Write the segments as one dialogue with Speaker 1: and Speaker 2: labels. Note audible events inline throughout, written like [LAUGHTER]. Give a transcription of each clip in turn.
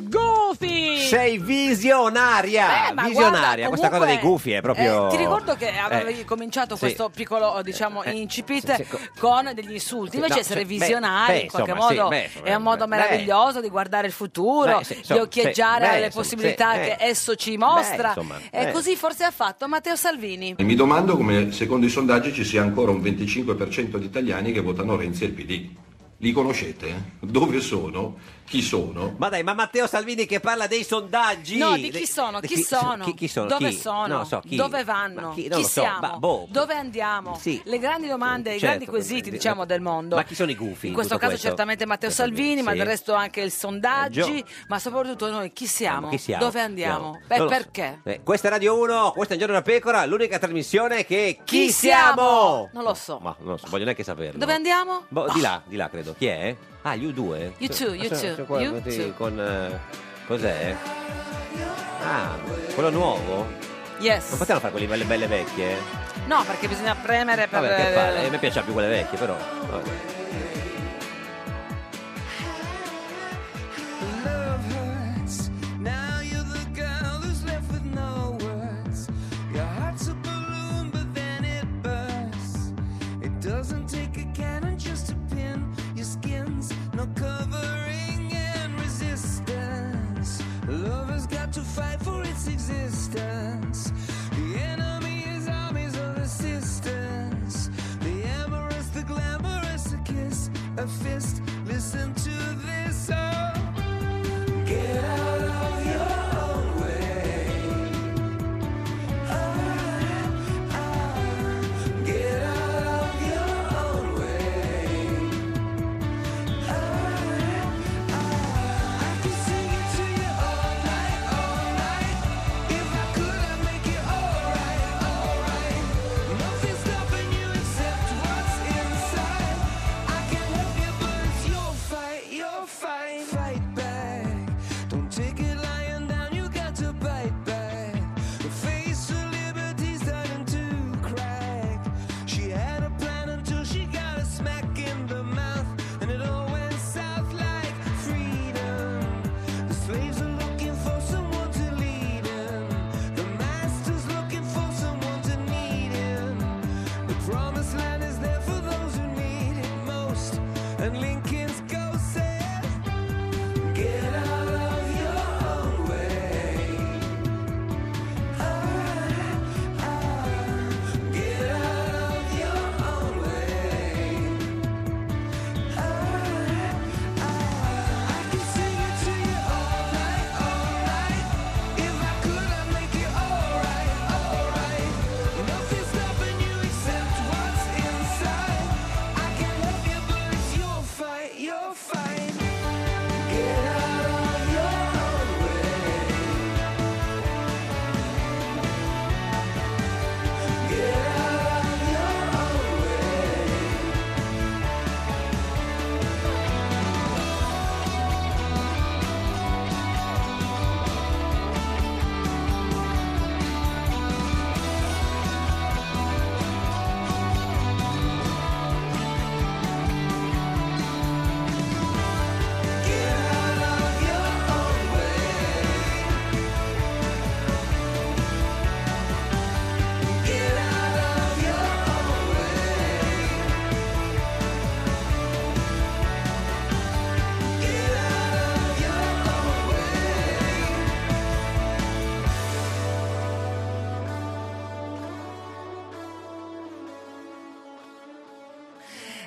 Speaker 1: Gufi!
Speaker 2: Sei visionaria,
Speaker 1: Eh, ma
Speaker 2: Ah, visionaria.
Speaker 1: guarda,
Speaker 2: Questa cosa dei
Speaker 1: comunque,
Speaker 2: gufi è proprio.
Speaker 1: eh, ti ricordo che avevi
Speaker 2: Eh,
Speaker 1: cominciato
Speaker 2: sì.
Speaker 1: questo piccolo, diciamo,
Speaker 2: eh,
Speaker 1: incipit
Speaker 2: sì, sì, co-
Speaker 1: con degli insulti.
Speaker 2: sì,
Speaker 1: Invece
Speaker 2: no,
Speaker 1: essere
Speaker 2: sì, beh,
Speaker 1: visionari
Speaker 2: beh,
Speaker 1: in qualche
Speaker 2: insomma, sì,
Speaker 1: modo
Speaker 2: beh, insomma,
Speaker 1: è un modo
Speaker 2: beh,
Speaker 1: meraviglioso di guardare il futuro,
Speaker 2: Beh, sì, insomma,
Speaker 1: di occhieggiare
Speaker 2: sì, beh,
Speaker 1: alle
Speaker 2: insomma,
Speaker 1: possibilità
Speaker 2: sì,
Speaker 1: che
Speaker 2: eh.
Speaker 1: esso ci mostra.
Speaker 2: Beh, insomma,
Speaker 1: e
Speaker 2: eh.
Speaker 1: così forse ha fatto Matteo Salvini.
Speaker 3: E mi domando come secondo i sondaggi ci sia ancora un 25% di italiani che votano Renzi e il PD. Li conoscete? Eh? Dove sono? Chi sono?
Speaker 2: Ma dai, ma Matteo Salvini che parla dei sondaggi.
Speaker 1: No, di chi
Speaker 2: Dei-
Speaker 1: sono?
Speaker 2: di
Speaker 1: Chi sono?
Speaker 2: Chi, chi sono?
Speaker 1: Dove
Speaker 2: Chi?
Speaker 1: sono?
Speaker 2: Non lo so, chi?
Speaker 1: Dove
Speaker 2: Ma
Speaker 1: vanno? Chi,
Speaker 2: non lo so,
Speaker 1: siamo?
Speaker 2: ma boh.
Speaker 1: Dove andiamo?
Speaker 2: Sì.
Speaker 1: Le grandi domande, i
Speaker 2: Certo,
Speaker 1: grandi quesiti,
Speaker 2: eh,
Speaker 1: diciamo, del mondo.
Speaker 2: Ma chi sono i gufi?
Speaker 1: In questo
Speaker 2: tutto
Speaker 1: caso certamente Matteo Salvini, ma
Speaker 2: sì.
Speaker 1: del resto anche il sondaggi,
Speaker 2: Gio-
Speaker 1: ma soprattutto noi chi siamo?
Speaker 2: Chi siamo?
Speaker 1: Dove andiamo?
Speaker 2: No,
Speaker 1: Beh,
Speaker 2: non lo so.
Speaker 1: perché?
Speaker 2: Eh, questa è Radio 1, questa è Un Giorno da Pecora, l'unica trasmissione che... Chi,
Speaker 1: Chi siamo?
Speaker 2: siamo?
Speaker 1: Non lo so.
Speaker 2: Ma non lo so, voglio neanche saperlo.
Speaker 1: Dove andiamo? Ah,
Speaker 2: Boh, di là, di là credo. Chi è? Ah, gli U2?
Speaker 1: You two, you
Speaker 2: Ah, c'è-
Speaker 1: two,
Speaker 2: c'è qua,
Speaker 1: you
Speaker 2: sì,
Speaker 1: two.
Speaker 2: Con... eh, cos'è? Ah, quello nuovo? Non
Speaker 1: Yes.
Speaker 2: potevano fare quelle belle, belle vecchie?
Speaker 1: No, perché bisogna premere per
Speaker 2: Eh, Vabbè, che palle, a me piaceva più quelle vecchie, però... vabbè.
Speaker 4: Love hurts. Now you're the girl who's left with no words. Your heart's a balloon, but then it bursts. It doesn't take a cannon just to pin your skins. No covering and resistance. Love has got to fight for its existence. The enemy is armies of assistance. The amorous, the glamorous, a kiss, a fist. Listen to this song. Get out of your own way. Ah, ah. Get out of your own way. Ah, ah. I could sing it to you all night, all night. If I could, I'd make it all right, all right. Nothing's stopping you except what's inside. I can help you, but it's your fight, your fight, fight back. Don't take it lying down, you got to bite back. The face of liberty's starting to crack. She had a plan until she got a smack in the mouth, and it all went south like freedom. The slaves are looking for someone to lead 'em. The master's looking for someone to need him. The promised land is there for those who need it most. And Lincoln's ghost says, Get out of your own way. Ah, ah, Get out of your own way. Ah, ah, I could sing it to you all night, all night. If I could, I'd make it all right, all right. Nothing's stopping you except what's inside. I can help you, but it's your fight, your fight. Get out of your own way. Get out of your own way.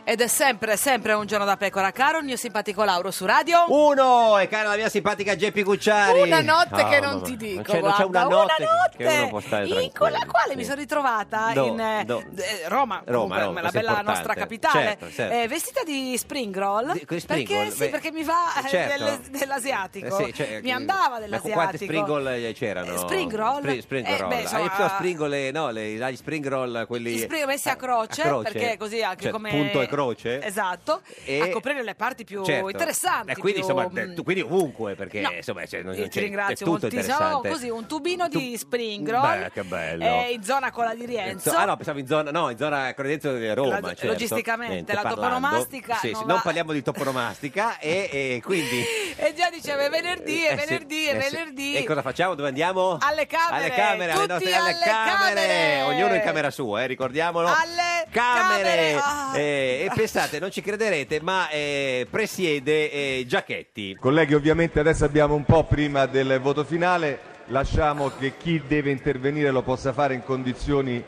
Speaker 1: Ed è sempre, sempre un giorno da pecora, caro il mio simpatico Lauro su radio.
Speaker 2: Uno, e cara la mia simpatica Geppi Cucciari.
Speaker 1: Una notte
Speaker 2: Ah,
Speaker 1: che non
Speaker 2: mamma,
Speaker 1: ti dico,
Speaker 2: c'è, non c'è
Speaker 1: guarda,
Speaker 2: una
Speaker 1: una
Speaker 2: notte, che
Speaker 1: notte
Speaker 2: uno può stare
Speaker 1: in con la
Speaker 2: tranquillo,
Speaker 1: quale
Speaker 2: sì.
Speaker 1: mi sono ritrovata
Speaker 2: Do-
Speaker 1: in eh,
Speaker 2: do-
Speaker 1: eh, Roma,
Speaker 2: Roma,
Speaker 1: comunque,
Speaker 2: Roma,
Speaker 1: la
Speaker 2: questo è
Speaker 1: bella
Speaker 2: importante.
Speaker 1: nostra capitale,
Speaker 2: Certo, certo.
Speaker 1: eh, vestita di spring roll,
Speaker 2: Di- con i
Speaker 1: perché,
Speaker 2: Springle,
Speaker 1: sì,
Speaker 2: beh,
Speaker 1: perché mi va eh,
Speaker 2: certo.
Speaker 1: delle- dell'asiatico,
Speaker 2: Eh sì, cioè,
Speaker 1: mi andava
Speaker 2: Ma quanti spring
Speaker 1: dell'asiatico.
Speaker 2: roll eh, c'erano?
Speaker 1: Eh, spring roll?
Speaker 2: Spring, spring
Speaker 1: Eh,
Speaker 2: roll.
Speaker 1: beh, insomma,
Speaker 2: Ah, io so, spring roll, eh, no, le- gli spring roll quelli...
Speaker 1: Gli spring messi a
Speaker 2: a
Speaker 1: croce,
Speaker 2: croce.
Speaker 1: perché così anche
Speaker 2: Cioè,
Speaker 1: come
Speaker 2: punto e croce.
Speaker 1: Esatto,
Speaker 2: E-
Speaker 1: a coprire le parti più
Speaker 2: Certo.
Speaker 1: interessanti.
Speaker 2: Eh, quindi,
Speaker 1: più-
Speaker 2: insomma, te- tu- quindi ovunque, perché
Speaker 1: No.
Speaker 2: insomma, cioè, non-
Speaker 1: Io
Speaker 2: non
Speaker 1: ti
Speaker 2: c'è- è
Speaker 1: ringrazio
Speaker 2: tutto
Speaker 1: moltissimo. No,
Speaker 2: interessante.
Speaker 1: così un tubino di spring roll
Speaker 2: Beh, che bello.
Speaker 1: eh, in zona Cola di Rienzo.
Speaker 2: Ah no, pensavo in zona, no, in zona Credenzo di Roma.
Speaker 1: La-
Speaker 2: certo.
Speaker 1: logisticamente,
Speaker 2: Niente,
Speaker 1: la
Speaker 2: parlando.
Speaker 1: toponomastica
Speaker 2: Sì, sì,
Speaker 1: non
Speaker 2: non,
Speaker 1: va-
Speaker 2: parliamo di toponomastica e, e
Speaker 1: [LAUGHS]
Speaker 2: quindi...
Speaker 1: E già diceva è venerdì, è
Speaker 2: eh, sì,
Speaker 1: venerdì, è
Speaker 2: eh, sì.
Speaker 1: venerdì.
Speaker 2: E cosa facciamo? Dove andiamo?
Speaker 1: Alle camere,
Speaker 2: Alle camere, alle
Speaker 1: tutti
Speaker 2: nostre- alle
Speaker 1: alle
Speaker 2: camere.
Speaker 1: camere.
Speaker 2: Ognuno in camera sua, eh, ricordiamolo.
Speaker 1: Alle camere.
Speaker 2: camere.
Speaker 1: Ah.
Speaker 2: Eh, e pensate, non ci crederete, ma eh, presiede eh, Giachetti.
Speaker 5: Colleghi, ovviamente adesso abbiamo un po' prima del voto finale, lasciamo che chi deve intervenire lo possa fare in condizioni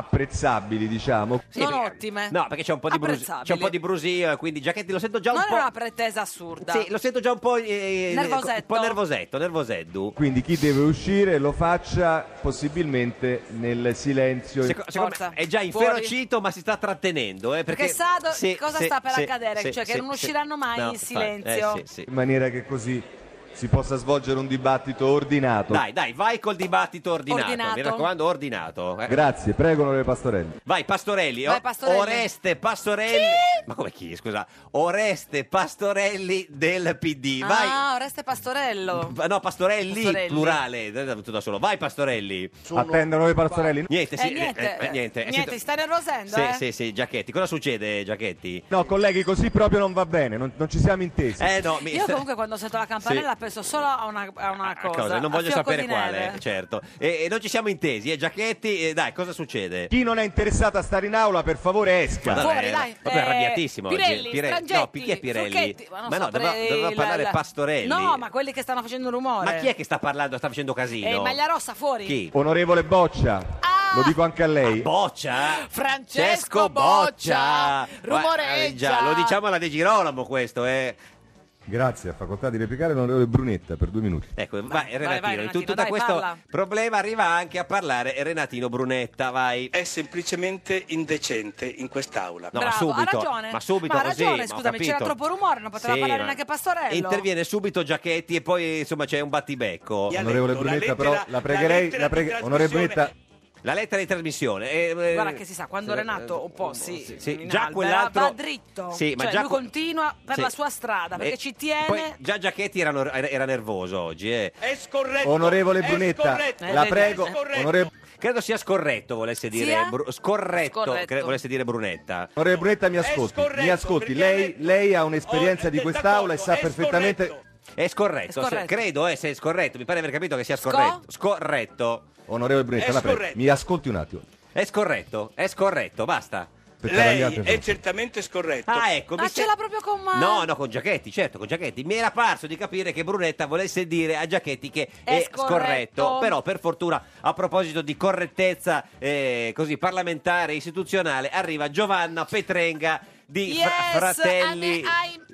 Speaker 5: apprezzabili, diciamo.
Speaker 2: Sì,
Speaker 1: non
Speaker 2: perché-
Speaker 1: ottime.
Speaker 2: No, perché c'è un po' di, brus-
Speaker 1: Apprezzabili.
Speaker 2: c'è un po di brusio, quindi Giachetti lo sento già un
Speaker 1: Non
Speaker 2: po'...
Speaker 1: era una pretesa assurda.
Speaker 2: Sì, lo sento già un po', eh,
Speaker 1: Nervosetto.
Speaker 2: un po' nervosetto, nervoseddu.
Speaker 5: Quindi chi deve uscire lo faccia possibilmente nel silenzio.
Speaker 2: Seco- secondo
Speaker 1: Forza.
Speaker 2: me è già
Speaker 1: Fuori.
Speaker 2: inferocito, ma si sta trattenendo. eh, perché
Speaker 1: Perché sa do-
Speaker 2: sì,
Speaker 1: cosa
Speaker 2: sì,
Speaker 1: sta per
Speaker 2: sì,
Speaker 1: accadere,
Speaker 2: sì,
Speaker 1: cioè che
Speaker 2: sì,
Speaker 1: non
Speaker 2: sì.
Speaker 1: usciranno mai
Speaker 2: No,
Speaker 1: in
Speaker 2: infatti,
Speaker 1: silenzio.
Speaker 2: eh, sì, sì.
Speaker 5: in maniera che così si possa svolgere un dibattito ordinato.
Speaker 2: Dai, dai, vai col dibattito ordinato.
Speaker 1: Ordinato.
Speaker 2: Mi raccomando, ordinato. eh.
Speaker 5: Grazie, prego onorevole Pastorelli.
Speaker 2: Vai Pastorelli,
Speaker 1: Vai,
Speaker 2: o-
Speaker 1: Pastorelli.
Speaker 2: Oreste Pastorelli. Ma come chi? Scusa, Oreste Pastorelli del PD. Vai.
Speaker 1: Ah, Oreste Pastorello.
Speaker 2: Pa- No, Pastorelli,
Speaker 1: Pastorelli.
Speaker 2: plurale, tutto da solo. Vai Pastorelli.
Speaker 5: Attendo onorevole Pastorelli.
Speaker 2: Niente, sì,
Speaker 1: Eh, niente,
Speaker 2: eh, eh, niente.
Speaker 1: niente,
Speaker 2: sento-
Speaker 1: ti stai nervosendo,
Speaker 2: Sì,
Speaker 1: eh?
Speaker 2: sì, sì, Giachetti. Cosa succede, Giachetti?
Speaker 5: No, colleghi, così proprio non va bene, non, non ci siamo intesi.
Speaker 2: Eh no, mi
Speaker 1: Io comunque quando sento la campanella penso solo a una, a una
Speaker 2: Ah,
Speaker 1: cosa. a
Speaker 2: non voglio
Speaker 1: fiocco
Speaker 2: sapere
Speaker 1: di
Speaker 2: quale,
Speaker 1: neve.
Speaker 2: certo. E, e non ci siamo intesi, eh, Giachetti, eh, dai, cosa succede?
Speaker 5: Chi non è interessato a stare in aula, per favore esca.
Speaker 2: Madonna,
Speaker 1: Fuori,
Speaker 2: era
Speaker 1: dai,
Speaker 2: proprio
Speaker 1: eh,
Speaker 2: arrabbiatissimo oggi.
Speaker 1: Pirelli,
Speaker 2: no,
Speaker 1: Strangetti,
Speaker 2: chi è Pirelli?
Speaker 1: Zucchetti,
Speaker 2: ma,
Speaker 1: non
Speaker 2: no,
Speaker 1: saprei
Speaker 2: doveva, doveva
Speaker 1: la-
Speaker 2: parlare
Speaker 1: la-
Speaker 2: Pastorelli.
Speaker 1: No, ma quelli che stanno facendo rumore.
Speaker 2: Ma chi è che sta parlando, sta facendo casino?
Speaker 1: Eh, Maglia Rossa fuori.
Speaker 2: Chi?
Speaker 5: Onorevole Boccia,
Speaker 1: Ah!
Speaker 5: lo dico anche a lei.
Speaker 2: Boccia?
Speaker 1: Francesco Boccia, rumoreggia.
Speaker 2: Eh, già, lo diciamo alla De Girolamo questo, eh.
Speaker 5: Grazie, ha facoltà di replicare l'onorevole Brunetta per due minuti.
Speaker 2: Ecco,
Speaker 1: Vai,
Speaker 2: vai,
Speaker 1: vai,
Speaker 2: Renatino,
Speaker 1: vai, Renatino,
Speaker 2: in tutto
Speaker 1: dai,
Speaker 2: questo
Speaker 1: parla.
Speaker 2: problema arriva anche a parlare Renatino Brunetta, vai.
Speaker 6: È semplicemente indecente in quest'aula.
Speaker 2: No,
Speaker 1: Bravo,
Speaker 2: ma subito,
Speaker 1: ha ragione.
Speaker 2: ma subito
Speaker 1: Ma ha
Speaker 2: così,
Speaker 1: ragione,
Speaker 2: ma ho
Speaker 1: scusami,
Speaker 2: capito.
Speaker 1: c'era troppo rumore, non poteva parlare neanche Pastorello.
Speaker 2: Interviene subito Giachetti e poi insomma c'è un battibecco.
Speaker 6: Yeah.
Speaker 5: Onorevole
Speaker 6: letto la lettera-
Speaker 5: Brunetta, però la
Speaker 6: la
Speaker 5: pregherei,
Speaker 6: lettera
Speaker 5: la
Speaker 6: di
Speaker 5: preghe-
Speaker 6: trasmissione.
Speaker 5: onorevole Brunetta,
Speaker 2: La lettera di trasmissione. eh, eh,
Speaker 1: Guarda che si sa, quando
Speaker 2: eh,
Speaker 1: Renato un po'
Speaker 2: sì,
Speaker 1: si
Speaker 2: sì,
Speaker 1: inalbera,
Speaker 2: già quell'altro
Speaker 1: va dritto,
Speaker 2: Sì, ma
Speaker 1: cioè
Speaker 2: già
Speaker 1: lui
Speaker 2: que-
Speaker 1: continua per
Speaker 2: sì.
Speaker 1: la sua strada, perché
Speaker 2: Eh,
Speaker 1: ci tiene.
Speaker 2: Poi, già Giachetti erano- era, era nervoso oggi, eh.
Speaker 6: È scorretto.
Speaker 5: onorevole
Speaker 6: è
Speaker 5: Brunetta,
Speaker 6: scorretto,
Speaker 1: Eh,
Speaker 5: la
Speaker 1: vedi,
Speaker 5: prego,
Speaker 6: è scorretto.
Speaker 5: onorevole,
Speaker 2: Credo sia scorretto volesse dire
Speaker 1: Sia?
Speaker 2: Bru- scorretto,
Speaker 1: Scorretto.
Speaker 2: cre- volesse dire Brunetta.
Speaker 5: onorevole Brunetta mi
Speaker 6: È
Speaker 5: ascolti,
Speaker 6: scorretto,
Speaker 5: mi ascolti.
Speaker 6: perché
Speaker 5: Lei,
Speaker 6: detto-
Speaker 5: lei ha un'esperienza
Speaker 6: Oh,
Speaker 5: di
Speaker 6: è
Speaker 5: quest'aula e sa
Speaker 6: d'accordo, è
Speaker 5: perfettamente...
Speaker 6: scorretto.
Speaker 2: È
Speaker 1: È
Speaker 2: scorretto,
Speaker 1: scorretto.
Speaker 2: se- credo, eh, se è scorretto, mi pare di aver capito che sia scorretto. Scorretto.
Speaker 5: Onorevole Brunetta,
Speaker 6: È
Speaker 5: la prego,
Speaker 6: scorretto.
Speaker 5: mi ascolti un attimo.
Speaker 2: È scorretto, è scorretto, basta.
Speaker 5: Per
Speaker 6: Lei
Speaker 5: tagliare, per
Speaker 6: è
Speaker 5: favore.
Speaker 6: certamente scorretto.
Speaker 2: Ah, ecco,
Speaker 1: Ma
Speaker 2: mi
Speaker 1: ce l'ha proprio con me?
Speaker 2: No, no, con Giachetti, certo, con Giachetti. Mi era parso di capire che Brunetta volesse dire a Giachetti che
Speaker 1: È
Speaker 2: è,
Speaker 1: scorretto.
Speaker 2: scorretto. però per fortuna a proposito di correttezza eh, così parlamentare istituzionale arriva Giovanna Petrenga di Fra- Fratelli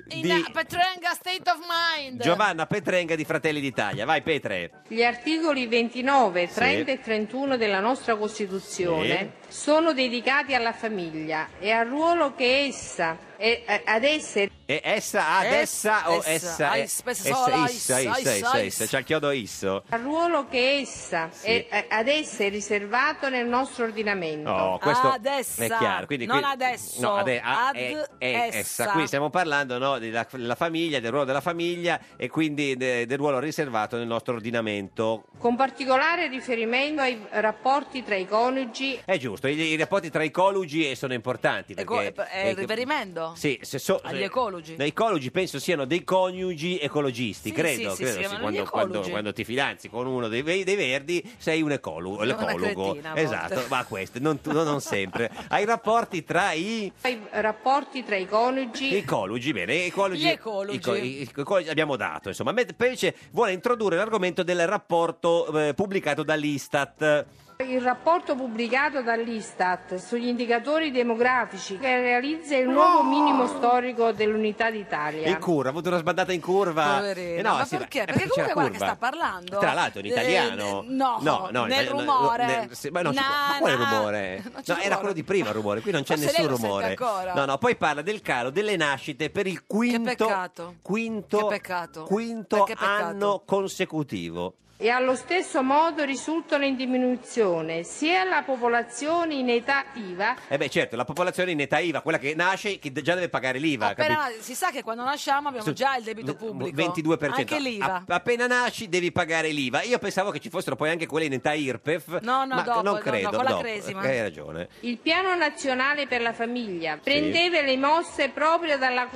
Speaker 2: di
Speaker 1: Petrenga state of mind.
Speaker 2: Giovanna Petrenga di Fratelli d'Italia. Vai Petre.
Speaker 7: Gli articoli 29,
Speaker 2: Sì.
Speaker 7: 30 e 31 della nostra Costituzione sono dedicati alla famiglia e al ruolo che essa e, eh, ad essa è
Speaker 2: E essa ad
Speaker 1: Essa,
Speaker 2: essa o
Speaker 1: essa,
Speaker 2: essa eh,
Speaker 1: ice, spesso solo
Speaker 2: issa,
Speaker 1: ice,
Speaker 2: issa,
Speaker 1: ice,
Speaker 2: issa,
Speaker 1: ice.
Speaker 2: issa, c'ha il chiodo isso.
Speaker 7: al ruolo che essa
Speaker 2: Sì.
Speaker 7: è, eh, ad essa è riservato nel nostro ordinamento.
Speaker 2: No, questo
Speaker 1: Ad essa,
Speaker 2: è chiaro. Quindi
Speaker 1: non
Speaker 2: qui-
Speaker 1: adesso,
Speaker 2: no, ade- a-
Speaker 1: ad
Speaker 2: è- è
Speaker 1: essa.
Speaker 2: essa. Qui stiamo parlando no, della, della famiglia, del ruolo della famiglia e quindi de- del ruolo riservato nel nostro ordinamento.
Speaker 7: Con particolare riferimento ai rapporti tra i coniugi
Speaker 2: È giusto, i, i rapporti tra i coniugi eh, sono importanti.
Speaker 1: E
Speaker 2: Perché,
Speaker 1: co- Ecco, è il
Speaker 2: che-
Speaker 1: riferimento?
Speaker 2: Sì, se so-
Speaker 1: Agli
Speaker 2: se-
Speaker 1: ecologi?
Speaker 2: no, I coniugi penso siano dei coniugi ecologisti,
Speaker 1: Sì,
Speaker 2: credo.
Speaker 1: sì, sì,
Speaker 2: credo,
Speaker 1: si chiamano gli
Speaker 2: quando,
Speaker 1: ecologi.
Speaker 2: quando- quando ti fidanzi con uno dei, dei verdi sei un ecologo.
Speaker 1: Sono una
Speaker 2: l'ecologo.
Speaker 1: cretina a volte.
Speaker 2: esatto, ma queste, non, tu- no, non
Speaker 1: [LAUGHS]
Speaker 2: sempre. Ai rapporti tra i...
Speaker 7: ai rapporti tra i coniugi
Speaker 2: I cologi, bene, i cologi,
Speaker 1: Gli ecologi.
Speaker 2: i co- i- i cologi abbiamo dato, insomma, mentre invece vuole introdurre l'argomento del rapporto eh, pubblicato dall'Istat.
Speaker 7: Il rapporto pubblicato dall'Istat sugli indicatori demografici che realizza il nuovo minimo storico dell'unità d'Italia.
Speaker 2: In curva, ha avuto una sbandata in curva.
Speaker 1: Poverino,
Speaker 2: Eh no,
Speaker 1: ma
Speaker 2: sì,
Speaker 1: perché?
Speaker 2: eh,
Speaker 1: Perché
Speaker 2: c'era
Speaker 1: comunque guarda che
Speaker 2: curva.
Speaker 1: sta parlando.
Speaker 2: Tra l'altro in
Speaker 1: Eh,
Speaker 2: italiano.
Speaker 1: n- no, nel
Speaker 2: italiano-
Speaker 1: rumore.
Speaker 2: nel- sì, ma non ci-
Speaker 1: Na,
Speaker 2: ma quale
Speaker 1: na.
Speaker 2: rumore?
Speaker 1: Non
Speaker 2: No,
Speaker 1: c'è
Speaker 2: era
Speaker 1: rumore.
Speaker 2: quello di prima il rumore, qui non c'è
Speaker 1: Forse lei
Speaker 2: nessun
Speaker 1: lo sente
Speaker 2: rumore.
Speaker 1: ancora.
Speaker 2: No, no, poi parla del calo delle nascite per il quinto
Speaker 1: peccato.
Speaker 2: quinto
Speaker 1: Che peccato.
Speaker 2: quinto
Speaker 1: Perché peccato.
Speaker 2: anno consecutivo.
Speaker 7: e allo stesso modo risultano in diminuzione sia la popolazione in età IVA
Speaker 2: Eh beh, certo, la popolazione in età IVA, quella che nasce, che già deve pagare l'IVA.
Speaker 1: Appena
Speaker 2: capito?
Speaker 1: na- si sa che quando nasciamo abbiamo
Speaker 2: Su-
Speaker 1: già il debito
Speaker 2: d-
Speaker 1: pubblico.
Speaker 2: 22%.
Speaker 1: Anche l'IVA.
Speaker 2: A- appena nasci devi pagare l'IVA. Io pensavo che ci fossero poi anche quelle in età IRPEF.
Speaker 7: No, no,
Speaker 2: ma
Speaker 7: dopo,
Speaker 2: non
Speaker 7: no,
Speaker 2: credo.
Speaker 7: dopo la
Speaker 2: dopo. Eh,
Speaker 7: cresima.
Speaker 2: Hai ragione.
Speaker 7: Il piano nazionale per la famiglia prendeva le mosse proprio dalla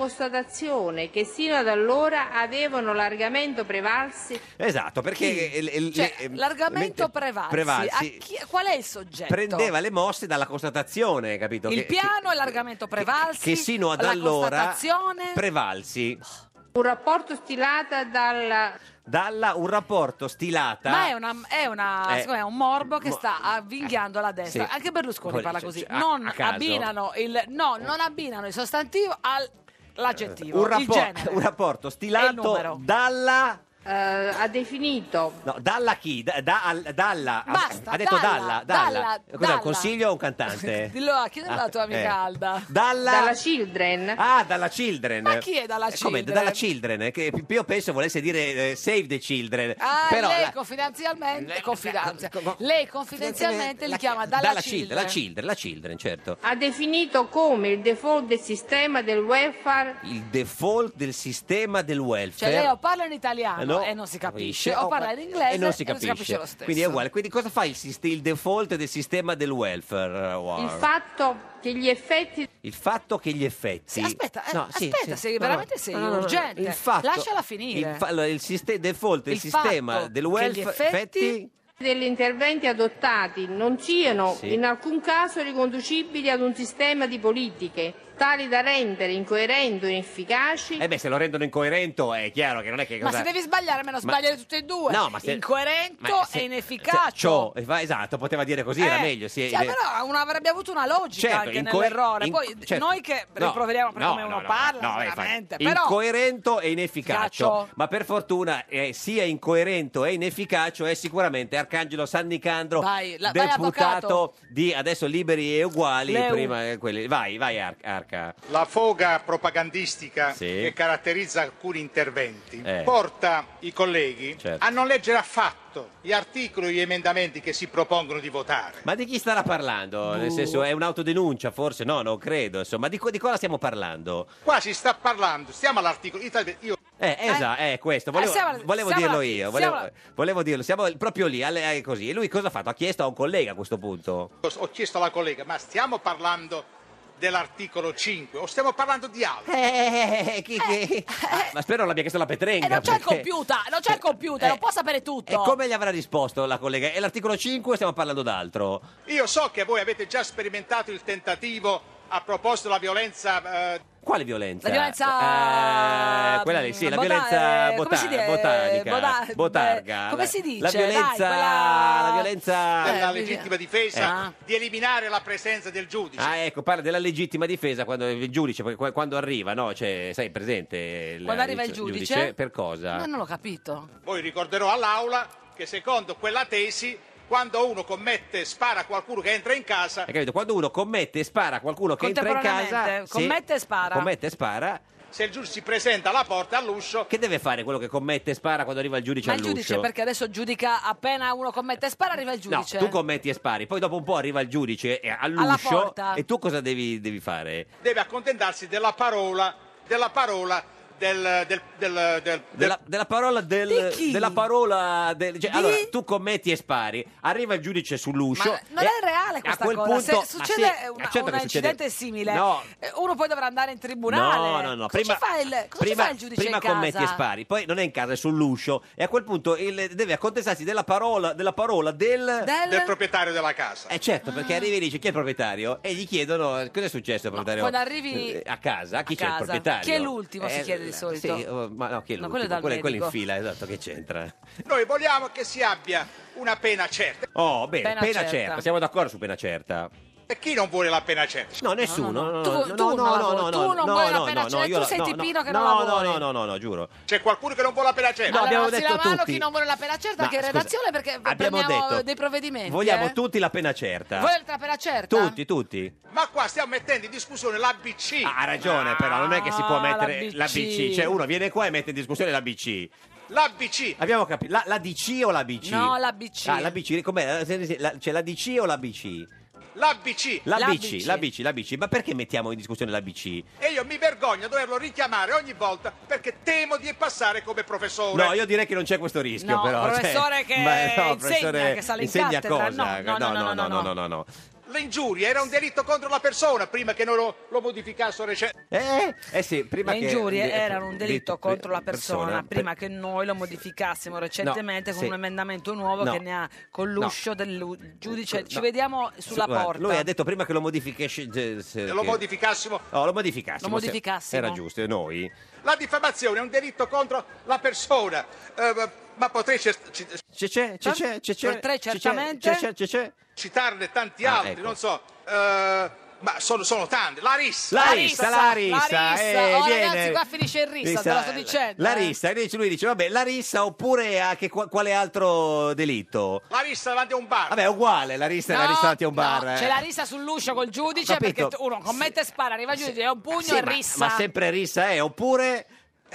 Speaker 7: constatazione che sino ad allora avevano largamente prevalsi
Speaker 2: Esatto, perché eh, le- le-
Speaker 1: Cioè,
Speaker 2: eh,
Speaker 1: largamente
Speaker 2: mentre-
Speaker 1: prevalsi.
Speaker 2: Prevalsi.
Speaker 1: A chi- qual è il soggetto?
Speaker 2: prendeva le mosse dalla constatazione, capito?
Speaker 1: il
Speaker 2: Che-
Speaker 1: piano è largamento prevalsi.
Speaker 2: che sino ad
Speaker 1: la
Speaker 2: allora
Speaker 1: constatazione. Oh.
Speaker 2: prevalsi
Speaker 7: un rapporto stilato dal
Speaker 2: dalla un rapporto stilata
Speaker 1: Ma è, una, è, una-
Speaker 2: Eh.
Speaker 1: secondo me, è un morbo che
Speaker 2: Mo- eh,
Speaker 1: sta avvinghiando la destra.
Speaker 2: sì.
Speaker 1: Anche Berlusconi
Speaker 2: Cioè,
Speaker 1: parla
Speaker 2: cioè,
Speaker 1: così.
Speaker 2: a-
Speaker 1: non,
Speaker 2: a caso.
Speaker 1: abbinano il, no, non abbinano il sostantivo all'aggettivo.
Speaker 2: Eh, un,
Speaker 1: il
Speaker 2: rappo-
Speaker 1: genere.
Speaker 2: un rapporto stilato dalla
Speaker 7: eh, ha definito
Speaker 2: no, dalla chi? Da- da- al- dalla ha-
Speaker 1: Basta,
Speaker 2: ha detto
Speaker 1: dalla,
Speaker 2: dalla dalla,
Speaker 1: dalla,
Speaker 2: cos'è
Speaker 1: dalla.
Speaker 2: un consiglio o un cantante?
Speaker 1: [LAUGHS] Dillo a chi è la tua amica
Speaker 2: eh.
Speaker 1: Alda?
Speaker 2: Dalla-
Speaker 7: dalla Children
Speaker 2: Ah, dalla Children.
Speaker 1: Ma chi è dalla
Speaker 2: Eh, Come?
Speaker 1: Children?
Speaker 2: Dalla Children, eh, che io penso volesse dire eh, Save the Children.
Speaker 1: Ah,
Speaker 2: Però
Speaker 1: lei
Speaker 2: la- Eh,
Speaker 1: confidenzialmente, confidenza- lei confidenzialmente li chiama dalla,
Speaker 2: dalla
Speaker 1: Children.
Speaker 2: Children, la Children, la Children, certo.
Speaker 7: ha definito come il default del sistema del welfare
Speaker 2: Il default del sistema del
Speaker 1: Cioè
Speaker 2: welfare.
Speaker 1: lei o parla in italiano
Speaker 2: Eh, no,
Speaker 1: e non si capisce,
Speaker 2: capisce.
Speaker 1: o
Speaker 2: Oh,
Speaker 1: parla in inglese
Speaker 2: e non si capisce,
Speaker 1: lo stesso.
Speaker 2: quindi è uguale quindi cosa fa il, sist- il default del sistema del welfare Wow.
Speaker 7: il fatto che gli effetti
Speaker 2: Il fatto che gli effetti
Speaker 1: aspetta, eh,
Speaker 2: No, sì,
Speaker 1: aspetta,
Speaker 2: sì.
Speaker 1: sei-
Speaker 2: No, no,
Speaker 1: veramente
Speaker 2: no,
Speaker 1: sei
Speaker 2: no, no, no.
Speaker 1: urgente.
Speaker 2: Il fatto-
Speaker 1: Lasciala finire.
Speaker 2: il, fa- allora, il siste- default del
Speaker 7: Il
Speaker 2: sistema
Speaker 7: fatto
Speaker 2: del
Speaker 7: che gli
Speaker 2: welfare
Speaker 7: effetti degli interventi adottati non siano
Speaker 2: Sì.
Speaker 7: in alcun caso riconducibili ad un sistema di politiche tali da rendere incoerenti o inefficaci
Speaker 2: eh beh se lo rendono incoerente è chiaro che non è che
Speaker 1: Ma
Speaker 2: cosa-
Speaker 1: se devi sbagliare, almeno
Speaker 2: Ma-
Speaker 1: sbagliare tutte e due.
Speaker 2: No, ma se-
Speaker 1: Incoerente
Speaker 2: eh, ma se-
Speaker 1: e inefficace.
Speaker 2: Ciò, eh, fa- esatto poteva dire così era
Speaker 1: Eh,
Speaker 2: meglio sì,
Speaker 1: cioè,
Speaker 2: eh,
Speaker 1: però una- avrebbe avuto una logica
Speaker 2: Certo,
Speaker 1: anche
Speaker 2: incoe-
Speaker 1: nell'errore.
Speaker 2: in-
Speaker 1: Poi
Speaker 2: certo.
Speaker 1: noi che
Speaker 2: No,
Speaker 1: riproveriamo per
Speaker 2: no,
Speaker 1: come
Speaker 2: no,
Speaker 1: uno
Speaker 2: no,
Speaker 1: parla,
Speaker 2: no, eh, infatti,
Speaker 1: veramente. Però Esatto.
Speaker 2: incoerente e inefficace.
Speaker 1: Ghiaccio.
Speaker 2: Ma per fortuna, eh, sia incoerente e inefficace è sicuramente Arcangelo San Nicandro,
Speaker 1: Vai, la- vai, avvocato.
Speaker 2: deputato di adesso Liberi e Uguali.
Speaker 8: Leu.
Speaker 2: prima, eh, quelli- Vai, vai, Ar- Arca.
Speaker 8: La foga propagandistica
Speaker 2: Sì.
Speaker 8: che caratterizza alcuni interventi
Speaker 2: Eh.
Speaker 8: porta i colleghi
Speaker 2: Certo.
Speaker 8: a non leggere affatto gli articoli e gli emendamenti che si propongono di votare.
Speaker 2: Ma di chi starà parlando? Nel
Speaker 8: Boh.
Speaker 2: senso, è un'autodenuncia, forse? No, non credo. Insomma, di, co- di cosa stiamo parlando?
Speaker 8: Qua si sta parlando, stiamo all'articolo. Io...
Speaker 2: Eh, esatto, è questo. Volevo,
Speaker 8: Eh, siamo-
Speaker 2: volevo
Speaker 8: siamo
Speaker 2: dirlo
Speaker 8: alla-
Speaker 2: io.
Speaker 8: siamo
Speaker 2: Volevo,
Speaker 8: alla-
Speaker 2: volevo dirlo. Siamo proprio lì, alle- eh, così. E lui cosa ha fatto? Ha chiesto a un collega a questo punto.
Speaker 8: Ho chiesto alla collega, ma stiamo parlando dell'articolo 5 o stiamo parlando di
Speaker 2: Eh,
Speaker 8: altro?
Speaker 2: Ma spero non l'abbia chiesto la Petrenga.
Speaker 1: e eh, non Eh, c'è il
Speaker 2: perché-
Speaker 1: computer, non c'è il computer, lo può sapere tutto.
Speaker 2: E Eh, come gli avrà risposto la collega? È l'articolo 5 stiamo parlando d'altro?
Speaker 8: Io so che voi avete già sperimentato il tentativo a proposito della violenza eh,
Speaker 2: Quale violenza?
Speaker 8: La
Speaker 1: violenza,
Speaker 2: Eh, quella lì, sì, la
Speaker 1: mm, bota-
Speaker 2: violenza
Speaker 1: Ah, eh, come
Speaker 2: bota-
Speaker 1: si dice?
Speaker 2: botanica.
Speaker 1: Boda-
Speaker 2: botarga.
Speaker 1: eh, come
Speaker 2: La-
Speaker 1: si dice?
Speaker 2: La
Speaker 1: Dai,
Speaker 2: violenza.
Speaker 1: quella- Eh,
Speaker 2: La violenza.
Speaker 8: della legittima difesa, di eliminare la presenza del giudice.
Speaker 2: Ah, ecco, parla della legittima difesa quando il giudice, perché qua- quando arriva, no? Cioè, sai, presente. il-
Speaker 1: Quando arriva il giudice?
Speaker 2: Per cosa?
Speaker 1: Ma non l'ho capito.
Speaker 8: Poi ricorderò all'Aula che secondo quella tesi, quando uno commette, spara a qualcuno che entra in casa,
Speaker 2: Hai capito? Quando uno commette e spara a qualcuno che entra in casa.
Speaker 8: Contemporaneamente,
Speaker 2: sì,
Speaker 8: commette e spara.
Speaker 2: Commette e spara.
Speaker 8: se il giudice si presenta alla porta, all'uscio,
Speaker 2: Che deve fare quello che commette e spara quando arriva il giudice
Speaker 1: Ma il
Speaker 2: all'uscio?
Speaker 1: giudice perché adesso giudica appena uno commette e spara arriva il
Speaker 2: No,
Speaker 1: giudice.
Speaker 2: tu commetti e spari, poi dopo un po' arriva il giudice eh, all'uscio
Speaker 8: porta.
Speaker 2: e tu cosa devi, devi fare?
Speaker 8: deve accontentarsi della parola, della parola del... del, del, del-
Speaker 2: Della, della parola del, della parola del, cioè, allora tu commetti e spari, arriva il giudice sull'uscio.
Speaker 1: Ma non
Speaker 2: e
Speaker 1: è reale
Speaker 2: a
Speaker 1: questa
Speaker 2: quel
Speaker 1: cosa.
Speaker 2: punto-
Speaker 1: Se
Speaker 2: ma
Speaker 1: succede
Speaker 2: sì,
Speaker 1: un,
Speaker 2: ma certo
Speaker 1: un
Speaker 2: che succede.
Speaker 1: incidente simile,
Speaker 2: No.
Speaker 1: eh, uno poi dovrà andare in tribunale.
Speaker 2: No, no, no,
Speaker 1: Cosa
Speaker 2: prima-
Speaker 1: ci fa il, cosa ci
Speaker 2: prima,
Speaker 1: fa il giudice
Speaker 2: prima
Speaker 1: in
Speaker 2: commetti
Speaker 1: casa?
Speaker 2: e spari, poi non è in casa, è sull'uscio e a quel punto il- deve accontestarsi della parola, della parola del,
Speaker 1: Del- Del
Speaker 8: proprietario della casa.
Speaker 2: Eh certo,
Speaker 1: Ah.
Speaker 2: perché arrivi e dici chi è il proprietario e gli chiedono eh, cosa è successo al proprietario.
Speaker 1: quando arrivi
Speaker 2: eh, a casa, chi
Speaker 1: a
Speaker 2: c'è
Speaker 1: casa.
Speaker 2: il proprietario? Eh,
Speaker 1: Chi è l'ultimo, si chiede di solito.
Speaker 2: sì, oh, ma no, chi è
Speaker 1: No,
Speaker 2: l'ultimo?
Speaker 1: quello è dal
Speaker 2: quello, quello in
Speaker 1: medico.
Speaker 2: fila, esatto, che c'entra.
Speaker 8: Noi vogliamo che si abbia una pena certa.
Speaker 2: Oh, bene,
Speaker 8: Pena
Speaker 2: pena,
Speaker 8: certa.
Speaker 2: certa. siamo d'accordo su pena certa.
Speaker 8: E chi non vuole la pena certa?
Speaker 2: No, nessuno. No, no,
Speaker 8: Tu-
Speaker 2: no,
Speaker 8: tu
Speaker 2: no,
Speaker 8: non la
Speaker 2: no,
Speaker 8: vuoi,
Speaker 2: no,
Speaker 8: tu
Speaker 2: no,
Speaker 8: non
Speaker 2: no,
Speaker 8: vuoi la
Speaker 2: no,
Speaker 8: pena
Speaker 2: no,
Speaker 8: certa,
Speaker 2: io
Speaker 8: tu
Speaker 2: la-
Speaker 8: sei
Speaker 2: no,
Speaker 8: Pipino
Speaker 2: no,
Speaker 8: che non
Speaker 2: no,
Speaker 8: la vuole.
Speaker 2: No, no, no, no, giuro.
Speaker 8: C'è qualcuno che non vuole la pena certa?
Speaker 2: Eh, No, abbiamo
Speaker 1: Alzi
Speaker 2: detto
Speaker 1: la mano
Speaker 2: tutti.
Speaker 1: chi non vuole la pena certa
Speaker 2: Ma,
Speaker 1: che è
Speaker 2: scusa,
Speaker 1: redazione perché
Speaker 2: abbiamo
Speaker 1: prendiamo
Speaker 2: detto,
Speaker 1: dei provvedimenti.
Speaker 2: Vogliamo
Speaker 1: eh?
Speaker 2: tutti la pena certa.
Speaker 1: Vuoi la pena certa?
Speaker 2: Esatto. Tutti, tutti.
Speaker 8: Ma qua stiamo mettendo in discussione l'ABC.
Speaker 2: Ha ragione, però non è che si può mettere
Speaker 8: l'ABC.
Speaker 2: Ah, la BC. Cioè, uno viene qua e mette in discussione la BC.
Speaker 8: L'ABC.
Speaker 2: Abbiamo capito. La, la DC o la BC?
Speaker 8: No, la BC.
Speaker 2: Ah, la BC, com'è? La- C'è la DC o la BC?
Speaker 8: L'ABC.
Speaker 2: La, BC, la BC, la BC. Ma perché mettiamo in discussione la BC?
Speaker 8: E io mi vergogno a doverlo richiamare ogni volta perché temo di passare come professore.
Speaker 2: No, io direi che non c'è questo rischio,
Speaker 8: No,
Speaker 2: però. cioè,
Speaker 8: professore che insegna, che sale in
Speaker 2: insegna
Speaker 8: cattedra,
Speaker 2: cosa?
Speaker 8: no, no, no, no,
Speaker 2: no,
Speaker 8: no,
Speaker 2: no, no.
Speaker 8: L'ingiuria era un delitto contro la persona prima che noi lo, lo modificassero recentemente.
Speaker 2: Eh, eh sì, prima
Speaker 1: Le
Speaker 2: che-
Speaker 1: ingiurie
Speaker 2: di-
Speaker 1: erano un delitto
Speaker 2: di-
Speaker 1: contro la persona,
Speaker 2: persona,
Speaker 1: prima che noi lo modificassimo recentemente
Speaker 2: No,
Speaker 1: con
Speaker 2: sì.
Speaker 1: un emendamento nuovo
Speaker 2: No.
Speaker 1: che ne ha con l'uscio del giudice. Ci
Speaker 2: No.
Speaker 1: vediamo sulla
Speaker 2: Guarda,
Speaker 1: porta.
Speaker 2: Lui ha detto prima che lo modificasse. Lo
Speaker 8: Lo modificassimo.
Speaker 2: No, lo modificassimo.
Speaker 8: Lo
Speaker 2: se-
Speaker 8: modificassimo.
Speaker 2: Era giusto, e noi.
Speaker 8: La diffamazione è un delitto contro la persona. Eh, ma- ma potrei cer- ci-
Speaker 2: C'è, c'è, c'è, c'è, c'è, c'è,
Speaker 8: Per tre,
Speaker 2: c'è, c'è,
Speaker 8: certamente.
Speaker 2: c'è, c'è, c'è.
Speaker 8: citarne tanti
Speaker 2: Ah,
Speaker 8: altri,
Speaker 2: ecco.
Speaker 8: non so. eh, ma sono, sono tanti. Larissa.
Speaker 2: Larissa, Larissa, eh,
Speaker 1: oh,
Speaker 2: viene-
Speaker 1: ragazzi, qua finisce il rissa, te lo sto dicendo.
Speaker 2: La
Speaker 1: eh.
Speaker 2: rissa, e dice- lui dice, vabbè, la rissa oppure anche qua- quale altro delitto?
Speaker 8: Larissa davanti a un bar.
Speaker 2: Vabbè, è uguale, la rissa è la
Speaker 1: No,
Speaker 2: rissa davanti a un bar.
Speaker 1: no,
Speaker 2: eh.
Speaker 1: c'è la rissa sull'uscio col giudice
Speaker 2: Ho capito.
Speaker 1: perché tu- uno commette e spara, arriva il giudice, è un pugno
Speaker 2: Sì,
Speaker 1: e
Speaker 2: ma,
Speaker 1: rissa.
Speaker 2: ma sempre rissa è, oppure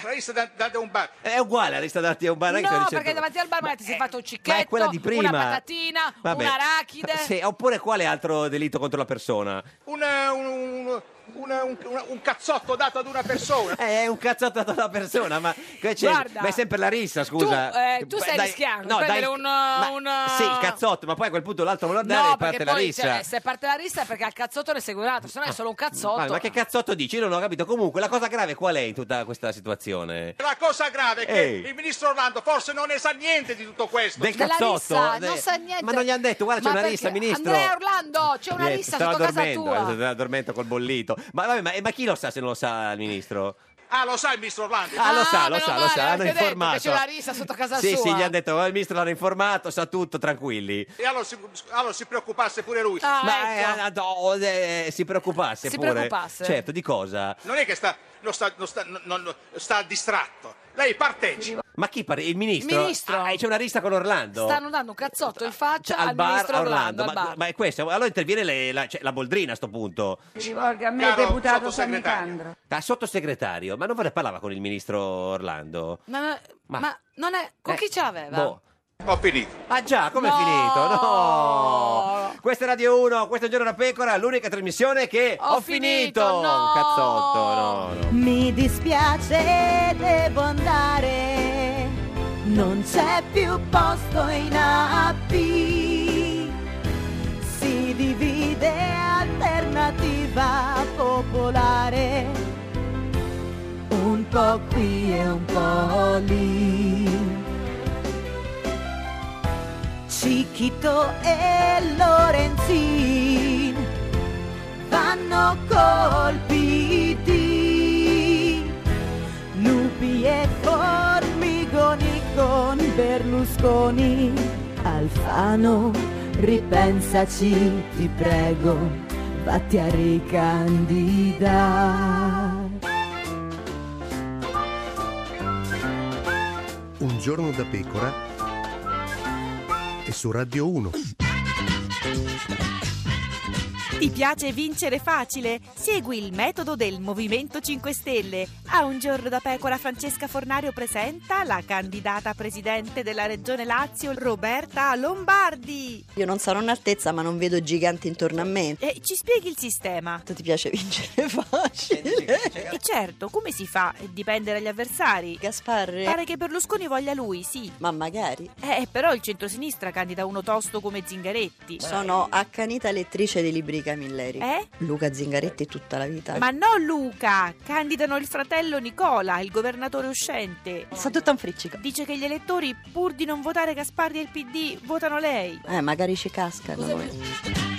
Speaker 8: Larissa da- davanti a un bar.
Speaker 2: è uguale la rissa davanti a un bar. non è che sto
Speaker 1: No,
Speaker 2: dicendo-
Speaker 1: perché davanti al bar magari ti sei fatto un
Speaker 2: ma è
Speaker 1: cicchetto,
Speaker 2: quella di prima.
Speaker 1: una patatina,
Speaker 2: Vabbè.
Speaker 1: un'arachide.
Speaker 2: Sì, oppure quale altro delitto contro la persona?
Speaker 8: Un, eh, un- un- un- un- un cazzotto dato ad una persona.
Speaker 2: Eh, È un cazzotto da una persona, ma, che c'è-
Speaker 1: Guarda,
Speaker 2: ma è sempre la rissa,
Speaker 1: Tu,
Speaker 2: scusa.
Speaker 1: eh, tu
Speaker 2: Beh,
Speaker 1: stai
Speaker 2: dai-
Speaker 1: rischiando
Speaker 2: no,
Speaker 1: di prendere
Speaker 2: dai-
Speaker 1: un, uh, un, uh,
Speaker 2: Sì, il cazzotto, ma poi a quel punto l'altro vuole andare
Speaker 1: No,
Speaker 2: e parte
Speaker 1: perché
Speaker 2: la
Speaker 1: poi
Speaker 2: rissa.
Speaker 1: cioè, se parte la rissa è perché al cazzotto ne segue un altro, se no è solo un cazzotto.
Speaker 2: Ma, ma che cazzotto dici? Io non ho capito. Comunque, la cosa grave qual è in tutta questa situazione?
Speaker 8: La cosa grave è che
Speaker 2: Ehi.
Speaker 8: il ministro Orlando forse non ne sa niente di tutto questo.
Speaker 2: Del cazzotto? De-
Speaker 1: non sa niente.
Speaker 2: Ma non gli hanno detto, guarda, c'è
Speaker 1: Eh, Ma
Speaker 2: una
Speaker 1: perché?
Speaker 2: rissa, ministro.
Speaker 1: Andrea Orlando, c'è una
Speaker 2: Niente,
Speaker 1: rissa
Speaker 2: stava
Speaker 1: sotto casa
Speaker 2: dormendo, eh,
Speaker 1: tua.
Speaker 2: stava dormendo col bollito. Ma, vabbè, ma, ma chi lo sa se non lo sa il ministro?
Speaker 8: Ah, lo sa il ministro Orlando.
Speaker 2: Ah, lo sa, lo sa, lo sa, hanno
Speaker 1: Avete detto che
Speaker 2: informato.
Speaker 1: c'è una rissa sotto casa
Speaker 2: Sì,
Speaker 1: sua.
Speaker 2: sì, gli hanno detto, "Oh, il ministro l'hanno informato, sa tutto, tranquilli.
Speaker 8: E allora si, allora si preoccupasse pure lui.
Speaker 1: Ah, ecco.
Speaker 2: ma eh, no, eh, si preoccupasse
Speaker 8: Si
Speaker 2: pure.
Speaker 8: preoccupasse?
Speaker 2: Certo, di cosa?
Speaker 8: Non è che sta, non sta, non sta, non- non- sta distratto. Lei partecipa.
Speaker 2: Ma chi parla? Il ministro?
Speaker 1: Il ministro.
Speaker 2: Ah, c'è una rissa con Orlando.
Speaker 1: Stanno dando un cazzotto in faccia
Speaker 2: Cioè, al,
Speaker 1: al
Speaker 2: bar
Speaker 1: ministro
Speaker 2: a
Speaker 1: Orlando,
Speaker 2: Orlando.
Speaker 1: al
Speaker 2: ma,
Speaker 1: bar.
Speaker 2: ma è questo, allora interviene le- la, cioè, la Boldrina a sto punto.
Speaker 9: Ci volga a me,
Speaker 8: Caro
Speaker 9: deputato
Speaker 8: sottosegretario.
Speaker 9: Sanicandro.
Speaker 2: Ah, sottosegretario, ma non ve ne parlava con il ministro Orlando?
Speaker 1: Ma, ma-
Speaker 2: Ma-
Speaker 1: ma non è... Con
Speaker 2: Eh,
Speaker 1: chi ce l'aveva?
Speaker 2: Boh.
Speaker 8: Ho finito.
Speaker 2: Ah già, come è
Speaker 1: No!
Speaker 2: finito? No! Questa è Radio 1, questo è Un Giorno da Pecora, l'unica trasmissione che ho, finito! Un Cazzotto, no, no.
Speaker 10: Mi dispiace, devo andare, non c'è più posto in AP. Si divide alternativa popolare, un po' qui e un po' lì. Cicchito e Lorenzin vanno colpiti. Lupi e formigoni con Berlusconi. Alfano, ripensaci, ti prego, vatti a ricandidare.
Speaker 11: Un giorno da pecora e su Radio 1.
Speaker 12: Ti piace vincere facile? Segui il metodo del Movimento 5 Stelle. A un giorno da pecora Francesca Fornario presenta la candidata a presidente della Regione Lazio Roberta Lombardi.
Speaker 13: Io non sarò un'altezza, ma non vedo giganti intorno a me.
Speaker 12: E Eh, ci spieghi il sistema.
Speaker 13: Ti piace vincere facile?
Speaker 12: E certo, come si fa? Dipende dagli avversari.
Speaker 13: Gasparri?
Speaker 12: Pare che Berlusconi voglia lui, sì.
Speaker 13: eh. Ma magari.
Speaker 12: Eh, però il centrosinistra candida uno tosto come Zingaretti.
Speaker 13: Sono accanita lettrice dei libri di Camilleri.
Speaker 12: Eh?
Speaker 13: Luca Zingaretti tutta la vita.
Speaker 12: Ma no, Luca! Candidano il fratello Nicola, il governatore uscente.
Speaker 13: Sa tutto un friccico.
Speaker 12: Dice che gli elettori, pur di non votare Gasparri e il PD, votano lei.
Speaker 13: Eh, magari ci cascano. eh.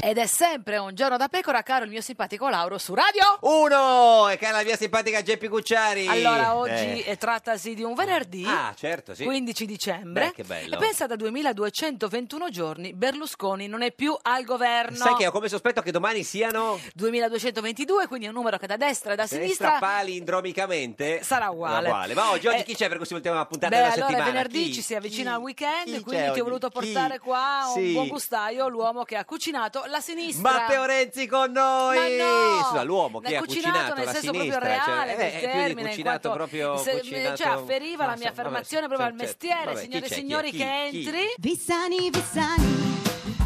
Speaker 1: Ed è sempre un giorno da pecora, caro il mio simpatico Lauro su Radio.
Speaker 2: Uno! E cara la mia simpatica Geppi Cucciari.
Speaker 1: Allora, oggi
Speaker 2: Eh.
Speaker 1: eh, trattasi di un venerdì,
Speaker 2: Ah, certo, sì.
Speaker 1: 15 dicembre.
Speaker 2: Beh, che bello.
Speaker 1: E pensa da 2221 giorni Berlusconi non è più al governo.
Speaker 2: Sai che ho come sospetto che domani siano...
Speaker 1: 2222, quindi è un numero che da destra e da sinistra.
Speaker 2: Destra palindromicamente sarà
Speaker 1: uguale.
Speaker 2: Ma oggi, oggi
Speaker 1: Eh,
Speaker 2: chi c'è per questa ultima puntata
Speaker 1: Beh,
Speaker 2: della
Speaker 1: allora
Speaker 2: settimana?
Speaker 1: venerdì
Speaker 2: Chi?
Speaker 1: ci si avvicina al weekend,
Speaker 2: chi c'è
Speaker 1: quindi ti
Speaker 2: oggi?
Speaker 1: ho voluto
Speaker 2: Chi?
Speaker 1: portare qua un
Speaker 2: Sì.
Speaker 1: buon gustaio, l'uomo che ha cucinato la sinistra.
Speaker 2: Matteo Renzi con noi!
Speaker 1: Ma no!
Speaker 2: Scusa, l'uomo che
Speaker 1: Ne
Speaker 2: ha cucinato
Speaker 1: nel
Speaker 2: la
Speaker 1: senso
Speaker 2: sinistra.
Speaker 1: proprio reale
Speaker 2: cioè, eh,
Speaker 1: del
Speaker 2: è più di
Speaker 1: termine. in
Speaker 2: cucinato
Speaker 1: quanto-
Speaker 2: proprio
Speaker 1: se-
Speaker 2: cucinato-
Speaker 1: cioè, afferiva la mia
Speaker 2: insomma, vabbè,
Speaker 1: affermazione proprio al
Speaker 2: certo,
Speaker 1: mestiere,
Speaker 2: vabbè, chi
Speaker 1: signore
Speaker 2: c'è, chi è,
Speaker 1: e signori,
Speaker 2: chi,
Speaker 1: che
Speaker 2: chi?
Speaker 1: entri.
Speaker 10: Vissani, Vissani,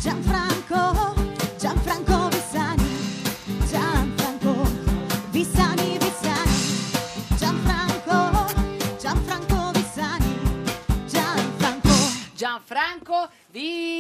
Speaker 10: Gianfranco, Gianfranco Vissani, Gianfranco, Vissani, Vissani, Gianfranco, Gianfranco Vissani, Gianfranco.
Speaker 1: Gianfranco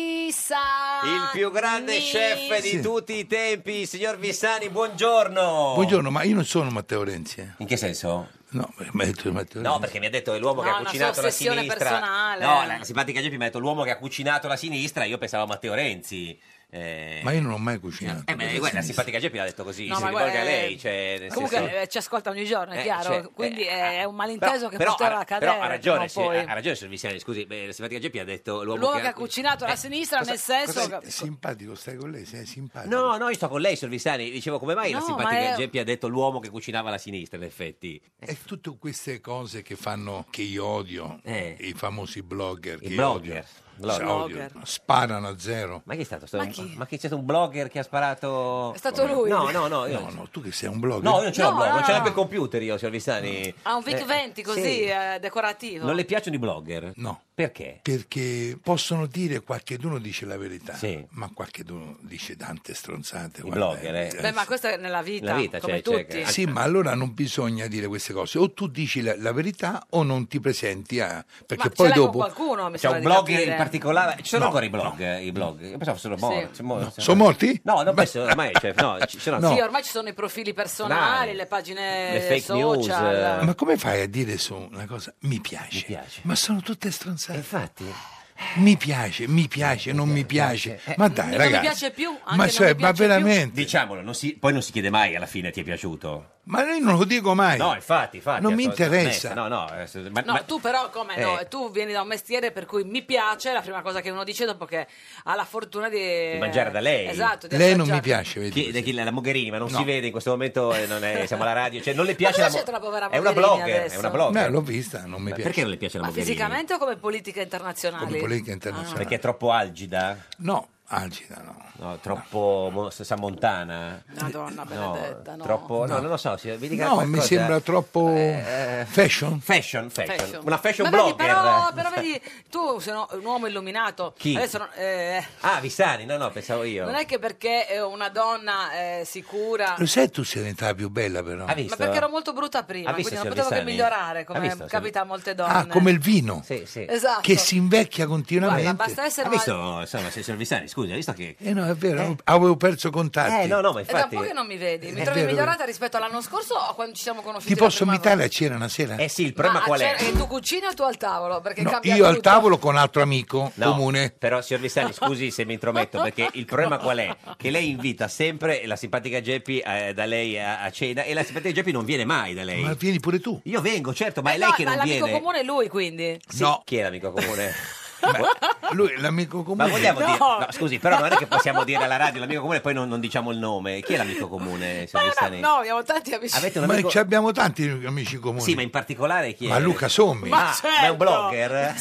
Speaker 1: Vissani.
Speaker 2: Il più grande chef di
Speaker 9: Sì.
Speaker 2: tutti i tempi, signor Vissani, buongiorno.
Speaker 9: Buongiorno, ma io non sono Matteo Renzi. eh.
Speaker 2: Oh. In che senso?
Speaker 9: No, beh, mi ha detto Matteo
Speaker 2: No,
Speaker 9: Renzi.
Speaker 2: perché mi ha detto è l'uomo che
Speaker 1: No,
Speaker 2: ha
Speaker 1: una
Speaker 2: cucinato
Speaker 1: sua
Speaker 2: la
Speaker 1: ossessione
Speaker 2: sinistra.
Speaker 1: personale.
Speaker 2: No, la, la simpatica Geppi mi ha detto l'uomo che ha cucinato la sinistra, io pensavo a Matteo Renzi. Eh,
Speaker 9: Ma io non ho mai cucinato.
Speaker 2: eh, beh, guarda, la simpatica Geppi l'ha detto così,
Speaker 1: No,
Speaker 2: si
Speaker 1: ma
Speaker 2: rivolga a
Speaker 1: guarda, eh,
Speaker 2: lei. Cioè, nel
Speaker 1: Comunque
Speaker 2: senso-
Speaker 1: eh, ci ascolta ogni giorno, è
Speaker 2: Eh,
Speaker 1: chiaro,
Speaker 2: cioè,
Speaker 1: quindi è un
Speaker 2: Però-
Speaker 1: malinteso che
Speaker 2: però
Speaker 1: poteva
Speaker 2: ha,
Speaker 1: cadere.
Speaker 2: però ha ragione,
Speaker 1: prima o
Speaker 2: sì, eh,
Speaker 1: poi.
Speaker 2: ha ragione, signor Vissani, scusi, beh, la simpatica Geppi ha detto l'uomo,
Speaker 1: L'uomo
Speaker 2: che ha
Speaker 1: cucinato Cioè, la sinistra nel senso
Speaker 9: Eh, Cosa-
Speaker 1: che-
Speaker 9: Simpatico, stai con lei, sei simpatico.
Speaker 2: No, no, io sto con lei, signor Vissani. Dicevo, come mai la
Speaker 9: No,
Speaker 2: simpatica
Speaker 9: ma è-
Speaker 2: Geppi ha detto l'uomo che cucinava la sinistra, in effetti? Eh,
Speaker 9: E tutte queste cose che fanno, che io odio, i famosi blogger che io
Speaker 2: Eh. blogger,
Speaker 9: odio, cioè,
Speaker 2: blogger.
Speaker 9: odio,
Speaker 2: Blogger.
Speaker 9: sparano a zero.
Speaker 2: Ma chi è stato?
Speaker 9: Ma
Speaker 2: Ma, chi? c'è stato un blogger che ha sparato...
Speaker 1: È stato lui.
Speaker 2: No, no, no. Io...
Speaker 9: No, no, tu che sei un blogger.
Speaker 2: No, io non ce l'ho
Speaker 1: No,
Speaker 2: blog,
Speaker 1: no,
Speaker 2: non ce l'ho
Speaker 1: no.
Speaker 2: per computer io, signor Vissani.
Speaker 1: Ha un Vic
Speaker 2: Eh,
Speaker 1: 20 così
Speaker 2: sì.
Speaker 1: eh, decorativo.
Speaker 2: Non le piacciono i blogger?
Speaker 9: No.
Speaker 2: Perché?
Speaker 9: Perché possono dire qualcheduno dice la verità, ma qualcheduno dice tante stronzate. guarda,
Speaker 2: blogger, eh.
Speaker 9: eh,
Speaker 1: Beh, ma questo è nella vita,
Speaker 9: La vita,
Speaker 1: come
Speaker 9: cioè, cioè,
Speaker 1: tutti.
Speaker 9: che- Sì, ma allora non bisogna dire queste cose. O tu dici la, la verità o non ti presenti a... Perché
Speaker 1: Ma ce
Speaker 9: poi
Speaker 1: l'hai con
Speaker 9: dopo...
Speaker 1: qualcuno, mi
Speaker 2: C'è un
Speaker 1: sembra di
Speaker 2: blogger
Speaker 1: capire.
Speaker 2: in particolare. Ci sono
Speaker 9: No,
Speaker 2: ancora boh, i blog? eh, I blog? Io pensavo fossero
Speaker 1: Sì.
Speaker 2: morti. Sono morti.
Speaker 9: Sono morti?
Speaker 2: No, non penso ormai. Cioè, no, ci sono
Speaker 1: Sì, ormai ci sono i profili personali,
Speaker 9: Dai.
Speaker 1: le pagine
Speaker 2: Le fake
Speaker 1: social.
Speaker 9: Ma come fai a dire su una cosa mi piace? Ma sono tutte stronzate.
Speaker 2: Eh, Infatti.
Speaker 9: Mi piace, mi piace, non mi piace. Ma dai,
Speaker 1: Eh, non mi
Speaker 9: Eh, ragazzi.
Speaker 1: piace più, anche
Speaker 9: ma
Speaker 1: non
Speaker 9: cioè,
Speaker 1: mi
Speaker 9: ma
Speaker 1: piace
Speaker 9: veramente.
Speaker 2: Diciamolo, non si- poi non si chiede mai alla fine ti è piaciuto.
Speaker 9: Ma io non lo dico mai.
Speaker 2: No, infatti, infatti.
Speaker 9: Non mi
Speaker 2: assolutamente.
Speaker 9: interessa.
Speaker 2: No, no. eh, ma-
Speaker 1: No,
Speaker 2: ma-
Speaker 1: tu però come no?
Speaker 2: Eh.
Speaker 1: Tu vieni da un mestiere per cui mi piace, è la prima cosa che uno dice dopo che ha la fortuna di,
Speaker 2: Di mangiare da lei.
Speaker 1: eh, Esatto, di
Speaker 9: Lei non mi
Speaker 1: assaggiare.
Speaker 9: piace, vedi.
Speaker 2: Chi- chi- la Mogherini, ma non
Speaker 9: No.
Speaker 2: si vede in questo momento, eh, non è- siamo alla radio. Cioè, non le piace
Speaker 1: Ma
Speaker 2: la
Speaker 1: cosa c'entra la povera
Speaker 2: È una
Speaker 1: Mogherini
Speaker 2: blogger,
Speaker 1: adesso?
Speaker 2: è una blogger.
Speaker 9: Beh, l'ho vista, non mi
Speaker 2: Ma
Speaker 9: piace.
Speaker 2: Perché non le piace la
Speaker 1: Ma
Speaker 2: Mogherini?
Speaker 1: fisicamente o come politica internazionale?
Speaker 9: Come politica internazionale.
Speaker 2: Perché è troppo algida?
Speaker 9: No, algida no.
Speaker 2: No, troppo mo- Samontana?
Speaker 1: Madonna benedetta, no.
Speaker 2: Troppo, no. non lo so, si- mi dica
Speaker 9: No,
Speaker 2: qualcosa. Eh,
Speaker 9: mi sembra troppo fashion.
Speaker 2: Fashion, fashion.
Speaker 1: Fashion.
Speaker 2: Una fashion
Speaker 1: Ma vedi,
Speaker 2: blogger.
Speaker 1: però, però vedi, tu sei un uomo illuminato.
Speaker 2: Chi?
Speaker 1: Adesso non- eh,
Speaker 2: [LAUGHS] Ah, Vissani, no, no, pensavo io.
Speaker 1: non è che perché è una donna eh, sicura.
Speaker 9: Lo sai tu sei diventata più bella però?
Speaker 1: Ma perché ero molto brutta prima,
Speaker 9: Ha visto,
Speaker 1: quindi non
Speaker 9: signor
Speaker 1: potevo
Speaker 9: Vissani?
Speaker 1: che migliorare,
Speaker 9: Ha
Speaker 1: come
Speaker 9: visto, signor-
Speaker 1: capita a molte donne.
Speaker 9: Ah, come il vino.
Speaker 1: Esatto.
Speaker 9: Che si invecchia continuamente.
Speaker 1: Guarda, basta essere
Speaker 2: Ha visto, insomma, se signor Vissani, scusi, ha visto che...
Speaker 9: Eh no, è vero, avevo perso contatti.
Speaker 2: Eh, no, no, ma
Speaker 1: È da un
Speaker 2: infatti...
Speaker 1: po' che non mi vedi, mi
Speaker 9: È
Speaker 1: trovi
Speaker 9: vero,
Speaker 1: migliorata rispetto all'anno scorso o quando ci siamo conosciuti?
Speaker 9: Ti
Speaker 1: la
Speaker 9: posso
Speaker 1: prima
Speaker 9: invitare a cena una sera?
Speaker 2: Eh sì, il
Speaker 1: volta? Ma cioè, c'era- che tu cucini o tu al tavolo? Perché
Speaker 9: No,
Speaker 1: cambia
Speaker 9: io al
Speaker 1: tutto.
Speaker 9: tavolo con altro amico
Speaker 2: No,
Speaker 9: comune.
Speaker 2: Però, signor Vissani, scusi se mi
Speaker 1: [LAUGHS]
Speaker 2: intrometto, perché il problema qual è? Che lei invita sempre la simpatica Geppi eh, da lei a, a cena e la simpatica Geppi non viene mai da lei.
Speaker 9: Ma vieni pure tu.
Speaker 2: Io vengo, certo, ma è
Speaker 1: Eh
Speaker 2: lei
Speaker 1: no,
Speaker 2: che
Speaker 1: ma
Speaker 2: non
Speaker 1: l'amico
Speaker 2: viene.
Speaker 1: comune è lui, quindi.
Speaker 2: Sì, Chi è l'amico
Speaker 9: [LAUGHS]
Speaker 2: comune?
Speaker 9: Lui è l'amico comune.
Speaker 2: Ma vogliamo
Speaker 1: No.
Speaker 2: dire... No, scusi, però non è che possiamo dire alla radio l'amico comune e poi non, non diciamo il nome. Chi è l'amico comune, signor Vissani?
Speaker 1: [LAUGHS] No, abbiamo tanti amici.
Speaker 2: Avete un
Speaker 9: Ma
Speaker 2: amico-
Speaker 9: ci abbiamo tanti Eh, amici comuni.
Speaker 2: Sì, ma in particolare chi è?
Speaker 9: Ma Luca Sommi.
Speaker 2: Ma, ma
Speaker 1: certo.
Speaker 2: è un blogger?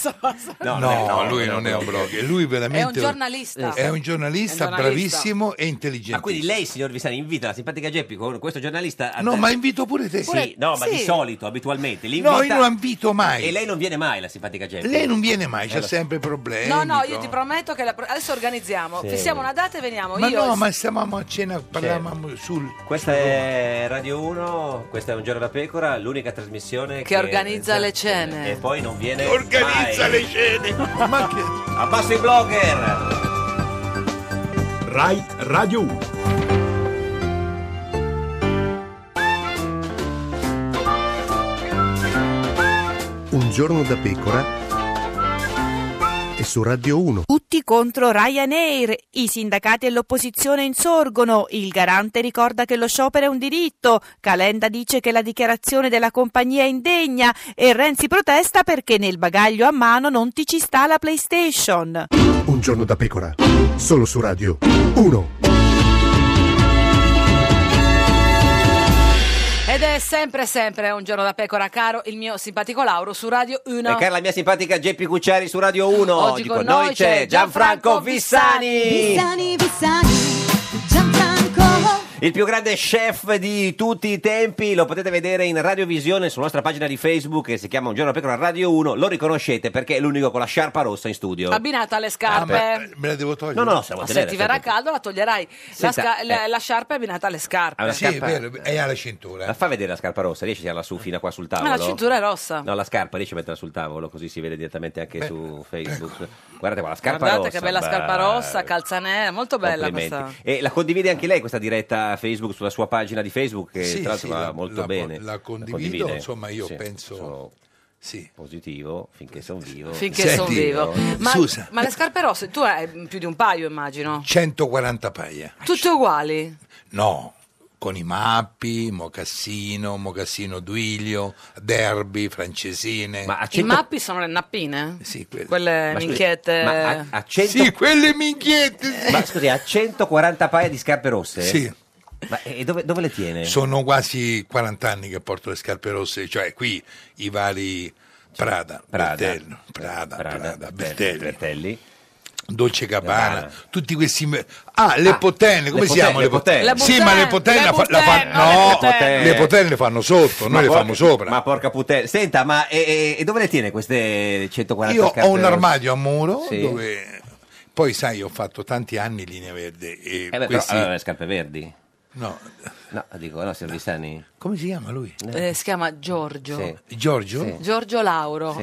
Speaker 9: No, lui non è un blogger, lui veramente
Speaker 1: È un giornalista.
Speaker 9: È un giornalista
Speaker 1: È un giornalista.
Speaker 9: bravissimo e
Speaker 2: Ma
Speaker 9: intelligente.
Speaker 2: quindi lei, signor Visani, invita la simpatica Geppi con questo giornalista a...
Speaker 9: No, ma invito pure te.
Speaker 2: Sì, no, ma di
Speaker 9: Sì.
Speaker 2: solito, abitualmente. li
Speaker 9: No,
Speaker 2: invita-
Speaker 9: io non invito
Speaker 2: E
Speaker 9: mai.
Speaker 2: lei non viene mai, la simpatica Geppi?
Speaker 9: Lei non viene mai,
Speaker 2: Eh,
Speaker 9: c'ha
Speaker 2: lo so.
Speaker 9: sempre problemi.
Speaker 1: No, no, io ti prometto che la pro- adesso organizziamo.
Speaker 2: Sì.
Speaker 1: Fissiamo una data e veniamo.
Speaker 9: Ma
Speaker 1: io
Speaker 9: no, ma stavamo a cena, parlavamo
Speaker 2: Certo.
Speaker 9: sul...
Speaker 2: Questa è Radio 1, questa è Un giorno da pecora, l'unica trasmissione che, esatto.
Speaker 1: Che organizza le cene.
Speaker 2: E poi non viene
Speaker 4: Organizza
Speaker 2: mai.
Speaker 4: le cene.
Speaker 2: Eh.
Speaker 9: Ma che...
Speaker 2: Abbasso i blogger!
Speaker 14: Rai Radio 1.
Speaker 11: Un giorno da pecora e su Radio 1.
Speaker 12: Tutti contro Ryanair, i sindacati e l'opposizione insorgono, il garante ricorda che lo sciopero è un diritto, Calenda dice che la dichiarazione della compagnia è indegna e Renzi protesta perché nel bagaglio a mano non ti ci sta la PlayStation.
Speaker 11: Un giorno da pecora. Solo su Radio 1.
Speaker 1: Ed è sempre, sempre un giorno da pecora, caro il mio simpatico Lauro su Radio 1.
Speaker 2: E cara la mia simpatica Geppi Cucciari su Radio 1.
Speaker 1: Oggi con noi c'è Gianfranco
Speaker 11: Vissani,
Speaker 10: Vissani,
Speaker 2: Il più grande chef di tutti i tempi, lo potete vedere in radiovisione sulla nostra pagina di Facebook che si chiama Un giorno da pecora Radio 1, lo riconoscete perché è l'unico con la sciarpa rossa in studio.
Speaker 1: Abbinata alle scarpe.
Speaker 2: Ah,
Speaker 9: Ah,
Speaker 2: Me la devo togliere? No, no, no, se la
Speaker 1: Ma
Speaker 2: vuoi
Speaker 1: se
Speaker 2: tenere,
Speaker 1: ti
Speaker 2: se
Speaker 1: Ah, verrà caldo la toglierai. La,
Speaker 2: Senta,
Speaker 1: sca- la-
Speaker 2: eh.
Speaker 1: la sciarpa è abbinata alle scarpe.
Speaker 2: Ha una scarpa- La fa vedere la scarpa rossa, riesci a tirarla su fino a qua sul
Speaker 1: Ma
Speaker 2: tavolo?
Speaker 1: Ah, la cintura è rossa.
Speaker 2: No, la scarpa riesci a metterla sul tavolo, così si vede direttamente anche su Facebook. Guardate qua, la scarpa
Speaker 1: Guardate
Speaker 2: rossa.
Speaker 1: che bella scarpa
Speaker 2: bah,
Speaker 1: rossa, calzanera, molto bella questa.
Speaker 2: complimenti. E la condivide anche lei questa diretta a Facebook sulla sua pagina di Facebook, che
Speaker 9: Sì,
Speaker 2: tra l'altro
Speaker 9: sì,
Speaker 2: va
Speaker 9: la-
Speaker 2: molto
Speaker 9: la-
Speaker 2: bene.
Speaker 9: la condivido,
Speaker 2: condivide?
Speaker 9: insomma, io
Speaker 2: Sì,
Speaker 9: penso-
Speaker 2: sono Positivo, finché sono vivo.
Speaker 1: Finché sono vivo. Ma,
Speaker 9: Scusa.
Speaker 1: ma le scarpe rosse, tu hai più di un paio immagino.
Speaker 9: 140 paia.
Speaker 1: Tutte uguali.
Speaker 9: No, con i mappi, Mocassino, Mocassino Duilio, Derby, Francesine. Ma
Speaker 1: I mappi sono le nappine?
Speaker 9: Sì,
Speaker 1: Quelle
Speaker 2: Ma scusi,
Speaker 1: minchiette.
Speaker 2: ma a- a 100
Speaker 9: Sì, quelle minchiette.
Speaker 2: Ma scusi, ha 140 paia di scarpe rosse?
Speaker 9: Sì.
Speaker 2: Ma e dove, dove le tiene?
Speaker 9: Sono quasi 40 anni che porto le scarpe rosse, cioè qui i vari Prada,
Speaker 2: Prada,
Speaker 9: Bertello, Prada, Prada, Bertelli,
Speaker 2: Bertelli,
Speaker 9: Dolce Gabbana,
Speaker 2: Gabbana.
Speaker 9: tutti questi me- Ah, le
Speaker 2: Ah,
Speaker 9: potenne, come
Speaker 2: le
Speaker 9: si chiamano le potenne?
Speaker 2: potenne, le
Speaker 9: Sì,
Speaker 2: potenne.
Speaker 9: ma le potenne
Speaker 2: Le
Speaker 9: la fa- la
Speaker 2: potenne,
Speaker 9: fa-
Speaker 2: le
Speaker 9: no,
Speaker 2: potenne.
Speaker 9: le potenne le fanno sotto,
Speaker 2: Ma
Speaker 9: noi le
Speaker 2: porca-
Speaker 9: fanno sopra.
Speaker 2: Ma porca puttana. Senta, ma e, e- e dove le tiene queste 140
Speaker 9: Io
Speaker 2: scarpe
Speaker 9: ho un
Speaker 2: rosse?
Speaker 9: armadio a muro
Speaker 2: Sì.
Speaker 9: dove poi sai, ho fatto tanti anni linea verde e
Speaker 2: Eh beh, però,
Speaker 9: questi-
Speaker 2: allora, le scarpe verdi.
Speaker 9: No.
Speaker 2: No, dico, no, signor Vissani.
Speaker 9: come si chiama lui?
Speaker 1: Eh, si chiama Giorgio.
Speaker 9: Giorgio?
Speaker 1: Giorgio Lauro.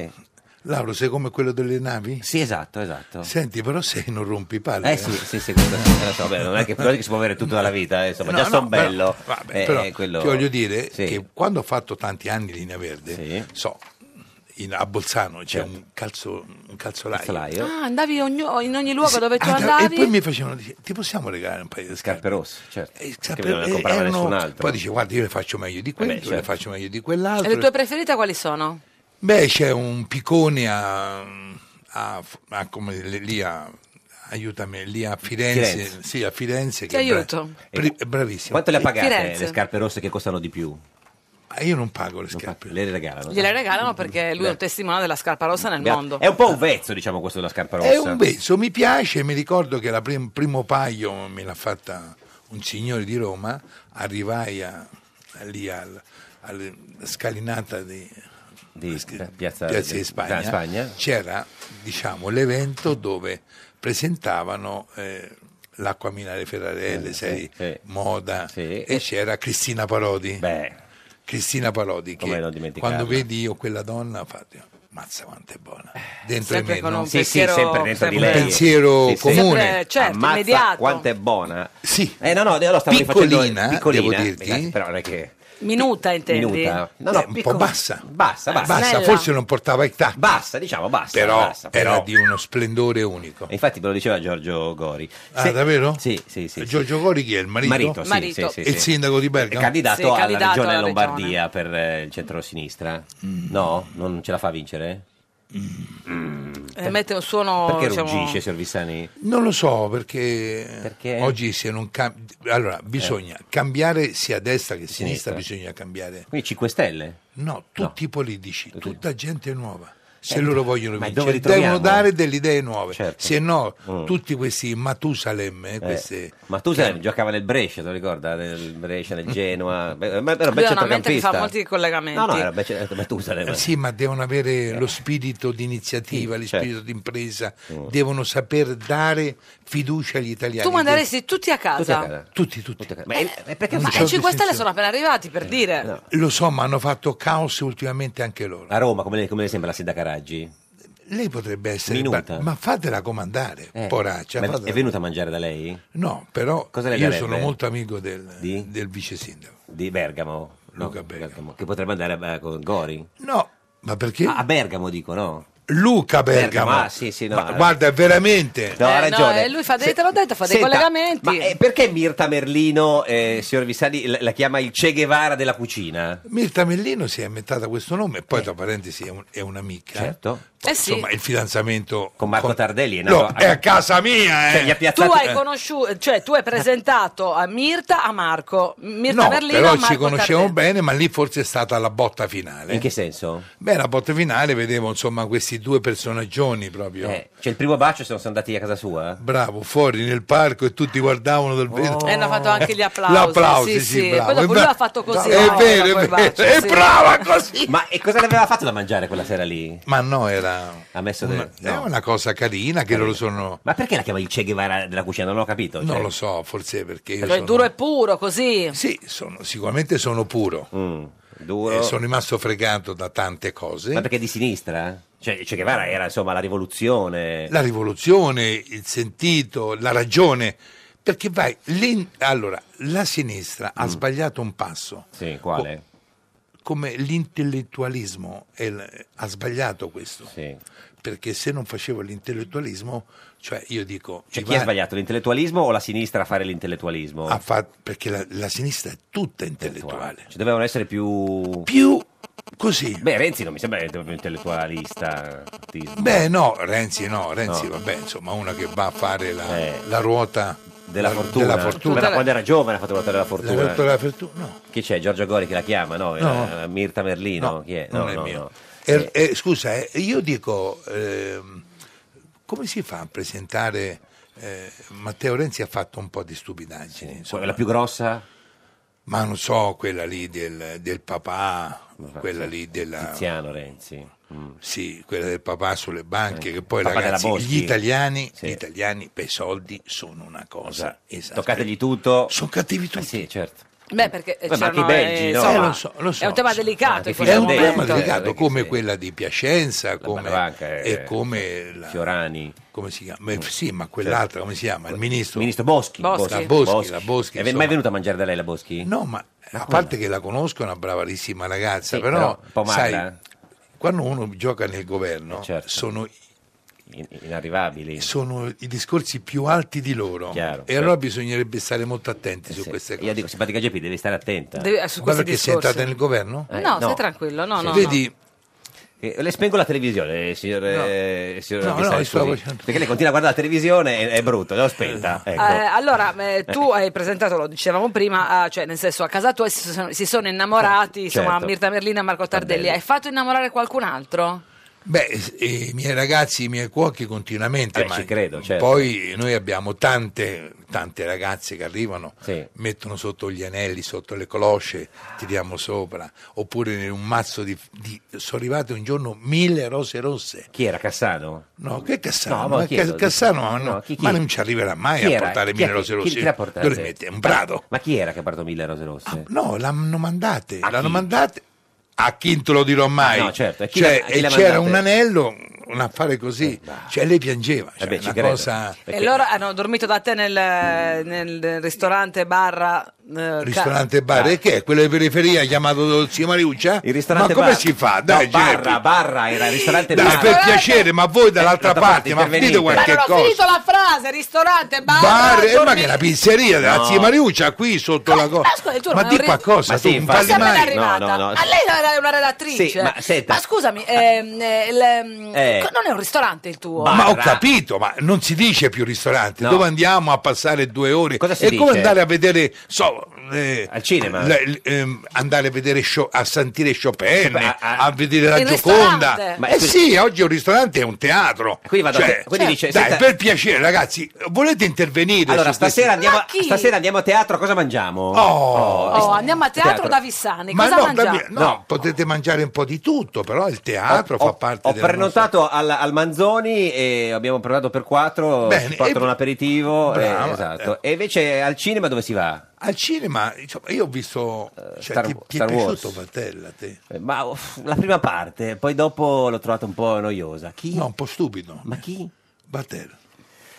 Speaker 9: Lauro, sei come quello delle navi?
Speaker 2: Sì, esatto, esatto.
Speaker 9: Senti, però sei non rompi palle.
Speaker 2: Eh sì, sì, sì, questo sì, eh, lo so, beh, non è che, non è che si può avere tutto dalla vita, eh, insomma,
Speaker 9: No,
Speaker 2: già
Speaker 9: no,
Speaker 2: son
Speaker 9: però-
Speaker 2: bello.
Speaker 9: vabbè,
Speaker 2: Eh,
Speaker 9: però
Speaker 2: eh, quello-
Speaker 9: ti voglio dire
Speaker 2: Sì.
Speaker 9: che quando ho fatto tanti anni linea verde, so, in- a Bolzano c'è
Speaker 2: Certo.
Speaker 9: un, calzo, un calzolaio.
Speaker 1: Ah, andavi ogni- in ogni luogo dove tu
Speaker 9: Ah, da-
Speaker 1: andavi?
Speaker 9: E poi mi facevano dire, ti possiamo regalare un paio di scarpe
Speaker 2: rosse? Certo,
Speaker 9: e,
Speaker 2: che
Speaker 9: scarpe-
Speaker 2: non le
Speaker 9: e-
Speaker 2: comprava
Speaker 9: erano-
Speaker 2: nessun altro.
Speaker 9: Poi dice, guarda, io le faccio meglio di quello, le
Speaker 2: certo.
Speaker 9: faccio meglio di
Speaker 1: E
Speaker 9: quell'altro.
Speaker 1: le tue preferite quali sono?
Speaker 9: Beh, c'è un piccone a, a- a- come le- lì a aiutami lì a Firenze,
Speaker 2: Firenze. Ecco.
Speaker 9: sì, a Firenze
Speaker 1: Ti
Speaker 9: che è bra-
Speaker 1: aiuto.
Speaker 9: bri- è bravissimo.
Speaker 2: Quanto le ha pagate
Speaker 1: Firenze.
Speaker 2: le scarpe rosse che costano di più?
Speaker 9: Ma io non pago le scarpe.
Speaker 2: Le Ah, regalano?
Speaker 1: Gliele regalano perché lui è un testimone della scarpa rossa nel
Speaker 2: Beato.
Speaker 1: mondo.
Speaker 2: È un po' un vezzo, diciamo, questo della scarpa rossa.
Speaker 9: È un vezzo, mi piace, mi ricordo che il primo paio me l'ha fatta un signore di Roma, arrivai a- a- lì al- alla scalinata di,
Speaker 2: di Piazza,
Speaker 9: Piazza di
Speaker 2: di-
Speaker 9: Spagna,
Speaker 2: da Spagna.
Speaker 9: c'era diciamo, l'evento dove presentavano eh, l'acqua Minare Ferrarelle,
Speaker 2: Eh,
Speaker 9: sei, moda e c'era Cristina Parodi. Cristina Parodi
Speaker 2: Come non
Speaker 9: che
Speaker 2: dimenticarla.
Speaker 9: quando vedi io quella donna fate mazza quanto è buona dentro
Speaker 2: Sempre
Speaker 9: di me
Speaker 2: con
Speaker 9: no?
Speaker 2: un Sì, sì, pensiero- sempre dentro di lei.
Speaker 9: un pensiero
Speaker 2: Sì, sì.
Speaker 9: comune
Speaker 2: Sempre, certo, Ammazza immediato. quanto è buona
Speaker 9: sì
Speaker 2: Eh, no, no, io lo stavo
Speaker 9: Piccolina,
Speaker 2: rifacendo- piccolina,
Speaker 9: devo dirti.
Speaker 2: ragazzi, però non è che...
Speaker 1: Minuta, intendi?
Speaker 2: Minuta. No, no,
Speaker 9: Eh, un po'
Speaker 2: piccola.
Speaker 9: bassa.
Speaker 2: Bassa, bassa.
Speaker 9: basta forse non portava i tacchi
Speaker 2: Basta, diciamo, basta.
Speaker 9: Però
Speaker 2: basta,
Speaker 9: era di uno splendore unico.
Speaker 2: Infatti ve lo diceva Giorgio Gori.
Speaker 9: Ah, davvero?
Speaker 2: Sì, sì, sì.
Speaker 9: Giorgio Gori chi è? Il marito?
Speaker 2: Marito, sì, Marito. sì, sì,
Speaker 9: E il
Speaker 2: sì.
Speaker 9: sindaco di
Speaker 2: È
Speaker 9: Bergamo?
Speaker 2: candidato alla
Speaker 1: candidato
Speaker 2: regione
Speaker 1: alla
Speaker 2: Lombardia per eh, il centro-sinistra.
Speaker 9: Mm.
Speaker 2: No? Non ce la fa a vincere? Mm.
Speaker 1: Eh, mette un suono.
Speaker 2: Perché
Speaker 1: diciamo-
Speaker 2: ruggisce, signor Vissani?
Speaker 9: Non lo so perché, oggi se non cam- allora bisogna cambiare sia a destra che a sinistra,
Speaker 2: Eh. Sinistra.
Speaker 9: bisogna cambiare
Speaker 2: Quindi 5 Stelle?
Speaker 9: no, tutti i politici, tutta gente nuova. Se
Speaker 2: Eh,
Speaker 9: loro vogliono
Speaker 2: ma
Speaker 9: vincere,
Speaker 2: dove li troviamo?
Speaker 9: devono dare delle idee nuove.
Speaker 2: Certo.
Speaker 9: Se no,
Speaker 2: Mm.
Speaker 9: tutti questi Matusalem, eh, queste-
Speaker 2: Ma tu sai, giocava nel Brescia, te lo ricorda? Nel Brescia,
Speaker 9: [LAUGHS]
Speaker 2: nel Genoa. Beh, eh, ma era un
Speaker 1: Lui
Speaker 2: bel
Speaker 1: ha una mente che fa
Speaker 2: centrocampista.
Speaker 1: molti collegamenti.
Speaker 2: No, no, era bel centro- ma tu sai, ma-
Speaker 9: Eh, sì, ma devono avere
Speaker 2: Eh.
Speaker 9: lo spirito di iniziativa, lo
Speaker 2: certo.
Speaker 9: spirito di impresa,
Speaker 2: Mm.
Speaker 9: devono saper dare fiducia agli italiani.
Speaker 1: tu manderesti tutti a
Speaker 9: Tutti a
Speaker 1: casa. Eh.
Speaker 9: casa. tutti, tutti.
Speaker 2: eh,
Speaker 1: perché
Speaker 9: non
Speaker 1: ma
Speaker 9: si
Speaker 1: i
Speaker 9: sono
Speaker 1: 5 Stelle
Speaker 9: distinzioni?
Speaker 1: sono appena arrivati per dire.
Speaker 9: Lo so, ma hanno fatto caos ultimamente anche loro.
Speaker 2: A Roma, come le, come le sembra la sindaca Raggi?
Speaker 9: Lei potrebbe essere,
Speaker 2: Minuta.
Speaker 9: ma fatela comandare,
Speaker 2: Eh.
Speaker 9: poraccia.
Speaker 2: Ma
Speaker 9: fatela-
Speaker 2: è venuta a mangiare da lei?
Speaker 9: No, però
Speaker 2: Cosa le
Speaker 9: io
Speaker 2: darebbe?
Speaker 9: sono molto amico del,
Speaker 2: Di?
Speaker 9: del vice sindaco.
Speaker 2: Di Bergamo?
Speaker 9: Luca
Speaker 2: Bergamo. Che potrebbe andare a- eh, con Gori?
Speaker 9: No, ma perché?
Speaker 2: A, a Bergamo, dico, no?
Speaker 9: Luca Bergamo.
Speaker 2: Bergamo, ah, sì, sì, no,
Speaker 9: Ma
Speaker 2: eh.
Speaker 9: guarda, veramente.
Speaker 2: No, ha
Speaker 1: Eh,
Speaker 2: ragione.
Speaker 1: eh, lui fa dei, te l'ho detto, fa dei
Speaker 2: Senta,
Speaker 1: collegamenti.
Speaker 2: Ma eh, perché Mirta Merlino, eh, signor Vissani, la, la chiama il Che Guevara della cucina?
Speaker 9: Mirta Mellino si è inventata questo nome, e poi tra parentesi è, un- è un'amica.
Speaker 2: Certo.
Speaker 9: Poi,
Speaker 1: Eh sì.
Speaker 9: Insomma, il fidanzamento con
Speaker 2: Marco Tardelli è nato
Speaker 9: No,
Speaker 2: a-
Speaker 9: è a casa mia, eh.
Speaker 2: Cioè, gli ha
Speaker 1: Tu
Speaker 2: piazzato-
Speaker 1: hai conosciuto, cioè tu hai presentato a Mirta a Marco. Mirta
Speaker 9: No,
Speaker 1: Merlino a
Speaker 9: però
Speaker 1: Marco
Speaker 9: ci conoscevamo
Speaker 1: Tardelli.
Speaker 9: bene, ma lì forse è stata la botta finale.
Speaker 2: In che senso?
Speaker 9: Beh, la botta finale vedevo insomma questi due personaggioni proprio.
Speaker 2: Eh, cioè, il primo bacio se non sono andati a casa sua? eh. Oh.
Speaker 9: Bravo, fuori nel parco e tutti guardavano dal vetro.
Speaker 1: E hanno Eh, fatto anche gli applausi.
Speaker 9: L'applauso,
Speaker 1: sì,
Speaker 9: sì,
Speaker 1: sì.
Speaker 9: bravo.
Speaker 1: Poi dopo
Speaker 9: È
Speaker 1: lui
Speaker 9: bra-
Speaker 1: ha fatto così.
Speaker 9: È vero,
Speaker 1: no? dopo
Speaker 9: è vero,
Speaker 1: il
Speaker 9: [LAUGHS]
Speaker 1: bacio,
Speaker 9: è
Speaker 1: sì.
Speaker 9: brava così.
Speaker 2: Ma e cosa le aveva fatto da mangiare quella sera lì?
Speaker 9: Ma no, era.
Speaker 2: Ha messo
Speaker 9: una-
Speaker 2: del-
Speaker 9: È
Speaker 2: no.
Speaker 9: una cosa carina che loro sono.
Speaker 2: Ma perché la chiama il Che Guevara della cucina? Non l'ho capito.
Speaker 9: Non
Speaker 2: cioè.
Speaker 9: lo so, forse perché io
Speaker 1: Perché è
Speaker 9: sono-
Speaker 1: cioè, duro e puro, così.
Speaker 9: Sì, sono, sicuramente sono puro.
Speaker 2: Mm. duro.
Speaker 9: E eh, sono rimasto fregato da tante cose.
Speaker 2: Ma perché è di sinistra? Cioè, il Che Guevara era insomma la rivoluzione.
Speaker 9: La rivoluzione, il sentito, la ragione. Perché vai, l'in- allora, la sinistra
Speaker 2: Mm.
Speaker 9: ha sbagliato un passo,
Speaker 2: Sì, quale?
Speaker 9: Oh, come l'intellettualismo e l- ha sbagliato questo. Perché se non facevo l'intellettualismo, cioè io dico...
Speaker 2: Cioè, chi
Speaker 9: Ivano-
Speaker 2: ha sbagliato, l'intellettualismo o la sinistra a fare l'intellettualismo?
Speaker 9: ha fatto- perché la, la sinistra è tutta intellettuale.
Speaker 2: Ci dovevano essere più...
Speaker 9: Più così.
Speaker 2: Beh, Renzi non mi sembra che proprio intellettualista. tismo.
Speaker 9: Beh, no, Renzi no, Renzi
Speaker 2: No.
Speaker 9: vabbè, insomma, uno che va a fare la, la ruota
Speaker 2: Eh. Della
Speaker 9: la-
Speaker 2: fortuna.
Speaker 9: della fortuna.
Speaker 2: Beh, ma quando era giovane ha fatto la ruota della
Speaker 9: La
Speaker 2: fortuna.
Speaker 9: ruota della fortuna, no.
Speaker 2: Chi c'è? Giorgio Gori che la chiama? No,
Speaker 9: No.
Speaker 2: Eh, Mirta Merlino? Chi è?
Speaker 9: non è mio. E- e, scusa, eh, io dico, ehm, come si fa a presentare... eh, Matteo Renzi ha fatto un po' di stupidaggini. insomma.
Speaker 2: La più grossa?
Speaker 9: Ma non so, quella lì del, del papà, quella lì della...
Speaker 2: Tiziano Renzi. Mm.
Speaker 9: Sì, quella del papà sulle banche,
Speaker 2: Eh,
Speaker 9: che poi
Speaker 2: papà
Speaker 9: ragazzi,
Speaker 2: della Boschi.
Speaker 9: gli italiani,
Speaker 2: Sì.
Speaker 9: gli italiani per i soldi sono una cosa esatto.
Speaker 2: Toccategli tutto.
Speaker 9: Sono cattivi tutti.
Speaker 2: sì, certo.
Speaker 1: Beh, perché eh,
Speaker 2: Beh, ma anche
Speaker 1: c'erano,
Speaker 2: i belgi,
Speaker 1: eh,
Speaker 2: no?
Speaker 1: insomma,
Speaker 2: Eh, lo so, lo
Speaker 1: è
Speaker 2: so,
Speaker 1: un tema
Speaker 2: sì.
Speaker 1: delicato
Speaker 2: Anche
Speaker 1: in
Speaker 2: i
Speaker 1: questo
Speaker 9: È un
Speaker 1: momento.
Speaker 9: tema delicato
Speaker 2: eh,
Speaker 9: come quella di Piacenza come,
Speaker 2: Balabanca è-
Speaker 9: e come la-
Speaker 2: Fiorani. Mm. Certo.
Speaker 9: come si chiama? Beh, sì, ma quell'altra come si chiama? Il ministro,
Speaker 2: Ministro Boschi.
Speaker 9: La Boschi, la
Speaker 2: Eh, È
Speaker 9: Boschi.
Speaker 2: ve- mai
Speaker 9: insomma.
Speaker 2: venuta a mangiare da lei la Boschi?
Speaker 9: No, ma a parte che la conosco, è una bravarissima ragazza,
Speaker 2: Sì,
Speaker 9: però,
Speaker 2: un po'
Speaker 9: sai,
Speaker 2: magra. Eh, certo.
Speaker 9: quando uno gioca nel governo sono,
Speaker 2: In- inarrivabili.
Speaker 9: sono i discorsi più alti di loro
Speaker 2: Chiaro,
Speaker 9: e
Speaker 2: certo.
Speaker 9: allora bisognerebbe stare molto attenti su queste cose.
Speaker 2: Io dico, simpatica GP, devi stare attenta.
Speaker 1: Devi- eh, su
Speaker 9: Ma
Speaker 1: questi
Speaker 9: perché sei
Speaker 1: discorsi.
Speaker 9: entrata nel governo?
Speaker 2: Eh,
Speaker 1: No,
Speaker 2: no.
Speaker 1: stai tranquillo, no, no.
Speaker 9: Vedi,
Speaker 2: Eh, Le spengo la televisione, eh, signor, eh, signor
Speaker 9: No, no,
Speaker 2: Bissari,
Speaker 9: io stavo
Speaker 2: scusi.
Speaker 9: facendo-
Speaker 2: perché lei continua a guardare la televisione e è brutto, l'ho spenta.
Speaker 1: Eh,
Speaker 2: Ecco.
Speaker 1: allora, eh, tu hai presentato, lo dicevamo prima, ah, cioè nel senso a casa tua si sono, si sono innamorati, insomma,
Speaker 9: certo.
Speaker 1: Mirta Merlina e Marco Tardelli.
Speaker 9: Tardelli.
Speaker 1: Hai fatto innamorare qualcun altro?
Speaker 9: Beh, s- i miei ragazzi, i miei cuochi continuamente,
Speaker 2: Eh,
Speaker 9: ma
Speaker 2: ci credo, certo.
Speaker 9: poi noi abbiamo tante, tante ragazze che arrivano,
Speaker 2: Sì.
Speaker 9: mettono sotto gli anelli, sotto le colosce, tiriamo sopra, oppure in un mazzo di, di- Sono arrivate un giorno mille rose rosse.
Speaker 2: Chi era? Cassano?
Speaker 9: No, che Cassano?
Speaker 2: No, ma
Speaker 9: Ma
Speaker 2: chiedo,
Speaker 9: Ca-
Speaker 2: dico-
Speaker 9: Cassano, ma, no,
Speaker 2: no, chi- chi?
Speaker 9: ma non ci arriverà mai
Speaker 2: Chi
Speaker 9: a
Speaker 2: era?
Speaker 9: portare
Speaker 2: Chi è
Speaker 9: mille
Speaker 2: che-
Speaker 9: rose
Speaker 2: chi-
Speaker 9: rosse.
Speaker 2: chi l'ha Ah. portate?
Speaker 9: Dove le mette? Un prato.
Speaker 2: Ma chi era che ha portato mille rose rosse?
Speaker 9: No, l'hanno mandate, l'hanno mandate a chi non te lo dirò mai.
Speaker 2: no, certo, e chi
Speaker 9: Cioè,
Speaker 2: l'ha- chi Eh,
Speaker 9: e
Speaker 2: l'ha
Speaker 9: c'era
Speaker 2: mandate?
Speaker 9: un anello, un affare così, cioè lei piangeva, cioè,
Speaker 2: Vabbè, Eh, ci
Speaker 9: una
Speaker 2: credo.
Speaker 9: cosa
Speaker 1: E loro hanno dormito da te nel, nel ristorante barra... eh, ca-
Speaker 9: ristorante bar e che è quello di periferia chiamato Dolci Mariuccia? Il ma
Speaker 2: ristorante
Speaker 9: come
Speaker 2: bar.
Speaker 9: si fa? Dai,
Speaker 2: No, barra,
Speaker 9: gente.
Speaker 2: barra, era il ristorante
Speaker 9: Dai,
Speaker 2: barra.
Speaker 9: per piacere, ma voi dall'altra
Speaker 2: d'altra
Speaker 9: parte,
Speaker 2: parte,
Speaker 9: ma dite
Speaker 2: intervenite.
Speaker 9: qualche
Speaker 1: Ma non ho
Speaker 9: cosa.
Speaker 1: finito la frase, ristorante barra...
Speaker 9: Bar, eh, ma
Speaker 1: dormi-
Speaker 9: che è la pizzeria della
Speaker 2: No.
Speaker 9: zia Mariuccia qui sotto la cosa.
Speaker 1: Ma scusa, tu non
Speaker 9: Ma
Speaker 1: hai
Speaker 9: di
Speaker 1: un ri-
Speaker 9: qualcosa, tu non
Speaker 1: Ma
Speaker 9: parli
Speaker 1: sei appena
Speaker 9: mai.
Speaker 1: arrivata.
Speaker 2: no, no.
Speaker 1: Ma lei era una relatrice.
Speaker 2: Sì, ma senta.
Speaker 1: scusami, ehm, eh, il, ehm,
Speaker 9: Eh.
Speaker 1: non è un ristorante il tuo?
Speaker 9: Ma ho capito, ma non si dice più ristorante,
Speaker 2: No.
Speaker 9: dove andiamo a passare due ore?
Speaker 2: si
Speaker 9: è come
Speaker 2: dice?
Speaker 9: andare a vedere, so, eh,
Speaker 2: Al cinema?
Speaker 9: le- le- ehm, andare a vedere Cho- a sentire Chopin, a, vedere la
Speaker 2: Il
Speaker 9: Gioconda.
Speaker 2: ristorante. ah, Ma
Speaker 9: eh
Speaker 2: scusi-
Speaker 9: sì, oggi un ristorante è un teatro. Cioè,
Speaker 2: Quindi vado a te-
Speaker 1: Cioè,
Speaker 2: quindi dice,
Speaker 9: dai,
Speaker 2: senta-
Speaker 9: per piacere, ragazzi, volete intervenire?
Speaker 2: Allora,
Speaker 9: su questo-
Speaker 2: stasera andiamo,
Speaker 1: Ma chi?
Speaker 2: stasera andiamo a teatro, cosa mangiamo?
Speaker 9: Oh.
Speaker 1: Oh, andiamo a teatro, da Vissani. Cosa
Speaker 9: no,
Speaker 1: mangiamo?
Speaker 9: Davide, no, potete mangiare un po' di tutto, però il teatro fa parte
Speaker 2: Ho
Speaker 9: della nostra-
Speaker 2: prenotato al, al Manzoni e abbiamo prenotato per quattro,
Speaker 9: Bene,
Speaker 2: ci portano
Speaker 9: e-
Speaker 2: un aperitivo. eh,
Speaker 9: Brava,
Speaker 2: esatto. E invece al cinema dove si va?
Speaker 9: Al cinema, insomma, io ho visto. Cioè,
Speaker 2: Eh, Star-
Speaker 9: ti, ti è
Speaker 2: Star Wars.
Speaker 9: piaciuto Battella? Te?
Speaker 2: Eh, Ma uff, la prima parte, poi dopo l'ho trovata un po' noiosa. Chi?
Speaker 9: No, un po' stupido.
Speaker 2: Ma chi?
Speaker 9: Battella.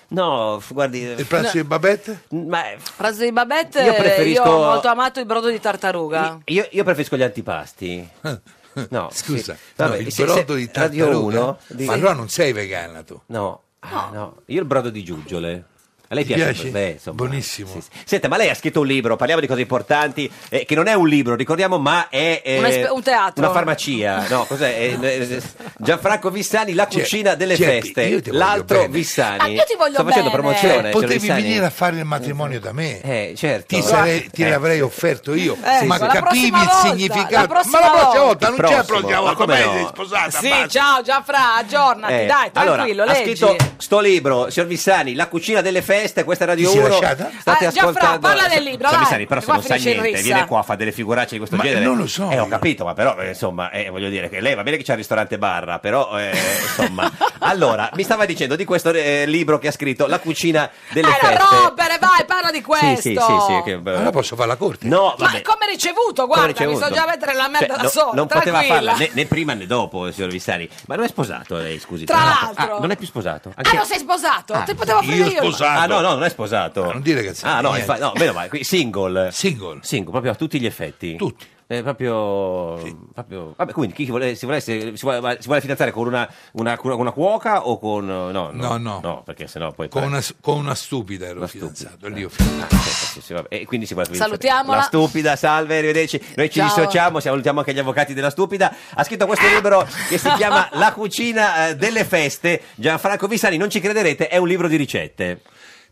Speaker 2: No, f- guardi.
Speaker 9: Il pranzo di Babette?
Speaker 2: Ma eh,
Speaker 1: Pranzo di Babette,
Speaker 2: Io
Speaker 1: io,
Speaker 2: preferisco-
Speaker 1: Ah. ho molto amato il brodo di tartaruga.
Speaker 2: io, io preferisco gli antipasti. No,
Speaker 9: Ah. [LAUGHS] Scusa,
Speaker 2: sì.
Speaker 9: no,
Speaker 2: Vabbè,
Speaker 9: il
Speaker 2: se-
Speaker 9: brodo
Speaker 2: se-
Speaker 9: di
Speaker 2: Radio
Speaker 9: tartaruga.
Speaker 2: Uno, di-
Speaker 9: Ma allora non sei vegana tu.
Speaker 2: No, ah, no. io il brodo di giuggiole. A lei
Speaker 9: Ti
Speaker 2: piace?
Speaker 9: piace?
Speaker 2: Beh, insomma,
Speaker 9: Buonissimo.
Speaker 2: sì, sì. Senta, ma lei ha scritto un libro, parliamo di cose importanti, eh, che non è un libro, ricordiamo, ma è eh,
Speaker 1: Un espe- un teatro.
Speaker 2: Una farmacia, no, cos'è? Eh, eh, Gianfranco Vissani, la cucina delle
Speaker 9: Certo, Geppi, io
Speaker 2: feste.
Speaker 9: ti voglio
Speaker 2: L'altro
Speaker 9: bene.
Speaker 2: Vissani.
Speaker 1: Ah, io ti voglio
Speaker 2: Sto facendo
Speaker 1: bene.
Speaker 2: promozione. signor
Speaker 9: Potevi
Speaker 2: Vissani.
Speaker 9: venire a fare il matrimonio da me.
Speaker 2: Eh, certo.
Speaker 9: Ti, sarei- ti
Speaker 2: Eh.
Speaker 9: l'avrei offerto io,
Speaker 1: Ecco,
Speaker 9: ma
Speaker 1: la
Speaker 9: capivi
Speaker 1: prossima
Speaker 9: il
Speaker 1: volta,
Speaker 9: significato.
Speaker 1: la prossima
Speaker 9: ma la prossima
Speaker 1: volta.
Speaker 9: volta, non c'è la
Speaker 2: Prossimo,
Speaker 9: prossima volta.
Speaker 2: ma come
Speaker 9: Come
Speaker 2: no?
Speaker 9: sei sposata?
Speaker 1: Sì,
Speaker 9: basta.
Speaker 1: ciao Gianfra, aggiornati,
Speaker 2: Eh,
Speaker 1: dai, tranquillo,
Speaker 2: allora,
Speaker 1: leggi.
Speaker 2: ha scritto sto libro, signor Vissani, La cucina delle feste, questa è Radio
Speaker 9: Ti sei
Speaker 2: 1.
Speaker 9: lasciata?
Speaker 2: State
Speaker 1: Ah, Gianfra,
Speaker 2: ascoltando.
Speaker 1: parla del libro,
Speaker 2: Signor
Speaker 1: vai,
Speaker 2: Vissani, però
Speaker 1: che
Speaker 2: se
Speaker 1: qua
Speaker 2: non sa
Speaker 1: finisce in
Speaker 2: niente,
Speaker 1: rissa.
Speaker 2: viene qua a fare delle figuracce di questo
Speaker 9: Ma
Speaker 2: genere.
Speaker 9: non lo so
Speaker 2: Eh, ho
Speaker 9: io.
Speaker 2: capito, ma però, eh, insomma, eh, voglio dire che lei va bene che c'è il ristorante barra, però, eh,
Speaker 1: [LAUGHS]
Speaker 2: insomma. allora, mi stava dicendo di questo eh, libro che ha scritto, La cucina delle
Speaker 1: Eh,
Speaker 2: feste.
Speaker 1: non rompere, vai, parla di questo.
Speaker 2: Sì, sì, sì, sì, che-
Speaker 9: Allora posso fare la corte?
Speaker 2: No,
Speaker 1: Ma
Speaker 2: vabbè.
Speaker 1: come ricevuto, guarda, mi
Speaker 2: ricevuto.
Speaker 1: sto già a mettere la merda
Speaker 2: Cioè,
Speaker 1: da
Speaker 2: no-
Speaker 1: sola,
Speaker 2: non poteva
Speaker 1: tranquilla.
Speaker 2: farla né, né prima né dopo, eh, signor Vissani. Ma non è sposato lei, scusi.
Speaker 1: Tra l'altro.
Speaker 2: Ah, non è più sposato.
Speaker 1: Ah,
Speaker 2: Anche-
Speaker 1: non sei sposato? Te potevo offrire io.
Speaker 2: Ah, no, no, non è sposato. non dire che sei. Ah, no,
Speaker 9: niente.
Speaker 2: infa- no, meno male. qui- Single. Single. Single, proprio a tutti gli effetti. Tutti. Eh, proprio, proprio- Vabbè, quindi chi vuole, si, volesse- si vuole, ma si vuole fidanzare con una, una, con una cuoca o con. No, no.
Speaker 9: No, no.
Speaker 2: perché sennò poi.
Speaker 9: Con
Speaker 2: pare-
Speaker 9: una, con una stupida ero fidanzato. Lì ho finito.
Speaker 2: Ah, sì, sì, vabbè. E quindi si vuole fidanzare.
Speaker 1: Salutiamola.
Speaker 2: La stupida, salve, arrivederci. Noi ci
Speaker 1: Ciao.
Speaker 2: dissociamo, salutiamo anche gli avvocati della stupida. Ha scritto questo libro che si
Speaker 1: [LAUGHS]
Speaker 2: chiama La cucina eh, delle feste. Gianfranco Vissani, non ci crederete, è un libro di ricette.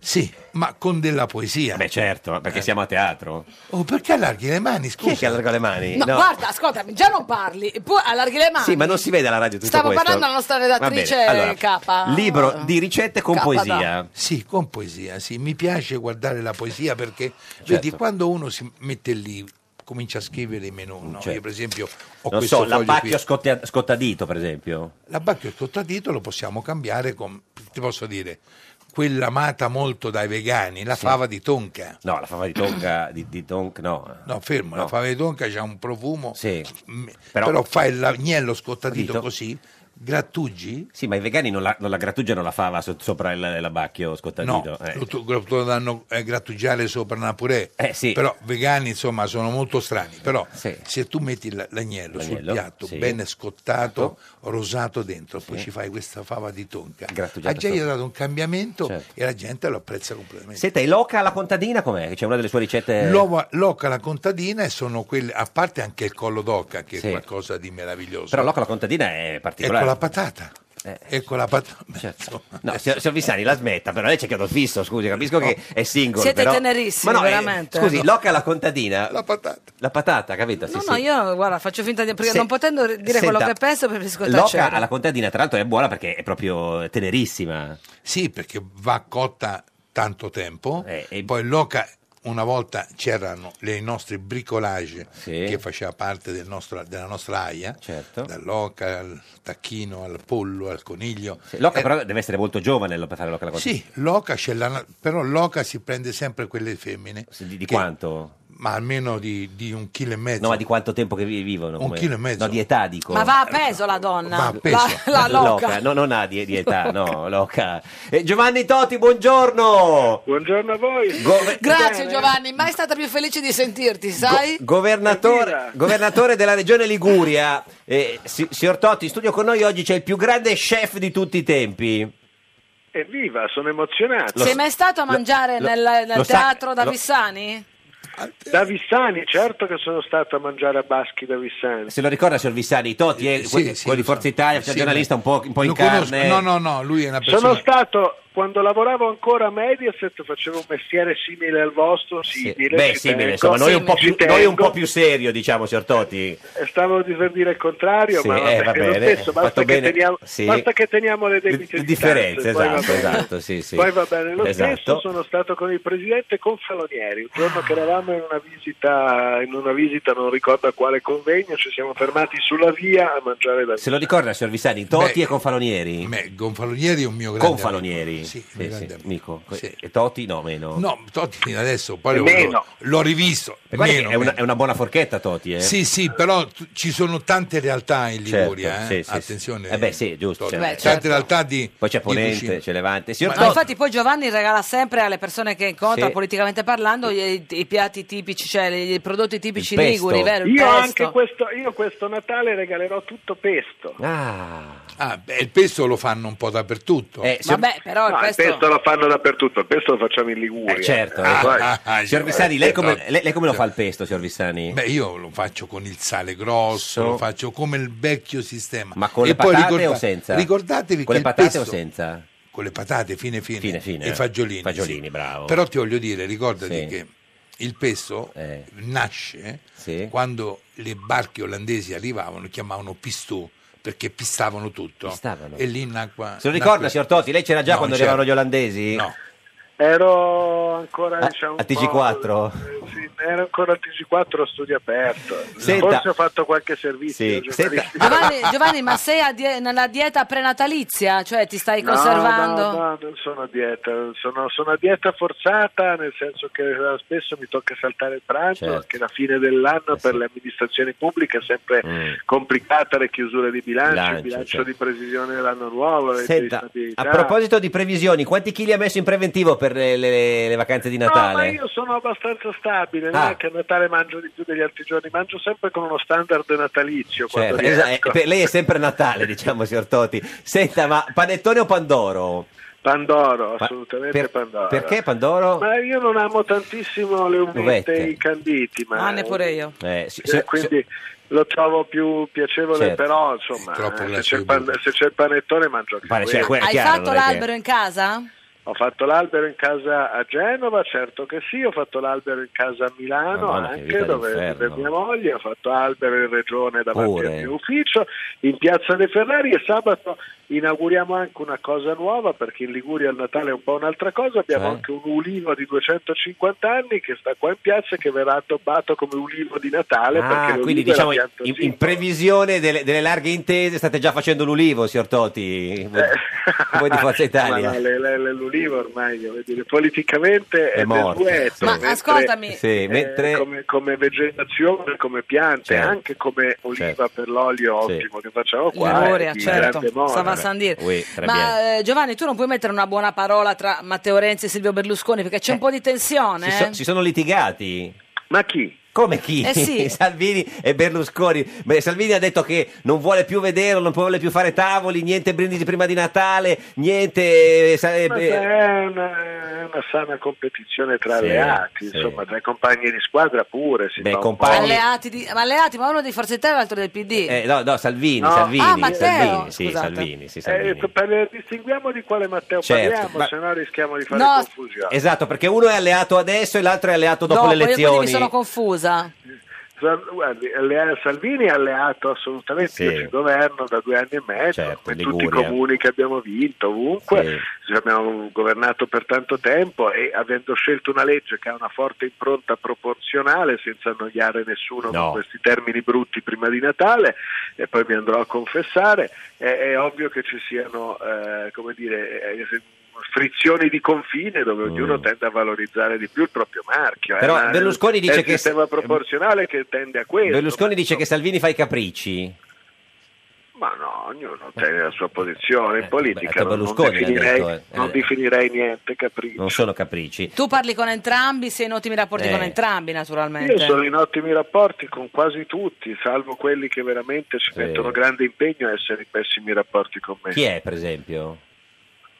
Speaker 9: Sì, ma con della poesia. Eh.
Speaker 2: Beh, certo, perché siamo a teatro.
Speaker 9: Oh, perché allarghi le mani? Scusa.
Speaker 2: Chi è che allarga le mani?
Speaker 1: No, guarda, ascoltami, già non parli, e poi allarghi le mani.
Speaker 2: Sì, ma non si vede alla radio tutto
Speaker 1: Stavo
Speaker 2: questo.
Speaker 1: parlando alla nostra redattrice
Speaker 2: Va bene,
Speaker 1: K.
Speaker 2: Libro di ricette con
Speaker 1: K,
Speaker 2: poesia.
Speaker 9: Sì, con poesia, sì. Mi piace guardare la poesia perché, vedi,
Speaker 2: Certo.
Speaker 9: quando uno si mette lì, comincia a scrivere i menù, no?
Speaker 2: Certo.
Speaker 9: Io, per esempio, ho
Speaker 2: Non
Speaker 9: questo
Speaker 2: so,
Speaker 9: foglio
Speaker 2: l'abbacchio
Speaker 9: qui.
Speaker 2: scotta- scottadito, per esempio.
Speaker 9: L'abbacchio scottadito lo possiamo cambiare con, ti posso dire, quella amata molto dai vegani, la
Speaker 2: Sì.
Speaker 9: fava di tonca.
Speaker 2: No, la fava di tonca, di, di tonk, no.
Speaker 9: Eh. No, fermo,
Speaker 2: No.
Speaker 9: la fava di tonca ha un profumo,
Speaker 2: Sì.
Speaker 9: mm,
Speaker 2: Però-
Speaker 9: però, fai l'agnello scottadito
Speaker 2: Dito.
Speaker 9: così, grattugi,
Speaker 2: Sì, ma i vegani non la, non la grattugiano la fava so- sopra il, l'abbacchio scottadito.
Speaker 9: No,
Speaker 2: eh.
Speaker 9: lo, tu- lo- lo danno eh, grattugiare sopra una purè.
Speaker 2: Eh, sì.
Speaker 9: Però vegani, insomma, sono molto strani. Però
Speaker 2: Sì.
Speaker 9: se tu metti l- l'agnello, sul
Speaker 2: L'agnello,
Speaker 9: piatto,
Speaker 2: sì. Ecco.
Speaker 9: bene scottato, rosato dentro, poi ci fai questa fava di tonca, ha già gli
Speaker 2: sopra. Certo.
Speaker 9: dato un cambiamento e la gente lo apprezza completamente.
Speaker 2: Senta, e l'oca alla contadina com'è? Che C'è una delle sue ricette...
Speaker 9: L'uova, l'oca alla contadina e sono quelle, a parte anche il collo d'oca che
Speaker 2: Sì.
Speaker 9: è qualcosa di meraviglioso.
Speaker 2: Però l'oca alla contadina è
Speaker 9: e con
Speaker 2: particolare. Eh. Certo.
Speaker 9: la patata. E con la patata.
Speaker 2: No, signor, signor Vissani, la smetta, però lei c'è chiodo fisso, scusi, capisco che è single.
Speaker 1: Siete
Speaker 2: però-
Speaker 1: tenerissimi,
Speaker 2: Ma no, eh,
Speaker 1: veramente.
Speaker 2: scusi,
Speaker 1: No.
Speaker 2: l'oca alla contadina...
Speaker 9: La patata.
Speaker 2: La patata, capito? Sì,
Speaker 1: No,
Speaker 2: sì.
Speaker 1: no, io guarda, faccio finta di perché
Speaker 2: Se-
Speaker 1: non potendo dire
Speaker 2: senta,
Speaker 1: quello che penso preferisco
Speaker 2: L'oca
Speaker 1: tacere.
Speaker 2: alla contadina, tra l'altro, è buona perché è proprio tenerissima.
Speaker 9: Sì, perché va cotta tanto tempo,
Speaker 2: Eh,
Speaker 9: poi l'oca una volta c'erano le nostre bricolage che faceva parte del nostro- della nostra aia,
Speaker 2: Certo.
Speaker 9: dall'oca al tacchino, al pollo, al coniglio.
Speaker 2: L'oca,
Speaker 9: Eh,
Speaker 2: però, deve essere molto giovane lo- per fare l'oca alla contadina.
Speaker 9: Sì, l'oca c'è la, però l'oca si prende sempre quelle femmine,
Speaker 2: Di, di quanto?
Speaker 9: ma almeno di, di un chilo e mezzo.
Speaker 2: No, ma di quanto tempo che vi- vivono?
Speaker 9: Un
Speaker 2: come-
Speaker 9: chilo e mezzo.
Speaker 2: No, di età, dico.
Speaker 1: Ma va a peso la donna.
Speaker 2: Ma
Speaker 1: La, la loca.
Speaker 2: No, non ha di, di età, no, loca. Eh, Giovanni Toti, buongiorno.
Speaker 15: Buongiorno a voi.
Speaker 1: Grazie Giovanni, mai stata più felice di sentirti, sai?
Speaker 2: Governatore, governatore della regione Liguria, Eh, si- signor Totti, in studio con noi oggi c'è il più grande chef di tutti i tempi.
Speaker 15: Evviva, sono emozionato.
Speaker 2: Lo-
Speaker 1: Sei mai stato a
Speaker 2: lo-
Speaker 1: mangiare
Speaker 2: lo-
Speaker 1: nel, nel
Speaker 2: lo sa-
Speaker 1: teatro da
Speaker 2: lo-
Speaker 1: Vissani?
Speaker 2: Ah,
Speaker 15: Da Vissani, certo che sono stato a mangiare a Baschi da Vissani.
Speaker 2: Se lo ricorda, signor Vissani, Totti è quello di Forza Italia, c'è
Speaker 9: Eh, Sì,
Speaker 2: un giornalista un po', un po in
Speaker 9: Lo conosco.
Speaker 2: carne.
Speaker 9: No, no, no, lui è una persona...
Speaker 15: Sono stato, quando lavoravo ancora a Mediaset, facevo un mestiere simile al vostro, simile.
Speaker 2: Beh,
Speaker 15: ci
Speaker 2: simile,
Speaker 15: tengo.
Speaker 2: insomma, noi un, po più,
Speaker 15: Ci
Speaker 2: noi un po'
Speaker 15: tengo.
Speaker 2: più serio, diciamo, signor Totti.
Speaker 15: Eh, Stavo di per dire il contrario,
Speaker 2: Sì,
Speaker 15: ma vabbè,
Speaker 2: eh, va
Speaker 15: è lo
Speaker 2: bene,
Speaker 15: stesso,
Speaker 2: ha fatto
Speaker 15: basta che,
Speaker 2: bene,
Speaker 15: teniamo,
Speaker 2: sì.
Speaker 15: basta che teniamo le debite
Speaker 2: Le differenze,
Speaker 15: distanze, poi va
Speaker 2: esatto,
Speaker 15: bene.
Speaker 2: esatto, sì, sì.
Speaker 15: Poi va bene, lo
Speaker 2: Esatto.
Speaker 15: stesso sono stato con il presidente Confalonieri, un giorno che eravamo in una visita, in una visita non ricordo a quale convegno, ci siamo fermati sulla via a mangiare da
Speaker 2: Se lo ricorda, signor Vissani, Totti e Confalonieri.
Speaker 9: Beh, Gonfalonieri è un mio grande
Speaker 2: Confalonieri. Sì,
Speaker 9: Sì,
Speaker 2: sì,
Speaker 9: un grande
Speaker 2: sì.
Speaker 9: amico.
Speaker 2: Nico.
Speaker 9: Sì.
Speaker 2: E Totti no, meno.
Speaker 9: No, Totti adesso poi lo-
Speaker 2: Meno.
Speaker 9: l'ho, l'ho rivisto.
Speaker 2: E guarda che
Speaker 9: Meno,
Speaker 2: è, una,
Speaker 9: meno.
Speaker 2: è una buona forchetta Totti, eh.
Speaker 9: Sì, sì, però t- ci sono tante realtà in
Speaker 2: Certo,
Speaker 9: Liguria. eh.
Speaker 2: sì, sì, sì.
Speaker 9: Attenzione.
Speaker 2: Eh beh, sì, giusto.
Speaker 9: Totti.
Speaker 1: Beh,
Speaker 9: tante
Speaker 1: certo.
Speaker 9: realtà di.
Speaker 2: Poi c'è
Speaker 9: di
Speaker 2: Ponente,
Speaker 9: cucina.
Speaker 2: c'è Levante. Signor
Speaker 1: No,
Speaker 2: Totti,
Speaker 1: infatti poi Giovanni regala sempre alle persone che incontra
Speaker 2: Sì.
Speaker 1: politicamente parlando i, i piatti tipici, cioè i prodotti tipici
Speaker 2: Il pesto.
Speaker 1: liguri, vero? Il
Speaker 15: Io
Speaker 1: pesto.
Speaker 15: anche questo, io questo Natale regalerò tutto pesto.
Speaker 2: Ah. Eh,
Speaker 9: beh, il pesto lo fanno un po' dappertutto.
Speaker 1: Vabbè, però il
Speaker 15: No,
Speaker 1: pesto...
Speaker 15: lo fanno dappertutto, il pesto lo facciamo in Liguria.
Speaker 2: Eh, certo.
Speaker 15: Eh, poi-
Speaker 9: Ah,
Speaker 2: signor Vissani, lei come, lei- lei come lo fa il pesto, signor
Speaker 9: eh,
Speaker 2: Vissani?
Speaker 9: Cioè, Beh, io lo faccio con il sale grosso,
Speaker 2: So.
Speaker 9: lo faccio come il vecchio sistema.
Speaker 2: Ma con
Speaker 9: E
Speaker 2: le
Speaker 9: poi
Speaker 2: patate
Speaker 9: ricorda-
Speaker 2: o senza?
Speaker 9: Ricordatevi
Speaker 2: Con
Speaker 9: che
Speaker 2: le
Speaker 9: il
Speaker 2: patate o
Speaker 9: pesto-
Speaker 2: senza?
Speaker 9: Con le patate, fine fine.
Speaker 2: Fine, fine,
Speaker 9: E
Speaker 2: eh.
Speaker 9: fagiolini.
Speaker 2: Fagiolini,
Speaker 9: sì.
Speaker 2: bravo.
Speaker 9: Però ti voglio dire, ricordati
Speaker 2: Sì. Eh.
Speaker 9: che il pesto nasce quando le barche olandesi arrivavano, chiamavano pistù, perché pistavano tutto.
Speaker 2: Pistavano.
Speaker 9: E lì in acqua...
Speaker 2: Se lo
Speaker 9: in
Speaker 2: ricorda,
Speaker 9: acqua-
Speaker 2: signor Totti? Lei c'era già
Speaker 9: No,
Speaker 2: quando
Speaker 9: c'era.
Speaker 2: arrivavano gli olandesi?
Speaker 9: No.
Speaker 15: Ero ancora
Speaker 2: A, a
Speaker 15: diciamo, un po'-
Speaker 2: TG4?
Speaker 15: sì, ero ancora al TG4 a studio aperto.
Speaker 2: Senta.
Speaker 15: Forse ho fatto qualche servizio.
Speaker 2: Sì, senta.
Speaker 15: giornalistico.
Speaker 1: Giovanni, Giovanni, ma sei a die- nella dieta prenatalizia? Cioè ti stai
Speaker 15: No,
Speaker 1: conservando?
Speaker 15: No, no, non sono a dieta, sono, sono a dieta forzata, nel senso che eh, spesso mi tocca saltare il pranzo,
Speaker 2: Certo. Eh
Speaker 15: perché la fine dell'anno per le amministrazioni pubbliche è sempre complicata le chiusure di bilancio,
Speaker 2: Mm. Bilancio,
Speaker 15: il bilancio
Speaker 2: certo.
Speaker 15: di previsione dell'anno nuovo, le leggi di
Speaker 2: Senta,
Speaker 15: stabilità.
Speaker 2: a proposito di previsioni, quanti chili ha messo in preventivo per le, le- le vacanze di
Speaker 15: No, ma
Speaker 2: Natale?
Speaker 15: io sono abbastanza stabile,
Speaker 2: Ah.
Speaker 15: non è che a Natale mangio di più degli altri giorni, mangio sempre con uno standard natalizio. quando
Speaker 2: Certo, esa-
Speaker 15: riesco.
Speaker 2: eh, per lei è sempre Natale, diciamo, signor Totti. Senta, ma panettone o pandoro?
Speaker 15: Pandoro,
Speaker 2: Pa-
Speaker 15: assolutamente
Speaker 2: per-
Speaker 15: Pandoro.
Speaker 2: Perché pandoro?
Speaker 15: Ma io non amo tantissimo le uvette
Speaker 2: Uvette.
Speaker 15: e i canditi, ma
Speaker 1: Ah, neppure io.
Speaker 2: Eh, si-
Speaker 15: Eh,
Speaker 2: si-
Speaker 15: quindi lo trovo più piacevole,
Speaker 2: Certo.
Speaker 15: però insomma,
Speaker 2: Troppo
Speaker 15: eh, se,
Speaker 2: glacé
Speaker 15: c'è il pan- se c'è il panettone mangio anche
Speaker 2: Pane-
Speaker 15: quello.
Speaker 2: cioè, que- è
Speaker 1: Hai
Speaker 2: chiaro,
Speaker 1: fatto
Speaker 2: non è che-
Speaker 1: l'albero in casa?
Speaker 15: Ho fatto l'albero in casa a Genova, certo che sì, ho fatto l'albero in casa a Milano
Speaker 2: Madonna, che vita
Speaker 15: anche, dove
Speaker 2: d'inferno.
Speaker 15: vive mia moglie, ho fatto albero in regione davanti
Speaker 2: Pure.
Speaker 15: al mio ufficio, in piazza dei Ferrari e sabato inauguriamo anche una cosa nuova perché in Liguria il Natale è un po' un'altra cosa, abbiamo
Speaker 2: Cioè?
Speaker 15: anche un ulivo di 250 anni che sta qua in piazza e che verrà addobbato come ulivo di Natale
Speaker 2: Ah,
Speaker 15: perché
Speaker 2: quindi
Speaker 15: l'olivo è la
Speaker 2: diciamo in,
Speaker 15: pianta
Speaker 2: in
Speaker 15: simbolo.
Speaker 2: previsione delle, delle larghe intese state già facendo l'ulivo, signor Totti, voi, voi di Forza Italia.
Speaker 15: Eh. [LAUGHS] Ma Ah, no, le- le- le- l'ulivo ormai voglio dire, politicamente
Speaker 2: È
Speaker 15: è,
Speaker 2: morto.
Speaker 15: desueto,
Speaker 2: Ma
Speaker 15: mentre-
Speaker 1: ascoltami-
Speaker 2: Sì,
Speaker 15: eh,
Speaker 2: mentre-
Speaker 15: come, come vegetazione, come piante,
Speaker 2: Certo.
Speaker 15: anche come oliva
Speaker 2: Certo.
Speaker 15: per l'olio
Speaker 2: Sì.
Speaker 15: ottimo che facciamo qua.
Speaker 1: Liguria,
Speaker 15: è di
Speaker 1: certo,
Speaker 15: grande moda.
Speaker 1: stava a San Dire.
Speaker 2: Oui, très bien.
Speaker 1: Ma eh, Giovanni, tu non puoi mettere una buona parola tra Matteo Renzi e Silvio Berlusconi perché c'è un po' di tensione.
Speaker 2: Eh, Si, so-
Speaker 1: eh?
Speaker 2: si sono litigati.
Speaker 15: Ma chi?
Speaker 2: Come chi?
Speaker 1: Eh
Speaker 2: [LAUGHS]
Speaker 1: sì.
Speaker 2: Salvini e Berlusconi. Beh, Salvini ha detto che non vuole più vederlo, non vuole più fare tavoli, niente brindisi prima di Natale, niente... eh, sa- eh,
Speaker 15: Ma
Speaker 2: beh,
Speaker 15: è una, è una sana competizione tra
Speaker 2: Sì,
Speaker 15: alleati,
Speaker 2: sì.
Speaker 15: insomma, tra i compagni di squadra pure. Si
Speaker 2: Beh,
Speaker 15: fa un
Speaker 2: compagni-
Speaker 15: po'.
Speaker 1: Alleati, di- ma alleati, ma uno di Forza Italia e l'altro del PD.
Speaker 2: eh, no, no, Salvini,
Speaker 15: No.
Speaker 2: Salvini,
Speaker 1: Ah, Matteo,
Speaker 2: Salvini, sì,
Speaker 1: scusate.
Speaker 2: Salvini, sì,
Speaker 15: Eh,
Speaker 2: Salvini.
Speaker 15: per- distinguiamo di quale Matteo
Speaker 2: Certo,
Speaker 15: parliamo,
Speaker 2: ma-
Speaker 15: se no rischiamo di fare
Speaker 1: No,
Speaker 15: confusione.
Speaker 2: Esatto, perché uno è alleato adesso e l'altro è alleato dopo, le
Speaker 1: io quindi
Speaker 2: elezioni.
Speaker 1: mi sono confusa.
Speaker 15: Sal- guardi, alle- Salvini è alleato assolutamente
Speaker 2: Sì.
Speaker 15: del governo da due anni e mezzo,
Speaker 2: Certo,
Speaker 15: come tutti
Speaker 2: Liguria.
Speaker 15: i comuni che abbiamo vinto, ovunque Ci abbiamo governato per tanto tempo e avendo scelto una legge che ha una forte impronta proporzionale senza annoiare nessuno
Speaker 2: No.
Speaker 15: con questi termini brutti prima di Natale e poi mi andrò a confessare, è, è ovvio che ci siano eh, come dire, eh, frizioni di confine dove ognuno tende a valorizzare di più il proprio marchio.
Speaker 2: Oh, Però
Speaker 15: è una-
Speaker 2: Berlusconi dice
Speaker 15: è il
Speaker 2: che-
Speaker 15: sistema proporzionale che tende a questo.
Speaker 2: Berlusconi dice che Salvini fa i capricci.
Speaker 15: Ma no, ognuno tiene la sua posizione in politica.
Speaker 2: detto
Speaker 15: non- non,
Speaker 2: Eh, Berlusconi, l'ha
Speaker 15: definirei,
Speaker 2: detto, eh.
Speaker 15: non
Speaker 2: Eh.
Speaker 15: definirei niente capriccio.
Speaker 2: Non sono capricci.
Speaker 1: Tu parli con entrambi, sei in ottimi rapporti
Speaker 2: Eh.
Speaker 1: con entrambi, naturalmente.
Speaker 15: Io sono in ottimi rapporti con quasi tutti, salvo quelli che veramente ci mettono grande impegno a essere in pessimi rapporti con me.
Speaker 2: Chi è, per esempio?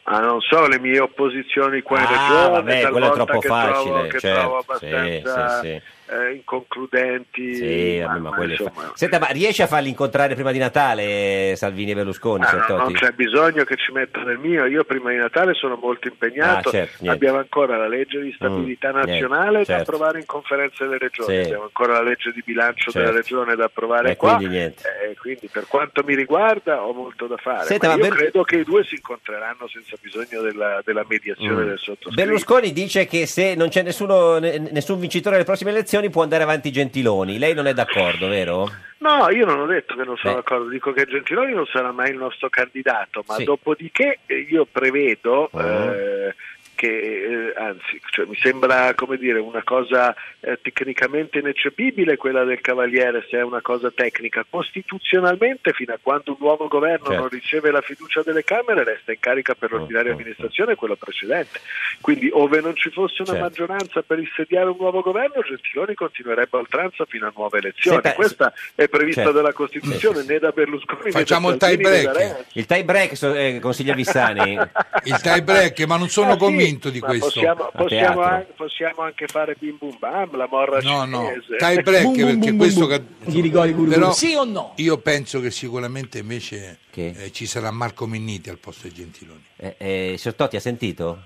Speaker 15: Ah, non so, le mie opposizioni qua in
Speaker 2: Ah,
Speaker 15: regione,
Speaker 2: vabbè,
Speaker 15: talvolta
Speaker 2: quello è troppo
Speaker 15: che
Speaker 2: facile,
Speaker 15: trovo, che
Speaker 2: certo,
Speaker 15: trovo
Speaker 2: sì,
Speaker 15: abbastanza
Speaker 2: sì,
Speaker 15: eh, inconcludenti.
Speaker 2: Sì, vabbè, ma quello è fa-
Speaker 15: insomma,
Speaker 2: Senta, ma riesce a farli incontrare prima di Natale eh, Salvini e Berlusconi?
Speaker 15: Ah,
Speaker 2: signor
Speaker 15: no, non
Speaker 2: Totti?
Speaker 15: c'è bisogno che ci metta nel mio, io prima di Natale sono molto impegnato,
Speaker 2: Ah, certo, niente.
Speaker 15: abbiamo ancora la legge di stabilità
Speaker 2: Mm,
Speaker 15: nazionale
Speaker 2: niente,
Speaker 15: da
Speaker 2: certo.
Speaker 15: approvare in conferenza delle regioni,
Speaker 2: Sì.
Speaker 15: abbiamo ancora la legge di bilancio
Speaker 2: Certo.
Speaker 15: della regione da approvare
Speaker 2: Eh,
Speaker 15: qua,
Speaker 2: quindi niente.
Speaker 15: Eh, quindi per quanto mi riguarda ho molto da fare,
Speaker 2: Senta,
Speaker 15: ma
Speaker 2: ma
Speaker 15: io
Speaker 2: per-
Speaker 15: credo che i due si incontreranno senza senza bisogno della, della mediazione
Speaker 2: Mm.
Speaker 15: del sottoscritto.
Speaker 2: Berlusconi dice che se non c'è nessuno, ne- nessun vincitore alle prossime elezioni può andare avanti Gentiloni. Lei non è d'accordo, vero?
Speaker 15: No, io non ho detto che non sono
Speaker 2: Beh.
Speaker 15: d'accordo, dico che Gentiloni non sarà mai il nostro candidato, ma
Speaker 2: Sì.
Speaker 15: dopodiché eh, io prevedo
Speaker 2: Oh.
Speaker 15: eh, che, eh, anzi, cioè, mi sembra come dire una cosa eh, tecnicamente ineccepibile quella del Cavaliere, se è una cosa tecnica. Costituzionalmente, fino a quando un nuovo governo
Speaker 16: Certo.
Speaker 15: non riceve la fiducia delle Camere, resta in carica
Speaker 2: Oh,
Speaker 15: per l'ordinaria amministrazione quello precedente. Quindi, ove non ci fosse una
Speaker 2: Certo.
Speaker 15: maggioranza per insediare un nuovo governo, Gentiloni continuerebbe a oltranza fino a nuove elezioni.
Speaker 2: Senta,
Speaker 15: Questa è prevista
Speaker 2: Certo.
Speaker 15: dalla Costituzione né da Berlusconi
Speaker 9: Facciamo
Speaker 15: né
Speaker 9: il
Speaker 15: da
Speaker 9: tie
Speaker 15: Salvini, né da Renzi.
Speaker 9: break.
Speaker 2: Il tie break, so- eh, consiglia
Speaker 15: [LAUGHS]
Speaker 2: Vissani.
Speaker 9: Il tie break, ma non sono
Speaker 15: Ah, sì,
Speaker 9: convinto di
Speaker 15: ma
Speaker 9: questo.
Speaker 15: Possiamo,
Speaker 2: A
Speaker 15: possiamo
Speaker 2: teatro.
Speaker 15: an- possiamo anche fare bim bum bam, la morra
Speaker 9: No, no,
Speaker 15: cinese.
Speaker 9: tie break perché questo che- Però
Speaker 15: Sì o no?
Speaker 9: Io penso che sicuramente invece eh, ci sarà Marco Minniti al posto di Gentiloni.
Speaker 2: Eh, eh, signor Totti, ha sentito?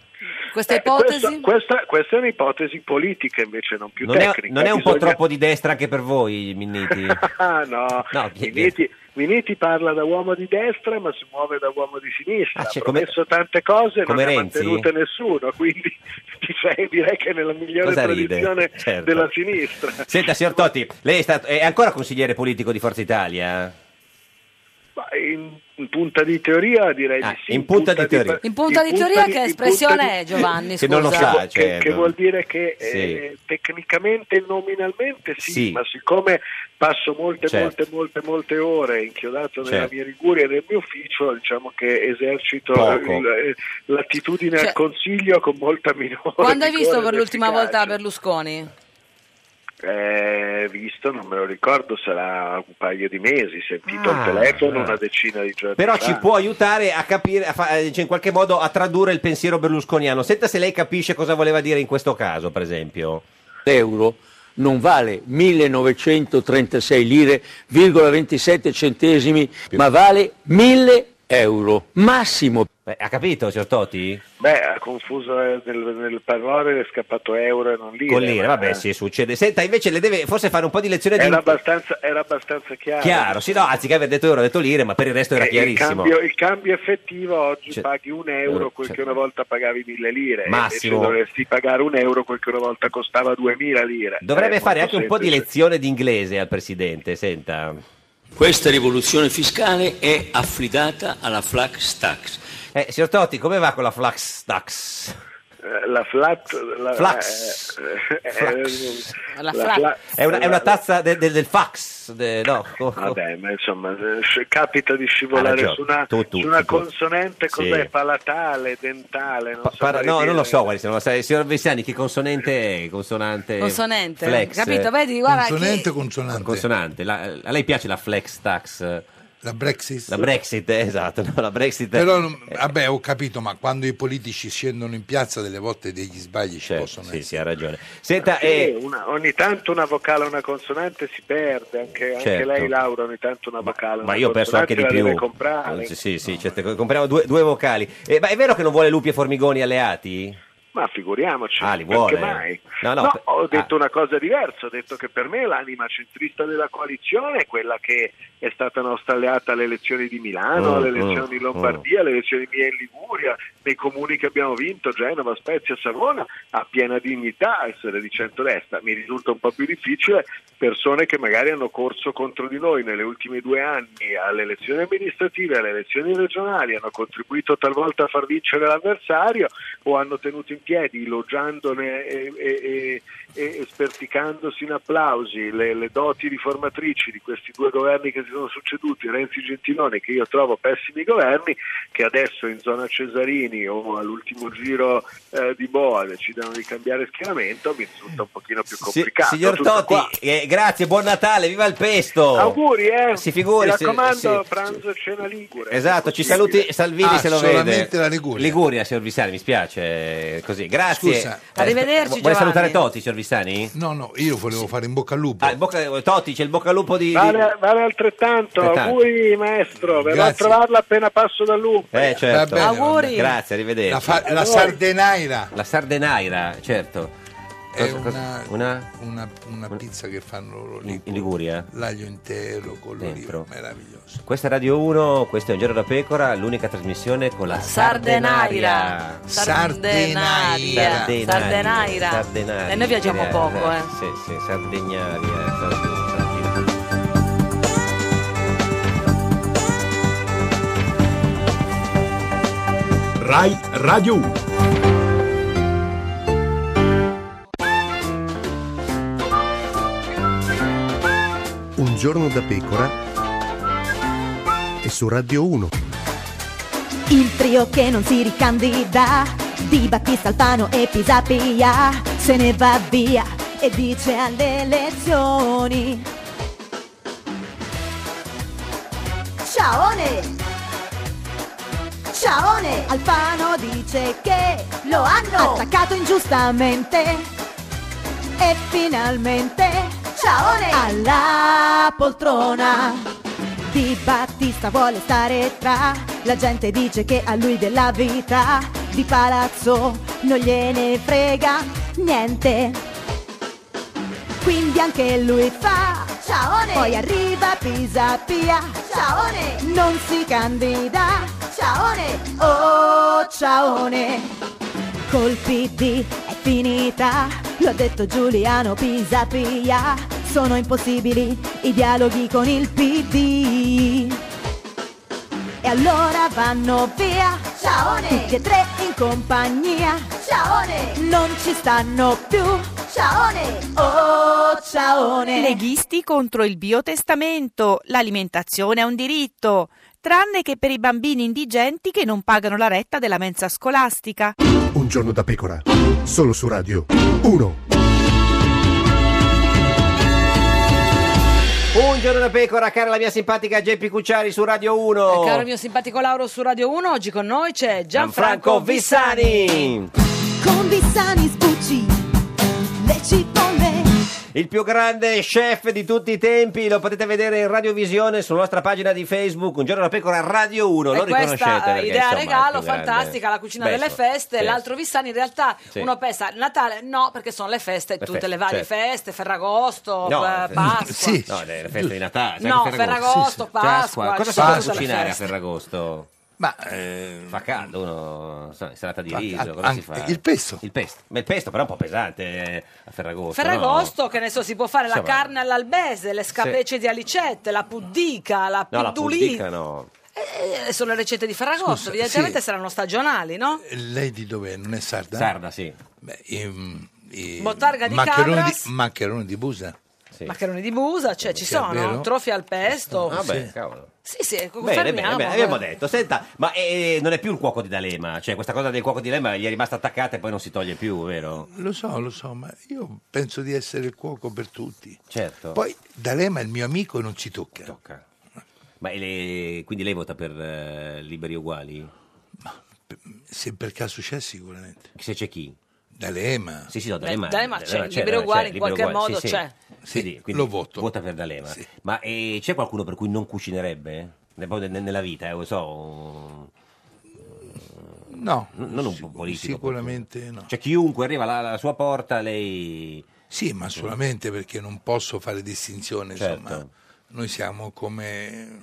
Speaker 1: Questa
Speaker 15: Eh,
Speaker 1: ipotesi?
Speaker 15: questa, questa- questa è un'ipotesi politica invece, non più
Speaker 2: Non è,
Speaker 15: tecnica.
Speaker 2: non è un po'
Speaker 15: Bisogna-
Speaker 2: troppo di destra anche per voi, Minniti?
Speaker 15: [LAUGHS] Ah, no,
Speaker 2: No, chi-
Speaker 15: Minetti, Minetti parla da uomo di destra ma si muove da uomo di sinistra,
Speaker 2: Ah, cioè,
Speaker 15: ha
Speaker 2: come-
Speaker 15: promesso tante cose e non
Speaker 2: come
Speaker 15: ne ha
Speaker 2: Renzi?
Speaker 15: mantenute nessuno, quindi [LAUGHS] direi, direi che è nella migliore
Speaker 2: Cosa ride?
Speaker 15: tradizione
Speaker 2: Certo.
Speaker 15: della sinistra.
Speaker 2: Senta, signor Totti, lei è, stato- è ancora consigliere politico di Forza Italia?
Speaker 15: Ma in, in punta di teoria direi
Speaker 2: Ah,
Speaker 15: di sì.
Speaker 2: in punta di teoria.
Speaker 15: pa-
Speaker 1: In punta di teoria che
Speaker 15: in punta
Speaker 1: espressione
Speaker 15: [LAUGHS] di-
Speaker 1: è, Giovanni,
Speaker 2: Che non lo
Speaker 15: Che
Speaker 2: sa,
Speaker 15: vuol- che,
Speaker 2: certo.
Speaker 15: che vuol dire che
Speaker 2: Sì.
Speaker 15: eh, tecnicamente e nominalmente sì,
Speaker 2: Sì.
Speaker 15: ma siccome passo molte,
Speaker 2: Certo.
Speaker 15: molte, molte, molte ore inchiodato nella
Speaker 2: Certo.
Speaker 15: mia Liguria e nel mio ufficio, diciamo che esercito
Speaker 2: Poco.
Speaker 15: il- eh, l'attitudine
Speaker 1: Cioè-
Speaker 15: al consiglio con molta minore.
Speaker 1: Quando hai visto
Speaker 15: vigore
Speaker 1: per
Speaker 15: ed
Speaker 1: l'ultima
Speaker 15: efficacia.
Speaker 1: volta Berlusconi?
Speaker 15: Eh, visto, non me lo ricordo, sarà un paio di mesi, sentito
Speaker 2: Ah,
Speaker 15: al telefono
Speaker 2: ah.
Speaker 15: una decina di giorni
Speaker 2: Però
Speaker 15: fa.
Speaker 2: ci può aiutare a capire, a fa- eh, cioè, in qualche modo a tradurre il pensiero berlusconiano. Senta se lei capisce cosa voleva dire in questo caso, per esempio.
Speaker 17: euro non vale 1936 lire, virgola 27 centesimi, ma vale 1000 euro, massimo.
Speaker 2: ha capito, signor Totti?
Speaker 15: Beh, ha confuso eh, nel, nel parlare è scappato euro e non lire.
Speaker 2: Con l'ira,
Speaker 15: ma- eh,
Speaker 2: vabbè, sì, succede. Senta, invece le deve forse fare un po' di lezione di...
Speaker 15: Era abbastanza, era abbastanza chiaro.
Speaker 2: Chiaro, sì, no, anziché aver detto euro, ha detto lire, ma per il resto era
Speaker 15: Eh, il,
Speaker 2: chiarissimo.
Speaker 15: cambio, il cambio effettivo oggi
Speaker 2: Cioè,
Speaker 15: paghi un euro
Speaker 2: euro,
Speaker 15: quel
Speaker 2: cioè-
Speaker 15: che una volta pagavi mille lire, e invece
Speaker 2: Massimo.
Speaker 15: dovresti pagare un euro quel che una volta costava duemila lire.
Speaker 2: Dovrebbe
Speaker 15: Eh,
Speaker 2: fare anche
Speaker 15: molto
Speaker 2: un po' di
Speaker 15: semplice.
Speaker 2: lezione di inglese al presidente, senta.
Speaker 17: Questa rivoluzione fiscale è affidata alla flax tax.
Speaker 2: Eh, signor Totti, come va con la flax tax?
Speaker 15: Eh, La flat, la,
Speaker 2: Flax.
Speaker 15: eh, eh,
Speaker 2: Flax.
Speaker 15: eh,
Speaker 1: La
Speaker 15: la
Speaker 1: flax.
Speaker 15: fla-
Speaker 2: È una, è una
Speaker 15: la-
Speaker 2: tazza de- de- del fax, de- no? co- co-
Speaker 15: Vabbè, ma insomma, eh, sc- capita di
Speaker 2: Ha
Speaker 15: scivolare
Speaker 2: ragione,
Speaker 15: su una,
Speaker 2: tu- tu-
Speaker 15: su una
Speaker 2: tu- tu.
Speaker 15: consonante,
Speaker 2: Sì.
Speaker 15: cos'è? Palatale, dentale, non
Speaker 2: Pa-
Speaker 15: so
Speaker 2: para-
Speaker 15: come
Speaker 2: no,
Speaker 15: dire.
Speaker 2: non lo so, guardi, se non lo sa- signor Vessani, che consonante è? Consonante.
Speaker 1: Consonente,
Speaker 2: Eh, flex.
Speaker 1: capito? Vedi, guarda
Speaker 9: Consonante
Speaker 1: chi-
Speaker 9: o consonante?
Speaker 2: Consonante. La- a lei piace la flex tax?
Speaker 9: La Brexit?
Speaker 2: La Brexit, eh, esatto, no, la Brexit.
Speaker 9: Però, non-
Speaker 2: Eh.
Speaker 9: vabbè, ho capito, ma quando i politici scendono in piazza, delle volte degli sbagli ci possono
Speaker 2: Certo, Sì,
Speaker 9: essere.
Speaker 2: sì, ha ragione. Senta,
Speaker 15: Ah, Sì,
Speaker 2: eh,
Speaker 15: una- ogni tanto una vocale una consonante si perde, anche, anche
Speaker 2: Certo.
Speaker 15: lei Laura ogni tanto una vocale
Speaker 2: ma
Speaker 15: una
Speaker 2: io ho perso anche
Speaker 15: consonante
Speaker 2: di
Speaker 15: la
Speaker 2: più.
Speaker 15: deve comprare.
Speaker 2: Sì, sì, sì, certe cose. compriamo due, due vocali. Eh, ma è vero che non vuole lupi e formigoni alleati?
Speaker 15: Ma figuriamoci,
Speaker 2: Ah, li
Speaker 15: perché
Speaker 2: vuole?
Speaker 15: mai? oh,
Speaker 2: No, no, per-
Speaker 15: ho detto
Speaker 2: ah.
Speaker 15: una cosa diversa, ho detto che per me l'anima centrista della coalizione è quella che è stata nostra alleata alle elezioni di
Speaker 2: Mm,
Speaker 15: Milano, alle elezioni
Speaker 2: mm,
Speaker 15: in Lombardia, alle elezioni mie in Liguria, nei comuni che abbiamo vinto, Genova, Spezia, Savona, ha piena dignità essere di centrodestra. Mi risulta un po' più difficile persone che magari hanno corso contro di noi negli ultimi due anni alle elezioni amministrative, alle elezioni regionali, hanno contribuito talvolta a far vincere l'avversario o hanno tenuto in piedi, logiandone e, e- e- e sperticandosi in applausi le, le doti riformatrici di questi due governi che si sono succeduti, Renzi e Gentiloni, che io trovo pessimi governi, che adesso in zona Cesarini o all'ultimo giro eh, di Boa decidano di cambiare schieramento, mi risulta un pochino più
Speaker 2: Si-
Speaker 15: complicato.
Speaker 2: signor
Speaker 15: Tutto
Speaker 2: Totti,
Speaker 15: qua.
Speaker 2: eh, grazie, buon Natale, viva il pesto!
Speaker 15: Auguri, eh!
Speaker 2: Si figuri,
Speaker 15: Mi
Speaker 2: si-
Speaker 15: raccomando,
Speaker 2: si-
Speaker 15: pranzo e cena ligure.
Speaker 2: Esatto, ci saluti Salvini
Speaker 9: Ah,
Speaker 2: se lo
Speaker 9: solamente
Speaker 2: vede.
Speaker 9: la Liguria.
Speaker 2: Liguria, signor Vissani, mi spiace eh, così. Grazie.
Speaker 9: Scusa.
Speaker 2: Vuole
Speaker 1: Arrivederci, Giovanni.
Speaker 2: salutare Totti, signor Vissani?
Speaker 9: No, no, io volevo fare in bocca al lupo.
Speaker 2: Ah, il bocca- Totti, c'è il bocca al lupo di... di-
Speaker 15: Vale, vale altrettanto,
Speaker 2: Altrettanto.
Speaker 15: auguri maestro, verrò a
Speaker 2: Grazie.
Speaker 15: trovarla appena passo da Lupo.
Speaker 2: Eh, certo.
Speaker 9: Va bene, va
Speaker 15: Auguri.
Speaker 2: Grazie, arrivederci.
Speaker 9: La, fa- la sardenaira.
Speaker 2: La Sardenaira, certo.
Speaker 9: È
Speaker 2: Cosa- cosa-
Speaker 9: una, una... una pizza che fanno loro lì.
Speaker 2: in, in Liguria?
Speaker 9: L'aglio intero con l'oliva,
Speaker 2: Dentro.
Speaker 9: meraviglioso.
Speaker 2: Questa è Radio 1, questo è Un Giro da Pecora, l'unica trasmissione con la Sardenaria.
Speaker 1: Sardenaria.
Speaker 2: Sardenaria.
Speaker 1: Sardenaria.
Speaker 2: Sardenaria.
Speaker 1: E noi viaggiamo poco, eh.
Speaker 2: Sì, sì, eh, Sardegnaria. Sardegnaria.
Speaker 14: Rai Radio 1.
Speaker 11: Un giorno da pecora e su Radio 1.
Speaker 10: Il trio che non si ricandida Di Battista, Alfano e Pisapia Se ne va via e dice alle elezioni Ciao Ne! Ciao Ne! Alfano dice che lo hanno attaccato ingiustamente E finalmente Ciao Ne! Alla poltrona di Battista vuole stare tra La gente dice che a lui della vita Di palazzo non gliene frega niente Quindi anche lui fa Ciaone Poi arriva Pisapia Ciaone Non si candida Ciaone Oh ciaone Col PD è finita, lo ha detto Giuliano Pisapia, sono impossibili i dialoghi con il PD. E allora vanno via, ciaone, tutti e tre in compagnia, ciaone, non ci stanno più, ciaone, oh ciaone.
Speaker 12: Leghisti contro il biotestamento. L'alimentazione è un diritto, tranne che per i bambini indigenti che non pagano la retta della mensa scolastica.
Speaker 11: Un giorno da pecora, solo su Radio 1.
Speaker 2: Un giorno da pecora, cara la mia simpatica Geppi Cucciari su Radio 1.
Speaker 1: Caro mio simpatico Lauro su Radio 1, oggi con noi c'è
Speaker 2: Gianfranco
Speaker 1: Gianfranco Vissani.
Speaker 2: Vissani.
Speaker 10: Con Vissani spucci le cipolle.
Speaker 2: Il più grande chef di tutti i tempi, lo potete vedere in radiovisione sulla nostra pagina di Facebook, Un giorno da pecora Radio 1, lo
Speaker 1: E
Speaker 2: riconoscete.
Speaker 1: questa eh,
Speaker 2: perché,
Speaker 1: idea
Speaker 2: insomma, è il
Speaker 1: regalo
Speaker 2: più grande.
Speaker 1: fantastica, la cucina
Speaker 2: Beh,
Speaker 1: delle
Speaker 2: insomma,
Speaker 1: feste,
Speaker 2: sì.
Speaker 1: l'altro Vissani in realtà
Speaker 2: Sì.
Speaker 1: uno pensa Natale no perché sono le feste,
Speaker 2: Le
Speaker 1: tutte
Speaker 2: feste,
Speaker 1: le varie
Speaker 2: certo.
Speaker 1: feste, Ferragosto,
Speaker 2: No,
Speaker 1: eh,
Speaker 2: eh, [LAUGHS]
Speaker 1: Pasqua.
Speaker 2: Sì. No, le le feste di Natale. sai
Speaker 1: No,
Speaker 2: che
Speaker 1: Ferragosto, Pasqua,
Speaker 2: Cosa
Speaker 1: ci
Speaker 2: si può
Speaker 1: sono tutte le
Speaker 2: cucinare a
Speaker 1: feste.
Speaker 2: Ferragosto?
Speaker 9: Ma
Speaker 2: fa caldo uno, non so, insalata di
Speaker 9: fa-
Speaker 2: riso,
Speaker 9: an-
Speaker 2: cosa si fa?
Speaker 9: il pesto.
Speaker 2: Ah, Il pesto, ma il pesto però è un po' pesante eh, a Ferragosto.
Speaker 1: Ferragosto, che ne so, si può fare la
Speaker 2: Insomma.
Speaker 1: carne all'albese, le scapece di alicette, la puddica, la
Speaker 2: No, no Ah, la
Speaker 1: pudulì.
Speaker 2: pudica no.
Speaker 1: Eh, sono le ricette di Ferragosto,
Speaker 9: Scusa,
Speaker 1: evidentemente
Speaker 9: sì.
Speaker 1: saranno stagionali, no?
Speaker 9: Eh, Lei di dov'è? Non è sarda?
Speaker 2: Sarda, sì.
Speaker 9: Beh, ehm, eh,
Speaker 1: Bottarga di
Speaker 9: maccheroni
Speaker 1: Cabras.
Speaker 9: di, maccheroni di Busa.
Speaker 1: Maccheroni di busa, cioè ci
Speaker 9: Sì, è
Speaker 1: sono,
Speaker 9: vero.
Speaker 1: trofi al pesto.
Speaker 2: Ah, beh, cavolo.
Speaker 1: Sì, sì,
Speaker 2: Bene, bene,
Speaker 1: confermiamo.
Speaker 2: bene, abbiamo detto. Senta, ma eh, non è più il cuoco di D'Alema, cioè questa cosa del cuoco di D'Alema gli è rimasta attaccata e poi non si toglie più, vero?
Speaker 9: Lo so, lo so, ma io penso di essere il cuoco per tutti.
Speaker 2: Certo.
Speaker 9: Poi D'Alema è il mio amico e non ci tocca.
Speaker 2: Ma le- quindi lei vota per eh, Liberi Uguali?
Speaker 9: Se per caso c'è sicuramente.
Speaker 2: Se c'è chi?
Speaker 9: D'Alema.
Speaker 2: Sì, sì, no,
Speaker 9: Beh,
Speaker 2: D'Alema.
Speaker 1: D'Alema c'è, Liberi
Speaker 2: D'Alema
Speaker 1: Uguali
Speaker 2: c'è,
Speaker 1: in
Speaker 2: Liberi
Speaker 1: qualche
Speaker 2: Uguali,
Speaker 1: modo
Speaker 2: sì, sì.
Speaker 1: c'è.
Speaker 9: Sì,
Speaker 2: Quindi- quindi
Speaker 9: lo voto.
Speaker 2: Vota per D'Alema.
Speaker 9: Sì.
Speaker 2: Ma eh, c'è qualcuno per cui non cucinerebbe? Ne- proprio ne- Nella vita, eh, lo so. un-
Speaker 9: No.
Speaker 2: n- non un politico.
Speaker 9: Sicuramente
Speaker 2: proprio.
Speaker 9: no.
Speaker 2: Cioè chiunque arriva alla, alla sua porta, lei...
Speaker 9: Sì, ma solamente perché non posso fare distinzione, insomma.
Speaker 2: Certo.
Speaker 9: Noi siamo come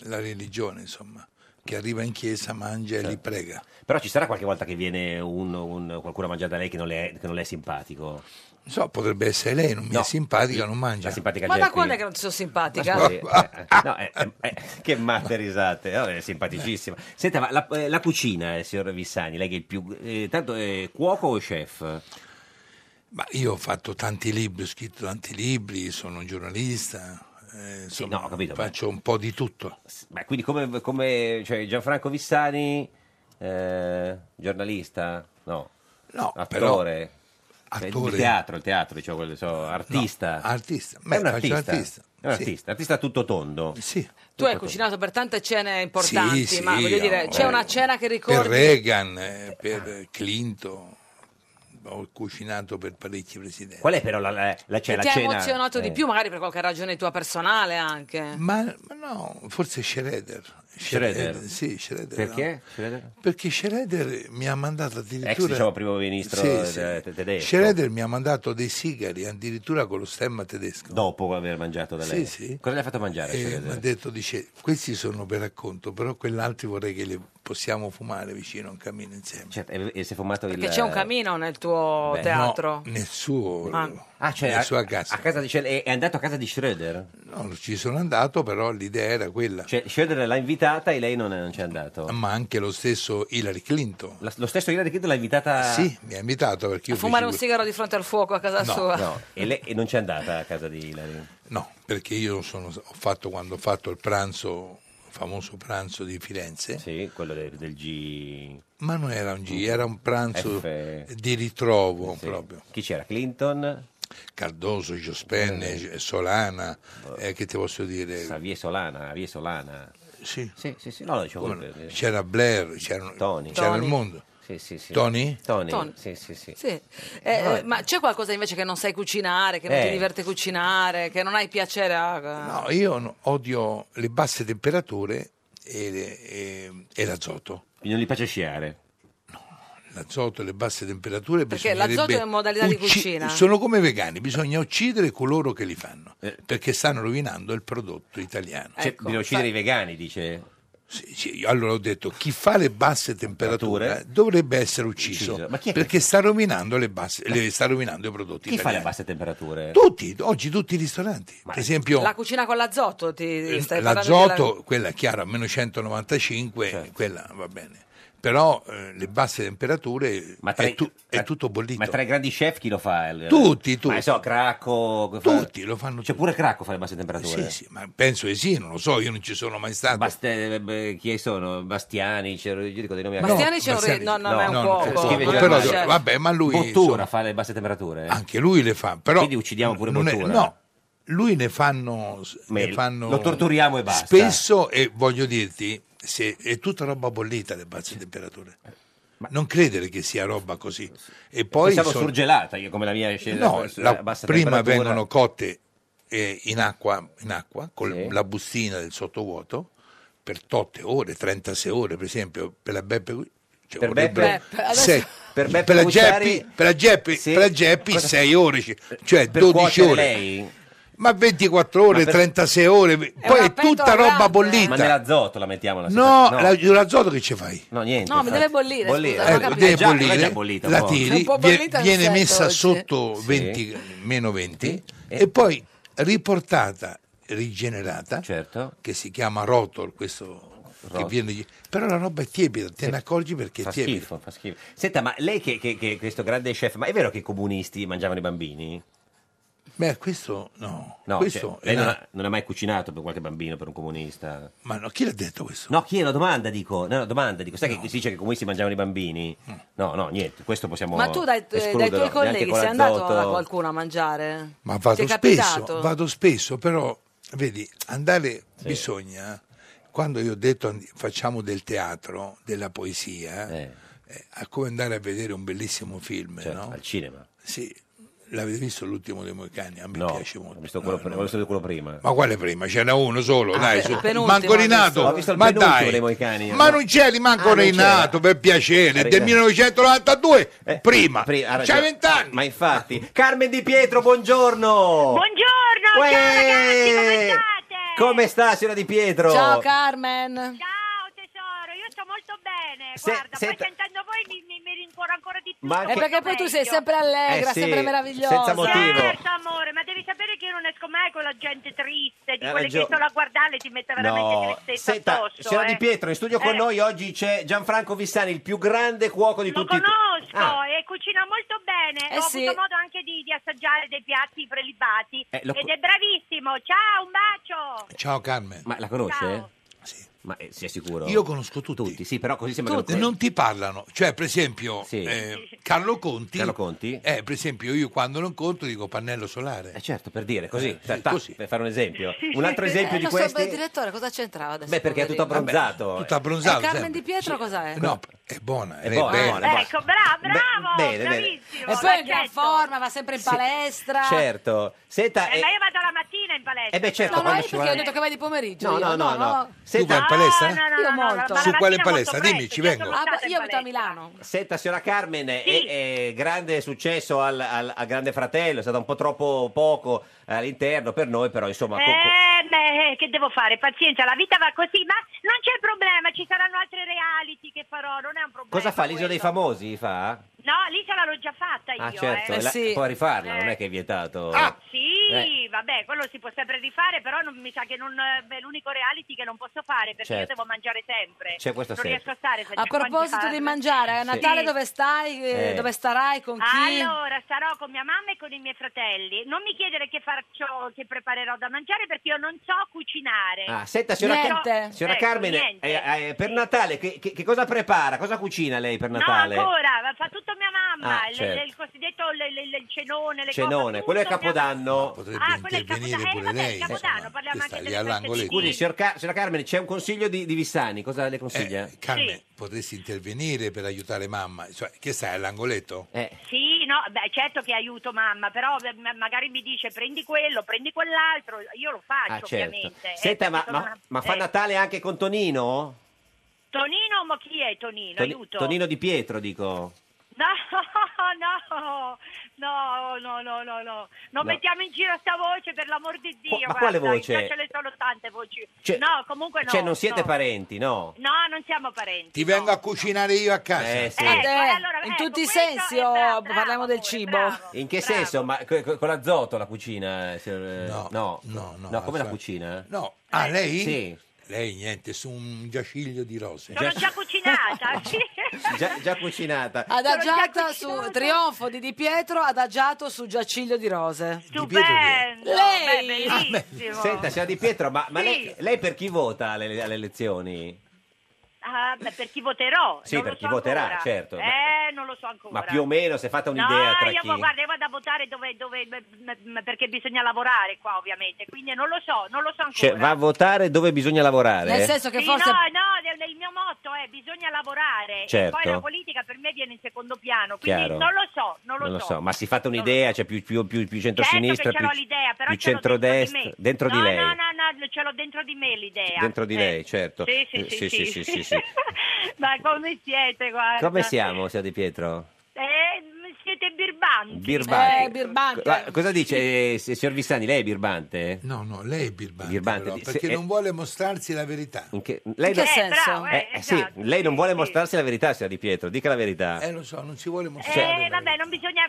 Speaker 9: la religione, insomma, che arriva in chiesa, mangia e li
Speaker 2: Certo.
Speaker 9: prega.
Speaker 2: Però ci sarà qualche volta che viene un- un- qualcuno a mangiare da lei che non le è, che non le è simpatico.
Speaker 9: Non so, potrebbe essere lei, non mi è simpatica, non mangia.
Speaker 2: La simpatica
Speaker 1: Ma da
Speaker 2: Geppi.
Speaker 1: quando è che non ti sono simpatica?
Speaker 2: Scusi, eh, eh, no, eh, eh, eh, che matte risate, no, è simpaticissima. Senta, ma la, eh, la cucina, eh, signor Vissani, lei che è il più... eh, tanto è cuoco o chef?
Speaker 9: Ma io ho fatto tanti libri, ho scritto tanti libri, sono un giornalista, eh, insomma,
Speaker 2: no, ho capito, ma-
Speaker 9: faccio un po' di tutto.
Speaker 2: Beh, quindi come, come- cioè, Gianfranco Vissani, eh, giornalista? No.
Speaker 9: No,
Speaker 2: Attore? Cioè,
Speaker 9: attore.
Speaker 2: Il teatro, il teatro, diciamo, quello, so, artista.
Speaker 9: artista.
Speaker 2: È un
Speaker 9: Beh, faccio
Speaker 2: artista.
Speaker 9: artista,
Speaker 2: È un
Speaker 9: sì.
Speaker 2: artista, artista tutto tondo.
Speaker 9: Sì.
Speaker 1: Tu hai cucinato per tante cene importanti,
Speaker 9: Sì,
Speaker 1: ma
Speaker 9: sì,
Speaker 1: voglio dire,
Speaker 9: oh,
Speaker 1: c'è
Speaker 9: eh,
Speaker 1: una cena che
Speaker 9: Per
Speaker 2: Eh.
Speaker 1: ricordi?
Speaker 9: Reagan, eh, per Clinton, ho cucinato per parecchi presidenti.
Speaker 2: Qual è però la, la, la- c'è
Speaker 1: Che
Speaker 2: la
Speaker 1: ti ha
Speaker 2: cena?
Speaker 1: emozionato di
Speaker 9: eh.
Speaker 1: più, magari per qualche ragione tua personale anche.
Speaker 9: Ma, ma no, forse Schroeder.
Speaker 2: Schroeder?
Speaker 9: Schroeder, Sì, Schroeder.
Speaker 2: Perché?
Speaker 9: no? Perché Schroeder mi ha mandato addirittura...
Speaker 2: Ex diciamo primo ministro
Speaker 9: Sì,
Speaker 2: eh,
Speaker 9: sì.
Speaker 2: te- tedesco.
Speaker 9: Schroeder mi ha mandato dei sigari addirittura con lo stemma tedesco.
Speaker 2: Dopo aver mangiato da
Speaker 9: Sì,
Speaker 2: lei.
Speaker 9: sì. Eh,
Speaker 2: Cosa le ha fatto mangiare?
Speaker 9: E mi ha
Speaker 2: Schroeder?
Speaker 9: detto, dice, questi sono per racconto, però quell'altro vorrei che li possiamo fumare vicino a un cammino insieme.
Speaker 2: Certo, e, e si è fumato
Speaker 1: Perché
Speaker 2: il...
Speaker 1: c'è un camino nel tuo
Speaker 2: Beh,
Speaker 1: teatro.
Speaker 9: Nel suo...
Speaker 1: Ah.
Speaker 2: Ah, cioè,
Speaker 9: nella
Speaker 2: a-
Speaker 9: sua casa.
Speaker 2: a casa di Schroeder- è- è andato a casa di Schroeder?
Speaker 9: No, ci sono andato, però l'idea era quella.
Speaker 2: Cioè, Schroeder l'ha invitata e lei non, non c'è andato.
Speaker 9: Ma anche lo stesso Hillary Clinton.
Speaker 2: lo stesso Hillary Clinton l'ha invitata...
Speaker 9: Sì, mi ha invitato perché io
Speaker 1: Fumare un
Speaker 9: feci-
Speaker 1: sigaro di fronte al fuoco a casa
Speaker 9: No,
Speaker 1: sua.
Speaker 9: no.
Speaker 2: E lei e non c'è andata a casa di Hillary?
Speaker 9: No, perché io sono, ho fatto quando ho fatto il pranzo, il famoso pranzo di Firenze,
Speaker 2: Sì, quello del, del G...
Speaker 9: ma non era un G, era un pranzo
Speaker 2: F.
Speaker 9: di ritrovo
Speaker 2: Sì.
Speaker 9: proprio.
Speaker 2: Chi c'era? Clinton?
Speaker 9: Cardoso, Giospenne,
Speaker 2: Mm.
Speaker 9: G- Solana, eh, che ti posso dire?
Speaker 2: Vie Boh. Solana, Vie Solana.
Speaker 9: Sì.
Speaker 2: Sì, sì, sì. No, lo dicevo
Speaker 9: Come
Speaker 2: per-
Speaker 9: no? C'era Blair, c'era,
Speaker 2: Tony.
Speaker 9: c'era
Speaker 2: Tony.
Speaker 9: il mondo.
Speaker 2: Sì, sì, sì.
Speaker 9: Tony?
Speaker 2: Tony.
Speaker 1: Tony.
Speaker 2: Sì, sì, sì.
Speaker 1: Sì. Eh, eh,
Speaker 2: Vabbè.
Speaker 1: ma c'è qualcosa invece che non sai cucinare, che non
Speaker 9: Eh.
Speaker 1: ti diverte cucinare, che non hai piacere a...
Speaker 9: No, io no- odio le basse temperature e, le- e- e l'azoto.
Speaker 2: Non gli piace sciare?
Speaker 9: L'azoto e le basse temperature
Speaker 1: Perché
Speaker 9: bisognerebbe
Speaker 1: l'azoto è una modalità di
Speaker 9: ucci-
Speaker 1: cucina.
Speaker 9: Sono come i vegani, bisogna uccidere coloro che li fanno, perché stanno rovinando il prodotto italiano.
Speaker 2: Eh. Cioè,
Speaker 1: Ecco,
Speaker 2: bisogna uccidere i vegani, dice.
Speaker 9: Sì, sì, io allora ho detto, chi fa le basse temperature
Speaker 2: Temperature?
Speaker 9: dovrebbe essere ucciso,
Speaker 2: Ucciso. Ma chi è che-
Speaker 9: perché sta rovinando, le basse, le- sta rovinando i prodotti
Speaker 2: Chi fa le
Speaker 9: italiani.
Speaker 2: basse temperature?
Speaker 9: Tutti, oggi tutti i ristoranti. Per esempio,
Speaker 1: La cucina con l'azoto ti stai parlando
Speaker 9: L'azoto,
Speaker 1: della-
Speaker 9: Eh, quella è chiaro, a meno 195, quella va bene. Però eh, le basse temperature
Speaker 2: tra
Speaker 9: è,
Speaker 2: i-
Speaker 9: tu- è tutto bollito.
Speaker 2: Ma tra i grandi chef chi lo fa? Il-
Speaker 9: Tutti, tutti.
Speaker 2: Ma so, Cracco...
Speaker 9: Tutti, lo fanno
Speaker 2: C'è pure Cracco fa le basse temperature?
Speaker 9: Sì, sì, ma penso di sì, non lo so, io non ci sono mai stato.
Speaker 2: Bast- eh, beh, chi sono? Bastiani, c'ero- io dico dei nomi a caso.
Speaker 1: Bastiani c'è un re- no, no, ma è un cuoco.
Speaker 2: c'è- scrive
Speaker 9: Ma
Speaker 2: già-
Speaker 9: però-
Speaker 2: c'è-
Speaker 9: vabbè, ma lui,
Speaker 2: Bottura
Speaker 9: insomma-
Speaker 2: fa le basse temperature?
Speaker 9: Anche lui le fa, però...
Speaker 2: Quindi uccidiamo pure
Speaker 9: non è-
Speaker 2: Bottura?
Speaker 9: no, lui ne fanno, ne
Speaker 2: il-
Speaker 9: fanno-
Speaker 2: lo torturiamo e basta.
Speaker 9: Spesso, e voglio dirti, se- è tutta roba bollita le basse temperature. non credere che sia roba così. E poi
Speaker 2: Eh, Pensavo
Speaker 9: sono-
Speaker 2: surgelata, io come la mia scena
Speaker 9: No,
Speaker 2: a
Speaker 9: la-
Speaker 2: bassa
Speaker 9: prima
Speaker 2: temperatura.
Speaker 9: vengono cotte eh, in acqua, in acqua, con la bustina del sottovuoto per totte ore, 36 ore per esempio, per la Beppe Gu- cioè,
Speaker 2: Per
Speaker 9: vorrebbero-
Speaker 2: Beppe- Beppe, adesso-
Speaker 9: se-
Speaker 2: Per
Speaker 9: per
Speaker 2: Beppe
Speaker 9: la
Speaker 2: Gucciari-
Speaker 9: Geppi, per la Geppi, per la Geppi
Speaker 2: Cosa-
Speaker 9: 6 ore, ci- cioè
Speaker 2: Per
Speaker 9: 12
Speaker 2: cuocere
Speaker 9: ore.
Speaker 2: lei?
Speaker 9: Ma 24 ore,
Speaker 2: Ma per-
Speaker 9: 36 ore, poi è tutta roba bollita.
Speaker 2: Ma nell'azoto la mettiamo la
Speaker 9: No,
Speaker 2: no.
Speaker 9: la- l'azoto che ci fai?
Speaker 2: No, niente.
Speaker 1: No, mi deve bollire,
Speaker 2: Bollire.
Speaker 1: scusa, non ho
Speaker 2: Eh,
Speaker 1: capito.
Speaker 9: deve
Speaker 2: È già-
Speaker 9: bollire,
Speaker 2: è già bollita,
Speaker 9: la
Speaker 2: un po'.
Speaker 1: È un
Speaker 9: tiri,
Speaker 1: po'
Speaker 9: vie-
Speaker 1: bollita il
Speaker 9: viene
Speaker 1: set
Speaker 9: messa
Speaker 1: oggi.
Speaker 9: sotto
Speaker 2: Sì. Eh.
Speaker 9: 20, meno 20 e poi riportata, rigenerata, che si chiama rotol, questo che
Speaker 2: Certo. Rotol.
Speaker 9: viene- però la roba è tiepida, te ne accorgi perché
Speaker 2: Fa
Speaker 9: è tiepida.
Speaker 2: schifo, fa schifo. Senta, ma lei che, che- che questo grande chef, ma è vero che i comunisti mangiavano i bambini?
Speaker 9: Beh, questo no,
Speaker 2: No,
Speaker 9: questo
Speaker 2: cioè, lei
Speaker 9: è
Speaker 2: non,
Speaker 9: una-
Speaker 2: ha, non ha mai cucinato per qualche bambino, per un comunista?
Speaker 9: Ma no, chi l'ha detto questo?
Speaker 2: No, chi è? No, domanda dico. No, no, domanda dico. Sai che si dice che i comunisti mangiavano i bambini?
Speaker 9: Mm.
Speaker 2: No, no, niente, questo possiamo
Speaker 1: Ma tu dai, dai
Speaker 2: escluderlo,
Speaker 1: tuoi
Speaker 2: neanche
Speaker 1: colleghi
Speaker 2: con
Speaker 1: sei andato
Speaker 2: l'azoto.
Speaker 1: da qualcuno a mangiare?
Speaker 9: Ma
Speaker 1: Ti
Speaker 9: vado
Speaker 1: è
Speaker 9: spesso,
Speaker 1: capitato?
Speaker 9: vado spesso, però vedi, andare bisogna, quando io ho detto andi- facciamo del teatro, della poesia, eh, è come andare a vedere un bellissimo film,
Speaker 2: Certo,
Speaker 9: no?
Speaker 2: al cinema. Eh.
Speaker 9: Sì, l'avete visto l'ultimo dei Moicani? A me
Speaker 2: No,
Speaker 9: piace
Speaker 2: ho
Speaker 9: molto.
Speaker 2: visto quello,
Speaker 9: No,
Speaker 2: pre-
Speaker 9: no.
Speaker 2: ho visto quello prima.
Speaker 9: Ma quale prima? C'era uno solo,
Speaker 2: Ah,
Speaker 9: dai,
Speaker 2: il
Speaker 9: su.
Speaker 2: penultimo
Speaker 9: Manco
Speaker 2: ho visto. Ho
Speaker 9: rinato.
Speaker 2: visto il
Speaker 9: Ma
Speaker 2: penultimo
Speaker 9: dai.
Speaker 2: dei Moicani, eh.
Speaker 9: Ma non c'eri manco
Speaker 2: Ah, non
Speaker 9: rinato, per piacere,
Speaker 2: Era-
Speaker 9: del 1992, prima.
Speaker 2: Eh, Pri- ha
Speaker 9: C'hai
Speaker 2: ragione.
Speaker 9: vent'anni.
Speaker 2: Ma infatti, Carmen Di Pietro, buongiorno. Buongiorno, ragazzi, come state? Come sta, signora Di Pietro?
Speaker 1: Ciao Carmen.
Speaker 2: Se- senta- Ma
Speaker 1: E
Speaker 2: che-
Speaker 1: perché poi tu sei sempre allegra,
Speaker 2: Eh sì,
Speaker 1: sempre meravigliosa.
Speaker 2: senza motivo.
Speaker 16: Certo, amore, ma devi sapere che io non esco mai con la gente triste, di
Speaker 2: Hai
Speaker 16: quelle
Speaker 2: ragione.
Speaker 16: che solo a guardarle ti mette veramente
Speaker 2: Eh, No,
Speaker 16: tristezza
Speaker 2: senta,
Speaker 16: addosso.
Speaker 2: signora
Speaker 16: eh.
Speaker 2: Di Pietro, in studio con
Speaker 16: Eh,
Speaker 2: noi oggi c'è Gianfranco Vissani, il più grande cuoco di
Speaker 16: Lo
Speaker 2: tutti i
Speaker 16: conosco
Speaker 2: Ah,
Speaker 16: e cucina molto bene,
Speaker 1: Eh
Speaker 16: ho
Speaker 1: sì.
Speaker 16: avuto modo anche di, di assaggiare dei piatti prelibati
Speaker 2: Eh, lo-
Speaker 16: ed è bravissimo. Ciao, un bacio!
Speaker 9: Ciao Carmen.
Speaker 2: Ma la conosce?
Speaker 16: Ciao.
Speaker 2: Ma eh, sei sicuro?
Speaker 9: Io conosco tutti.
Speaker 2: sì, però così sembra che
Speaker 9: Non ti parlano, cioè per esempio eh, Carlo Conti,
Speaker 2: Carlo Conti?
Speaker 9: Eh, per esempio io quando non conto dico pannello solare.
Speaker 2: Eh certo, per dire così, ta- ta- per fare un esempio. Un altro
Speaker 1: Eh,
Speaker 2: esempio di
Speaker 1: lo so,
Speaker 2: questi
Speaker 1: beh, direttore, cosa c'entrava adesso?
Speaker 2: Beh, perché è tutto
Speaker 1: poverino?
Speaker 2: abbronzato. eh.
Speaker 9: tutto
Speaker 1: E
Speaker 9: abbronzato.
Speaker 1: Carmen
Speaker 9: sempre.
Speaker 1: Di Pietro cos'è?
Speaker 9: No, è buona,
Speaker 2: È
Speaker 9: lei
Speaker 2: buona, è
Speaker 9: bella.
Speaker 2: buona, è buona.
Speaker 16: Ecco, bravo,
Speaker 2: Beh,
Speaker 16: bravo,
Speaker 2: bene, bene.
Speaker 16: bravissimo.
Speaker 1: E poi è in gran forma, va sempre in palestra.
Speaker 2: Certo. Senta,
Speaker 16: Eh,
Speaker 2: eh,
Speaker 16: ma io vado la mattina in palestra.
Speaker 2: Eh beh, certo,
Speaker 1: No, no,
Speaker 2: quando
Speaker 1: io
Speaker 2: ci
Speaker 1: perché ho
Speaker 2: vuole-
Speaker 1: detto che vai di pomeriggio.
Speaker 2: No,
Speaker 1: io.
Speaker 2: no, no, no.
Speaker 1: Se-
Speaker 2: Tu vai in palestra?
Speaker 1: io molto.
Speaker 9: Su quale palestra? Dimmi, ci vengo.
Speaker 1: Ah, beh, io abito a Milano.
Speaker 2: Senta, signora Carmen, è, è grande successo al, al- al Grande Fratello, è stato un po' troppo poco all'interno per noi, però insomma... co- co-
Speaker 16: Eh, beh, che devo fare? Pazienza, la vita va così, ma non c'è problema, ci saranno altre reality che farò, non è un problema.
Speaker 2: cosa fa? L'isola dei famosi fa?
Speaker 16: No, l'isola l'ho già fatta io.
Speaker 2: Ah certo,
Speaker 16: eh.
Speaker 2: la- può rifarla, non è che è vietato.
Speaker 16: Ah, sì,
Speaker 2: Eh.
Speaker 16: vabbè, quello si può sempre rifare, però non- mi sa che non, eh, beh, l'unico reality che non posso fare perché io
Speaker 2: Certo.
Speaker 16: devo mangiare sempre.
Speaker 2: C'è questo
Speaker 16: non
Speaker 2: senso.
Speaker 16: riesco a stare senza
Speaker 1: A proposito di
Speaker 16: mangiare.
Speaker 1: mangiare, a
Speaker 2: Sì.
Speaker 1: Natale dove stai? eh,
Speaker 2: Eh.
Speaker 1: Dove starai? Con chi?
Speaker 16: Allora, sarò con mia mamma e con i miei fratelli. Non mi chiedere che faccio, che preparerò da mangiare perché io non so cucinare.
Speaker 2: Ah, senta, signora, Ca-
Speaker 16: Niente.
Speaker 2: signora
Speaker 16: Ecco,
Speaker 2: Carmen,
Speaker 16: niente.
Speaker 2: eh, eh, per Natale che, che- che cosa prepara? Cosa cucina lei per
Speaker 16: No,
Speaker 2: Natale?
Speaker 16: ancora, va- fa tutto mia mamma,
Speaker 2: Ah,
Speaker 16: il,
Speaker 2: certo.
Speaker 16: il cosiddetto le- le- le- il cenone, le
Speaker 2: Cenone,
Speaker 16: cose,
Speaker 2: quello è
Speaker 16: tutto mia
Speaker 2: Capodanno.
Speaker 16: mamma. Ah, quello è il Capodanno, eh, vabbè, il Capodanno, parliamo anche delle feste
Speaker 2: Scusi,
Speaker 16: di
Speaker 2: signor Ca- signora Carmen, c'è un consiglio di, di Vissani, cosa le
Speaker 16: Eh,
Speaker 2: consiglia?
Speaker 9: Eh, Carmen, potresti intervenire per aiutare mamma? Cioè, che stai all'angoletto?
Speaker 2: Eh.
Speaker 16: Sì, no, beh, certo che aiuto mamma, però eh, ma- magari mi dice prendi quello, prendi quell'altro, io lo faccio
Speaker 2: Ah, certo.
Speaker 16: ovviamente. Eh,
Speaker 2: Senta, ma,
Speaker 16: perché sono
Speaker 2: ma-
Speaker 16: una-
Speaker 2: ma fa
Speaker 16: eh,
Speaker 2: Natale anche con Tonino?
Speaker 16: Tonino, ma chi è Tonino?
Speaker 2: Toni-
Speaker 16: Aiuto. Eh,
Speaker 2: Tonino di Pietro, dico.
Speaker 16: No, [LAUGHS] no, no, no, no, no, no. Non
Speaker 2: No.
Speaker 16: mettiamo in giro sta voce per l'amor di Dio.
Speaker 2: ma
Speaker 16: guarda,
Speaker 2: quale voce?
Speaker 16: in giro ce ne sono tante voci.
Speaker 2: Cioè-
Speaker 16: no, comunque no.
Speaker 2: Cioè, non siete
Speaker 16: no.
Speaker 2: parenti, no?
Speaker 16: No, non siamo parenti.
Speaker 9: Ti vengo a cucinare io a casa.
Speaker 2: Eh, sì.
Speaker 1: Eh,
Speaker 16: Ecco.
Speaker 1: in tutti i sensi oh, parliamo del cibo.
Speaker 2: In che senso? Ma co- co- con l'azoto la cucina? eh, signor- eh, No, no, no. come la
Speaker 9: fa-
Speaker 2: cucina?
Speaker 9: No,
Speaker 16: Eh,
Speaker 9: ah, lei?
Speaker 2: Sì.
Speaker 9: Lei niente, su un giaciglio di rose.
Speaker 16: Sono già cucinata, [LAUGHS]
Speaker 2: [LAUGHS]
Speaker 16: sì. Eh,
Speaker 2: Già, già cucinata.
Speaker 1: Adagiata su Trionfo di Di Pietro, adagiato su Giaciglio di Rose.
Speaker 16: Stupendo,
Speaker 1: Lei!
Speaker 16: beh,
Speaker 9: Ah,
Speaker 16: bellissimo.
Speaker 2: Senta, signora Di Pietro, ma, ma
Speaker 16: Sì.
Speaker 2: lei, lei per chi vota alle, alle elezioni?
Speaker 16: Ah, beh, per chi voterò?
Speaker 2: Sì,
Speaker 16: non lo
Speaker 2: per chi
Speaker 16: so
Speaker 2: voterà,
Speaker 16: ancora.
Speaker 2: certo.
Speaker 16: Eh, non lo so ancora.
Speaker 2: Ma più o meno, si è fatta un'idea
Speaker 16: no,
Speaker 2: tra
Speaker 16: io,
Speaker 2: chi?
Speaker 16: guarda, io vado a votare dove, dove- m- m- perché bisogna lavorare qua, ovviamente. Quindi non lo so, non lo so ancora.
Speaker 2: Cioè, va a votare dove bisogna lavorare?
Speaker 1: Nel senso che
Speaker 16: Sì,
Speaker 1: forse
Speaker 16: no, no, nel- nel mio motto è bisogna lavorare
Speaker 2: Certo.
Speaker 16: e poi la politica per me viene in secondo piano, quindi
Speaker 2: Chiaro.
Speaker 16: non lo so, non lo
Speaker 2: non lo
Speaker 16: so.
Speaker 2: so, ma si è fatta un'idea, c'è più, più, più, più
Speaker 16: Certo
Speaker 2: centrosinistra,
Speaker 16: che ce l'ho
Speaker 2: più,
Speaker 16: l'idea, però
Speaker 2: più
Speaker 16: ce l'ho dentro di
Speaker 2: centrodestra,
Speaker 16: me.
Speaker 2: dentro di
Speaker 16: No,
Speaker 2: lei,
Speaker 16: No, no, no, ce l'ho dentro di me l'idea.
Speaker 2: dentro di
Speaker 16: Eh.
Speaker 2: lei, certo.
Speaker 16: Sì, sì,
Speaker 2: Eh,
Speaker 16: sì,
Speaker 2: sì,
Speaker 16: sì.
Speaker 2: sì, sì,
Speaker 16: [LAUGHS]
Speaker 2: sì.
Speaker 16: Ma come siete, guarda.
Speaker 2: Come siamo, signor Di Pietro?
Speaker 16: Eh, siete birbanti.
Speaker 2: Birbanti.
Speaker 16: Eh,
Speaker 2: Ma cosa dice, eh, signor Vissani, lei è birbante?
Speaker 9: No, no, lei è birbante.
Speaker 2: Birbante,
Speaker 9: però,
Speaker 2: di- se-
Speaker 9: perché
Speaker 2: eh,
Speaker 9: non vuole mostrarsi la verità.
Speaker 2: in che- lei
Speaker 9: che
Speaker 2: non-
Speaker 9: senso? Eh, bravo, eh,
Speaker 2: sì,
Speaker 9: esatto,
Speaker 2: lei non vuole mostrarsi la verità, signor Di Pietro, dica la verità.
Speaker 9: Eh, lo so, non si vuole
Speaker 16: Eh,
Speaker 9: mostrare.
Speaker 16: vabbè, non bisogna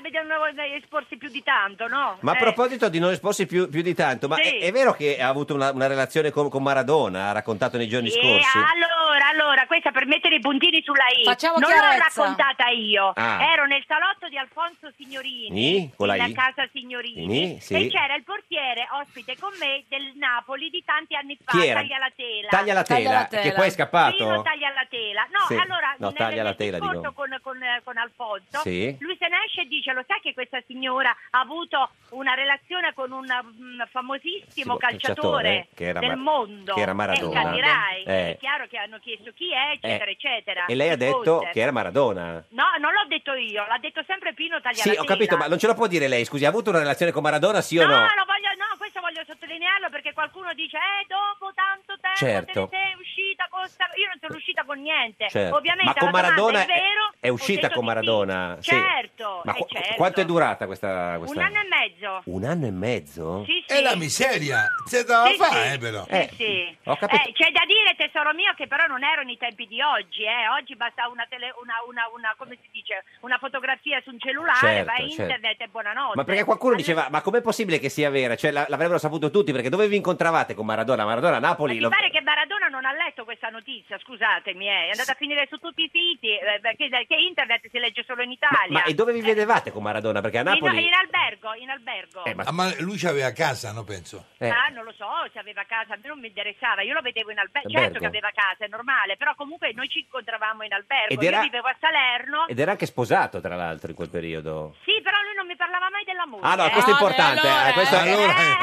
Speaker 16: non esporsi più di tanto, no?
Speaker 2: Ma a
Speaker 16: Eh.
Speaker 2: proposito di non esporsi più, più di tanto, ma
Speaker 16: Sì.
Speaker 2: è, è vero che ha avuto una, una relazione con, con Maradona, ha raccontato nei giorni
Speaker 16: Eh,
Speaker 2: scorsi?
Speaker 16: allora, allora, questa per mettere i puntini sulla I.
Speaker 1: Facciamo
Speaker 16: non l'ho
Speaker 1: chiarezza.
Speaker 16: raccontata io.
Speaker 2: Ah.
Speaker 16: Ero nel salotto di Alfonso Signorini,
Speaker 2: Ni, con la
Speaker 16: in
Speaker 2: I.
Speaker 16: casa Signorini,
Speaker 2: Ni, sì.
Speaker 16: e c'era il portiere ospite con me del Napoli di tanti anni fa,
Speaker 2: Chi era?
Speaker 16: Taglia la tela.
Speaker 2: Taglia la tela, che poi è scappato.
Speaker 16: Sì, no, taglia la tela. No,
Speaker 2: Sì.
Speaker 16: allora,
Speaker 2: No,
Speaker 16: nel-
Speaker 2: Taglia
Speaker 16: nel
Speaker 2: la tela,
Speaker 16: discorso
Speaker 2: dico.
Speaker 16: con, con, eh, con Alfonso,
Speaker 2: Sì.
Speaker 16: lui se ne esce e dice, lo sai che questa signora ha avuto una relazione con un mm, famosissimo calciatore,
Speaker 2: eh, che era
Speaker 16: del
Speaker 2: Ma-
Speaker 16: mondo,
Speaker 2: che era
Speaker 16: Eh,
Speaker 2: Maradona.
Speaker 16: capirai,
Speaker 2: Eh.
Speaker 16: è chiaro che hanno chiesto chi è, eccetera,
Speaker 2: Eh.
Speaker 16: eccetera.
Speaker 2: E lei ha
Speaker 16: Chi
Speaker 2: detto
Speaker 16: fosse.
Speaker 2: che era Maradona.
Speaker 16: No, non l'ho detto io, l'ha detto sempre Pino Tagliatella.
Speaker 2: Sì, ho capito, ma non ce lo può dire lei, scusi, ha avuto una relazione con Maradona, sì o
Speaker 16: No,
Speaker 2: no?
Speaker 16: lo voglio, no, questo voglio sottolinearlo perché qualcuno dice, eh, dopo tanto tempo
Speaker 2: Certo.
Speaker 16: te ne sei uscita con sta... Io non sono uscita con niente.
Speaker 2: Certo. ma
Speaker 16: Ovviamente
Speaker 2: con
Speaker 16: alla
Speaker 2: Maradona
Speaker 16: domanda è vero,
Speaker 2: è,
Speaker 16: ho
Speaker 2: uscita
Speaker 16: detto
Speaker 2: con
Speaker 16: di
Speaker 2: Maradona?
Speaker 16: sì.
Speaker 2: Sì.
Speaker 16: Certo,
Speaker 2: Ma
Speaker 16: eh,
Speaker 2: qu-
Speaker 16: certo.
Speaker 2: quanto è durata questa, questa-
Speaker 16: Un anno e mezzo.
Speaker 2: Un anno e mezzo?
Speaker 16: Sì, sì.
Speaker 9: È la miseria. C'è da
Speaker 16: Sì,
Speaker 9: fare,
Speaker 16: sì.
Speaker 9: eh, però.
Speaker 16: Sì, sì.
Speaker 9: Ho capito.
Speaker 16: Eh, c'è da dire, tesoro mio, che però non erano i tempi di oggi. eh. Oggi basta una, tele- una- una- una- come si dice, una fotografia su un cellulare,
Speaker 2: Certo,
Speaker 16: vai
Speaker 2: certo.
Speaker 16: internet e buonanotte.
Speaker 2: Ma perché qualcuno diceva, ma com'è possibile che sia vera? Cioè, la- l'avrebbero saputo tutti, perché dove vi incontravate con Maradona? Maradona a
Speaker 16: Ma
Speaker 2: Napoli?
Speaker 16: mi
Speaker 2: lo-
Speaker 16: pare che Maradona non ha letto questa notizia, scusatemi, eh. è andata a finire su tutti i siti, eh, perché, perché internet si legge solo in Italia.
Speaker 2: Ma e dove vi vedevate con Maradona? Perché a
Speaker 16: Eh. In,
Speaker 2: Napoli... Eh,
Speaker 16: in albergo, in albergo.
Speaker 9: ma... Ah, ma lui c'aveva casa, no, penso.
Speaker 16: Ah, non lo so se aveva casa, a me non mi interessava, io lo vedevo in albergo,
Speaker 2: Eh, Albergo.
Speaker 16: certo che aveva casa, è normale, però comunque noi ci incontravamo in albergo,
Speaker 2: Ed era-
Speaker 16: io vivevo a Salerno,
Speaker 2: Ed era anche sposato, tra l'altro, in quel periodo.
Speaker 16: sì, però lui non mi parlava mai dell'amore.
Speaker 2: Ah no, questo è importante. eh, questo Eh, è-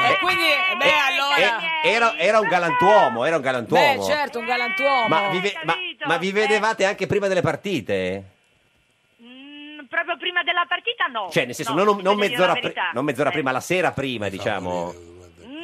Speaker 1: E eh, quindi,
Speaker 16: eh,
Speaker 1: beh, allora...
Speaker 2: era, era un galantuomo, era un galantuomo.
Speaker 1: Beh, certo, un galantuomo.
Speaker 2: Ma, vive- ma- Ma
Speaker 16: eh.
Speaker 2: vi vedevate anche prima delle partite?
Speaker 16: Mm, Proprio prima della partita no.
Speaker 2: Cioè, nel senso,
Speaker 16: No,
Speaker 2: non, non
Speaker 16: devo dire
Speaker 2: mezz'ora,
Speaker 16: la
Speaker 2: pri-
Speaker 16: verità. Eh.
Speaker 2: non mezz'ora prima, la sera prima, diciamo.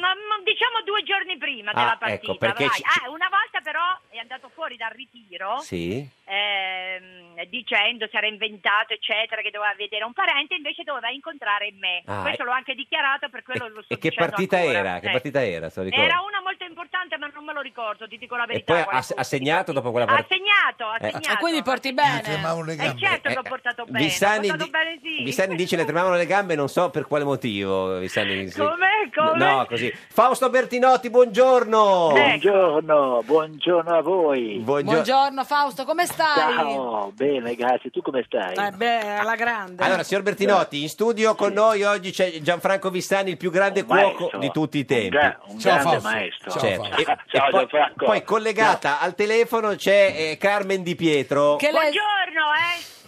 Speaker 16: Ma- ma diciamo due giorni prima
Speaker 2: Ah,
Speaker 16: della partita.
Speaker 2: ecco, perché
Speaker 16: vai.
Speaker 2: ci- ci-
Speaker 16: Ah, una volta però è andato fuori dal ritiro
Speaker 2: Sì.
Speaker 16: ehm, dicendo si era inventato eccetera che doveva vedere un parente invece doveva incontrare me.
Speaker 2: Ah,
Speaker 16: Questo
Speaker 2: e-
Speaker 16: l'ho anche dichiarato per quello lo sto
Speaker 2: E che
Speaker 16: dicendo
Speaker 2: partita
Speaker 16: ancora.
Speaker 2: era? Che
Speaker 16: Eh.
Speaker 2: partita era? Se lo ricordo.
Speaker 16: Era una molto importante ma non me lo ricordo, ti dico la
Speaker 2: E
Speaker 16: verità.
Speaker 2: poi
Speaker 16: guarda.
Speaker 2: ha, ha segnato dopo quella
Speaker 16: Ah, Ha
Speaker 2: partita.
Speaker 16: segnato, ha
Speaker 2: Eh.
Speaker 16: segnato.
Speaker 2: Ah,
Speaker 16: quindi porti bene. E certo che
Speaker 2: Eh,
Speaker 16: ho portato bene.
Speaker 2: Vissani,
Speaker 16: ho portato
Speaker 2: di-
Speaker 16: bene sì.
Speaker 2: Vissani dice le tremavano le gambe, non so per quale motivo. Vissani, sì.
Speaker 16: Come? Come? Ecco.
Speaker 2: No, così. Fausto Bertinotti, buongiorno.
Speaker 18: Buongiorno, buongiorno a voi.
Speaker 1: Buongiorno Fausto, come stai?
Speaker 18: Ciao, bene, grazie. Tu come stai?
Speaker 1: Eh beh, alla grande.
Speaker 2: Allora, signor Bertinotti, in studio con noi oggi c'è Gianfranco Vissani, il più grande
Speaker 18: Oh, maestro,
Speaker 2: cuoco di tutti i tempi.
Speaker 18: gra- un Ciao, grande Fausto. maestro.
Speaker 2: Certo.
Speaker 18: Ciao,
Speaker 2: E-
Speaker 18: Fausto.
Speaker 2: e
Speaker 18: Ciao,
Speaker 2: poi,
Speaker 18: Gianfranco.
Speaker 2: poi collegata al telefono c'è eh, Carmen Di Pietro.
Speaker 16: Buongiorno, eh.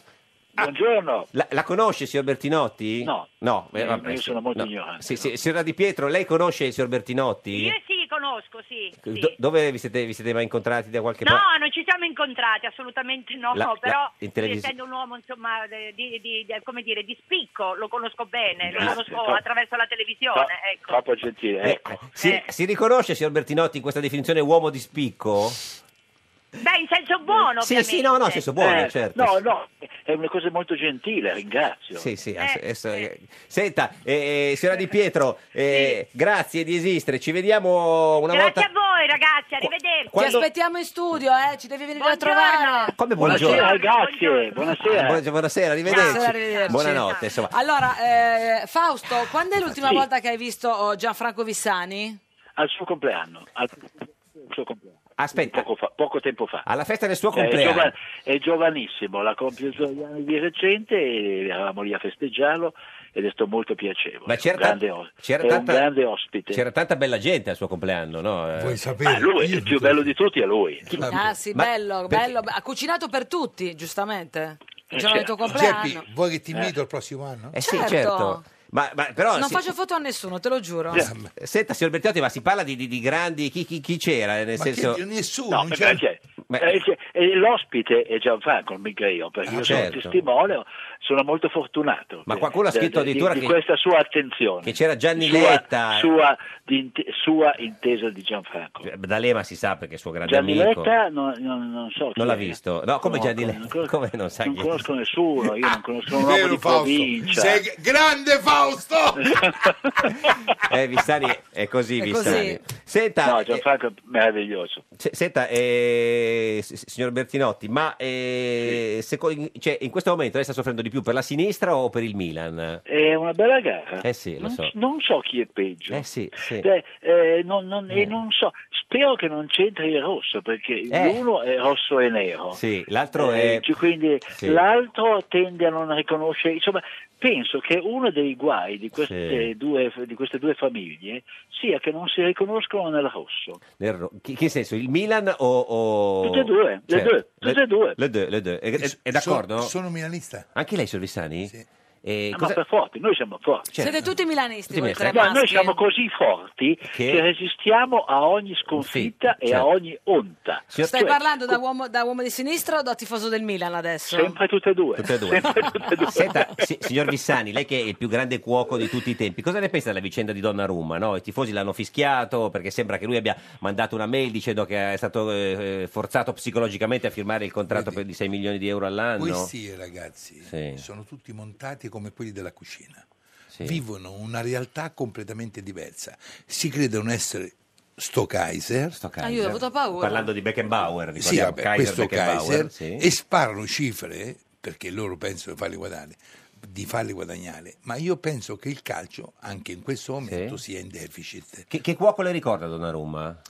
Speaker 18: Buongiorno.
Speaker 2: La, la conosce, signor Bertinotti?
Speaker 18: No.
Speaker 2: No, eh,
Speaker 18: Io-
Speaker 2: vabbè,
Speaker 18: io
Speaker 2: sì,
Speaker 18: sono molto
Speaker 2: no.
Speaker 18: ignorante,
Speaker 2: Sì, sì, signora Di Pietro, lei conosce il signor Bertinotti?
Speaker 16: Io sì, conosco, sì. sì.
Speaker 2: Do- dove vi siete, vi siete mai incontrati da qualche parte?
Speaker 16: No, non ci siamo incontrati, assolutamente no,
Speaker 2: La- la-
Speaker 16: però
Speaker 2: in televisione-
Speaker 16: essendo un uomo insomma de- di, di- di- come dire, di spicco, lo conosco bene, lo
Speaker 2: Grazie,
Speaker 16: conosco
Speaker 2: tro-
Speaker 16: attraverso la televisione. ecco.
Speaker 18: Troppo gentile. eh.
Speaker 2: Si, si riconosce, signor Bertinotti, in questa definizione uomo di spicco?
Speaker 16: Beh, in senso buono,
Speaker 2: Sì,
Speaker 16: ovviamente.
Speaker 2: sì, no, no, in senso buono,
Speaker 18: Eh,
Speaker 2: certo.
Speaker 18: No, no, è una cosa molto gentile, ringrazio.
Speaker 2: Sì,
Speaker 1: Eh,
Speaker 2: sì, ass- ass- Senta, eh, eh, signora Di Pietro, eh, grazie di esistere, ci vediamo una
Speaker 1: Grazie
Speaker 2: volta...
Speaker 1: a
Speaker 16: voi ragazzi, arrivederci.
Speaker 2: quando-
Speaker 1: Ti aspettiamo in studio, eh, ci devi venire
Speaker 16: Buongiorno.
Speaker 1: a trovare.
Speaker 2: Come buongiorno?
Speaker 18: Buonasera, ragazzi, buonasera.
Speaker 2: Buona- buonasera, arrivederci.
Speaker 1: Buonasera, arrivederci.
Speaker 2: Buonanotte, insomma.
Speaker 1: Allora, eh, Fausto, quando è l'ultima
Speaker 18: Sì.
Speaker 1: volta che hai visto oh, Gianfranco Vissani?
Speaker 18: Al suo compleanno. Al suo compleanno.
Speaker 2: Aspetta.
Speaker 18: Poco, fa- poco tempo fa.
Speaker 2: Alla festa del suo
Speaker 18: Eh, È,
Speaker 2: compleanno.
Speaker 18: giova- è giovanissimo, l'ha compiuto gli anni di recente e eravamo lì a festeggiarlo ed è stato molto piacevole.
Speaker 2: Ma c'era
Speaker 18: un grande,
Speaker 2: tan-
Speaker 18: os-
Speaker 2: c'era
Speaker 18: è un
Speaker 2: tanta-
Speaker 18: grande ospite.
Speaker 2: C'era tanta bella gente al suo compleanno, no? Eh,
Speaker 18: Vuoi Ma lui, il più bello di tutti è lui.
Speaker 1: Ah sì,
Speaker 2: Ma-
Speaker 1: bello, bello. Ha cucinato per tutti, giustamente. Il giorno del tuo compleanno.
Speaker 9: Geppi, vuoi che ti invito il prossimo anno?
Speaker 2: Eh sì,
Speaker 1: Certo.
Speaker 2: certo. Ma, ma però...
Speaker 1: non
Speaker 2: sì-
Speaker 1: faccio foto a nessuno, te lo giuro.
Speaker 2: Senta, signor Bertinotti, ma si parla di, di- di grandi... Chi, chi- chi c'era? Nel
Speaker 18: Ma che-
Speaker 2: senso...
Speaker 9: nessuno.
Speaker 18: No, perché eh, c'è- eh, l'ospite è Gianfranco, mica io, perché
Speaker 2: Ah,
Speaker 18: io
Speaker 2: certo.
Speaker 18: sono testimone, sono molto fortunato.
Speaker 2: Ma
Speaker 18: de-
Speaker 2: qualcuno ha
Speaker 18: de-
Speaker 2: scritto
Speaker 18: de-
Speaker 2: addirittura
Speaker 18: di, di
Speaker 2: che-
Speaker 18: questa sua attenzione.
Speaker 2: che c'era Gianni
Speaker 18: sua,
Speaker 2: Letta.
Speaker 18: Sua, di inte- sua intesa di Gianfranco.
Speaker 2: D'Alema si sa perché è suo grande
Speaker 18: Gianni
Speaker 2: amico.
Speaker 18: Letta non, non- non so. chi
Speaker 2: Non l'ha
Speaker 18: è.
Speaker 2: visto. No, come
Speaker 18: No,
Speaker 2: Gianni
Speaker 18: come-
Speaker 2: Letta? Come non sa
Speaker 18: Non
Speaker 2: chi è?
Speaker 18: conosco nessuno, io non conosco un
Speaker 9: vero,
Speaker 18: uomo di
Speaker 9: Fausto.
Speaker 18: provincia.
Speaker 9: Sei g- grande Fausto!
Speaker 2: Eh, Vissani è così,
Speaker 18: È così.
Speaker 2: Vissani. Senta,
Speaker 18: No, Gianfranco è meraviglioso.
Speaker 2: eh, se- senta, eh, s- s- signor Bertinotti, ma eh, seco- in- cioè, in questo momento lei sta soffrendo di più per la sinistra o per il Milan?
Speaker 18: È una bella gara.
Speaker 2: Eh sì, lo
Speaker 18: Eh, non,
Speaker 2: so.
Speaker 18: non so chi è peggio.
Speaker 2: Eh sì, sì.
Speaker 18: Cioè, eh, non, non- e non so, spero che non c'entri il rosso, perché
Speaker 2: Eh.
Speaker 18: l'uno è rosso e nero.
Speaker 2: Sì, l'altro
Speaker 18: Eh,
Speaker 2: è...
Speaker 18: cioè, quindi
Speaker 2: sì.
Speaker 18: l'altro tende a non riconoscere, insomma, penso che uno dei guai di queste,
Speaker 2: Sì.
Speaker 18: due, di queste due famiglie sia che non si riconoscono nel rosso.
Speaker 2: nel ro- chi- che senso, il Milan o... o-
Speaker 18: Tutte e due, le
Speaker 2: Certo.
Speaker 18: due, tutte e due.
Speaker 2: Le due, le due. È, è- è d'accordo?
Speaker 9: Sono, sono milanista.
Speaker 2: Anche lei, signor Vissani? Sì. E
Speaker 18: Ah,
Speaker 2: cosa-
Speaker 18: Ma per forti, noi siamo forti.
Speaker 1: Siete tutti milanisti,
Speaker 2: Tutti
Speaker 1: voi tre
Speaker 2: milanisti.
Speaker 18: No, noi
Speaker 1: maschi.
Speaker 18: siamo così forti che, resistiamo a ogni sconfitta e a
Speaker 2: certo.
Speaker 18: ogni onta.
Speaker 1: Stai
Speaker 18: Cioè,
Speaker 1: parlando da uomo, da uomo di sinistra o da tifoso del Milan adesso?
Speaker 18: Sempre tutte e due.
Speaker 2: Tutte e due. [LAUGHS] Senta, si- signor Vissani, lei che è il più grande cuoco di tutti i tempi, cosa ne pensa della vicenda di Donnarumma? No? I tifosi l'hanno fischiato perché sembra che lui abbia mandato una mail dicendo che è stato eh, forzato psicologicamente a firmare il contratto per- di 6 milioni di euro all'anno.
Speaker 9: Questi ragazzi
Speaker 2: Ah, Sì.
Speaker 9: sono tutti montati come quelli della cucina.
Speaker 2: Sì.
Speaker 9: Vivono una realtà completamente diversa. Si credono essere sto Kaiser.
Speaker 1: Ah, io ho avuto paura.
Speaker 2: Parlando di Beckenbauer,
Speaker 9: Sì,
Speaker 2: ricordiamo,
Speaker 9: vabbè,
Speaker 2: Kaiser,
Speaker 9: questo
Speaker 2: Beckenbauer,
Speaker 9: Kaiser.
Speaker 2: sì.
Speaker 9: E sparano cifre, perché loro pensano di farli guadagnare, di farli guadagnare. Ma io penso che il calcio, anche in questo momento, sia in deficit.
Speaker 2: Che, che cuoco le ricorda Donnarumma?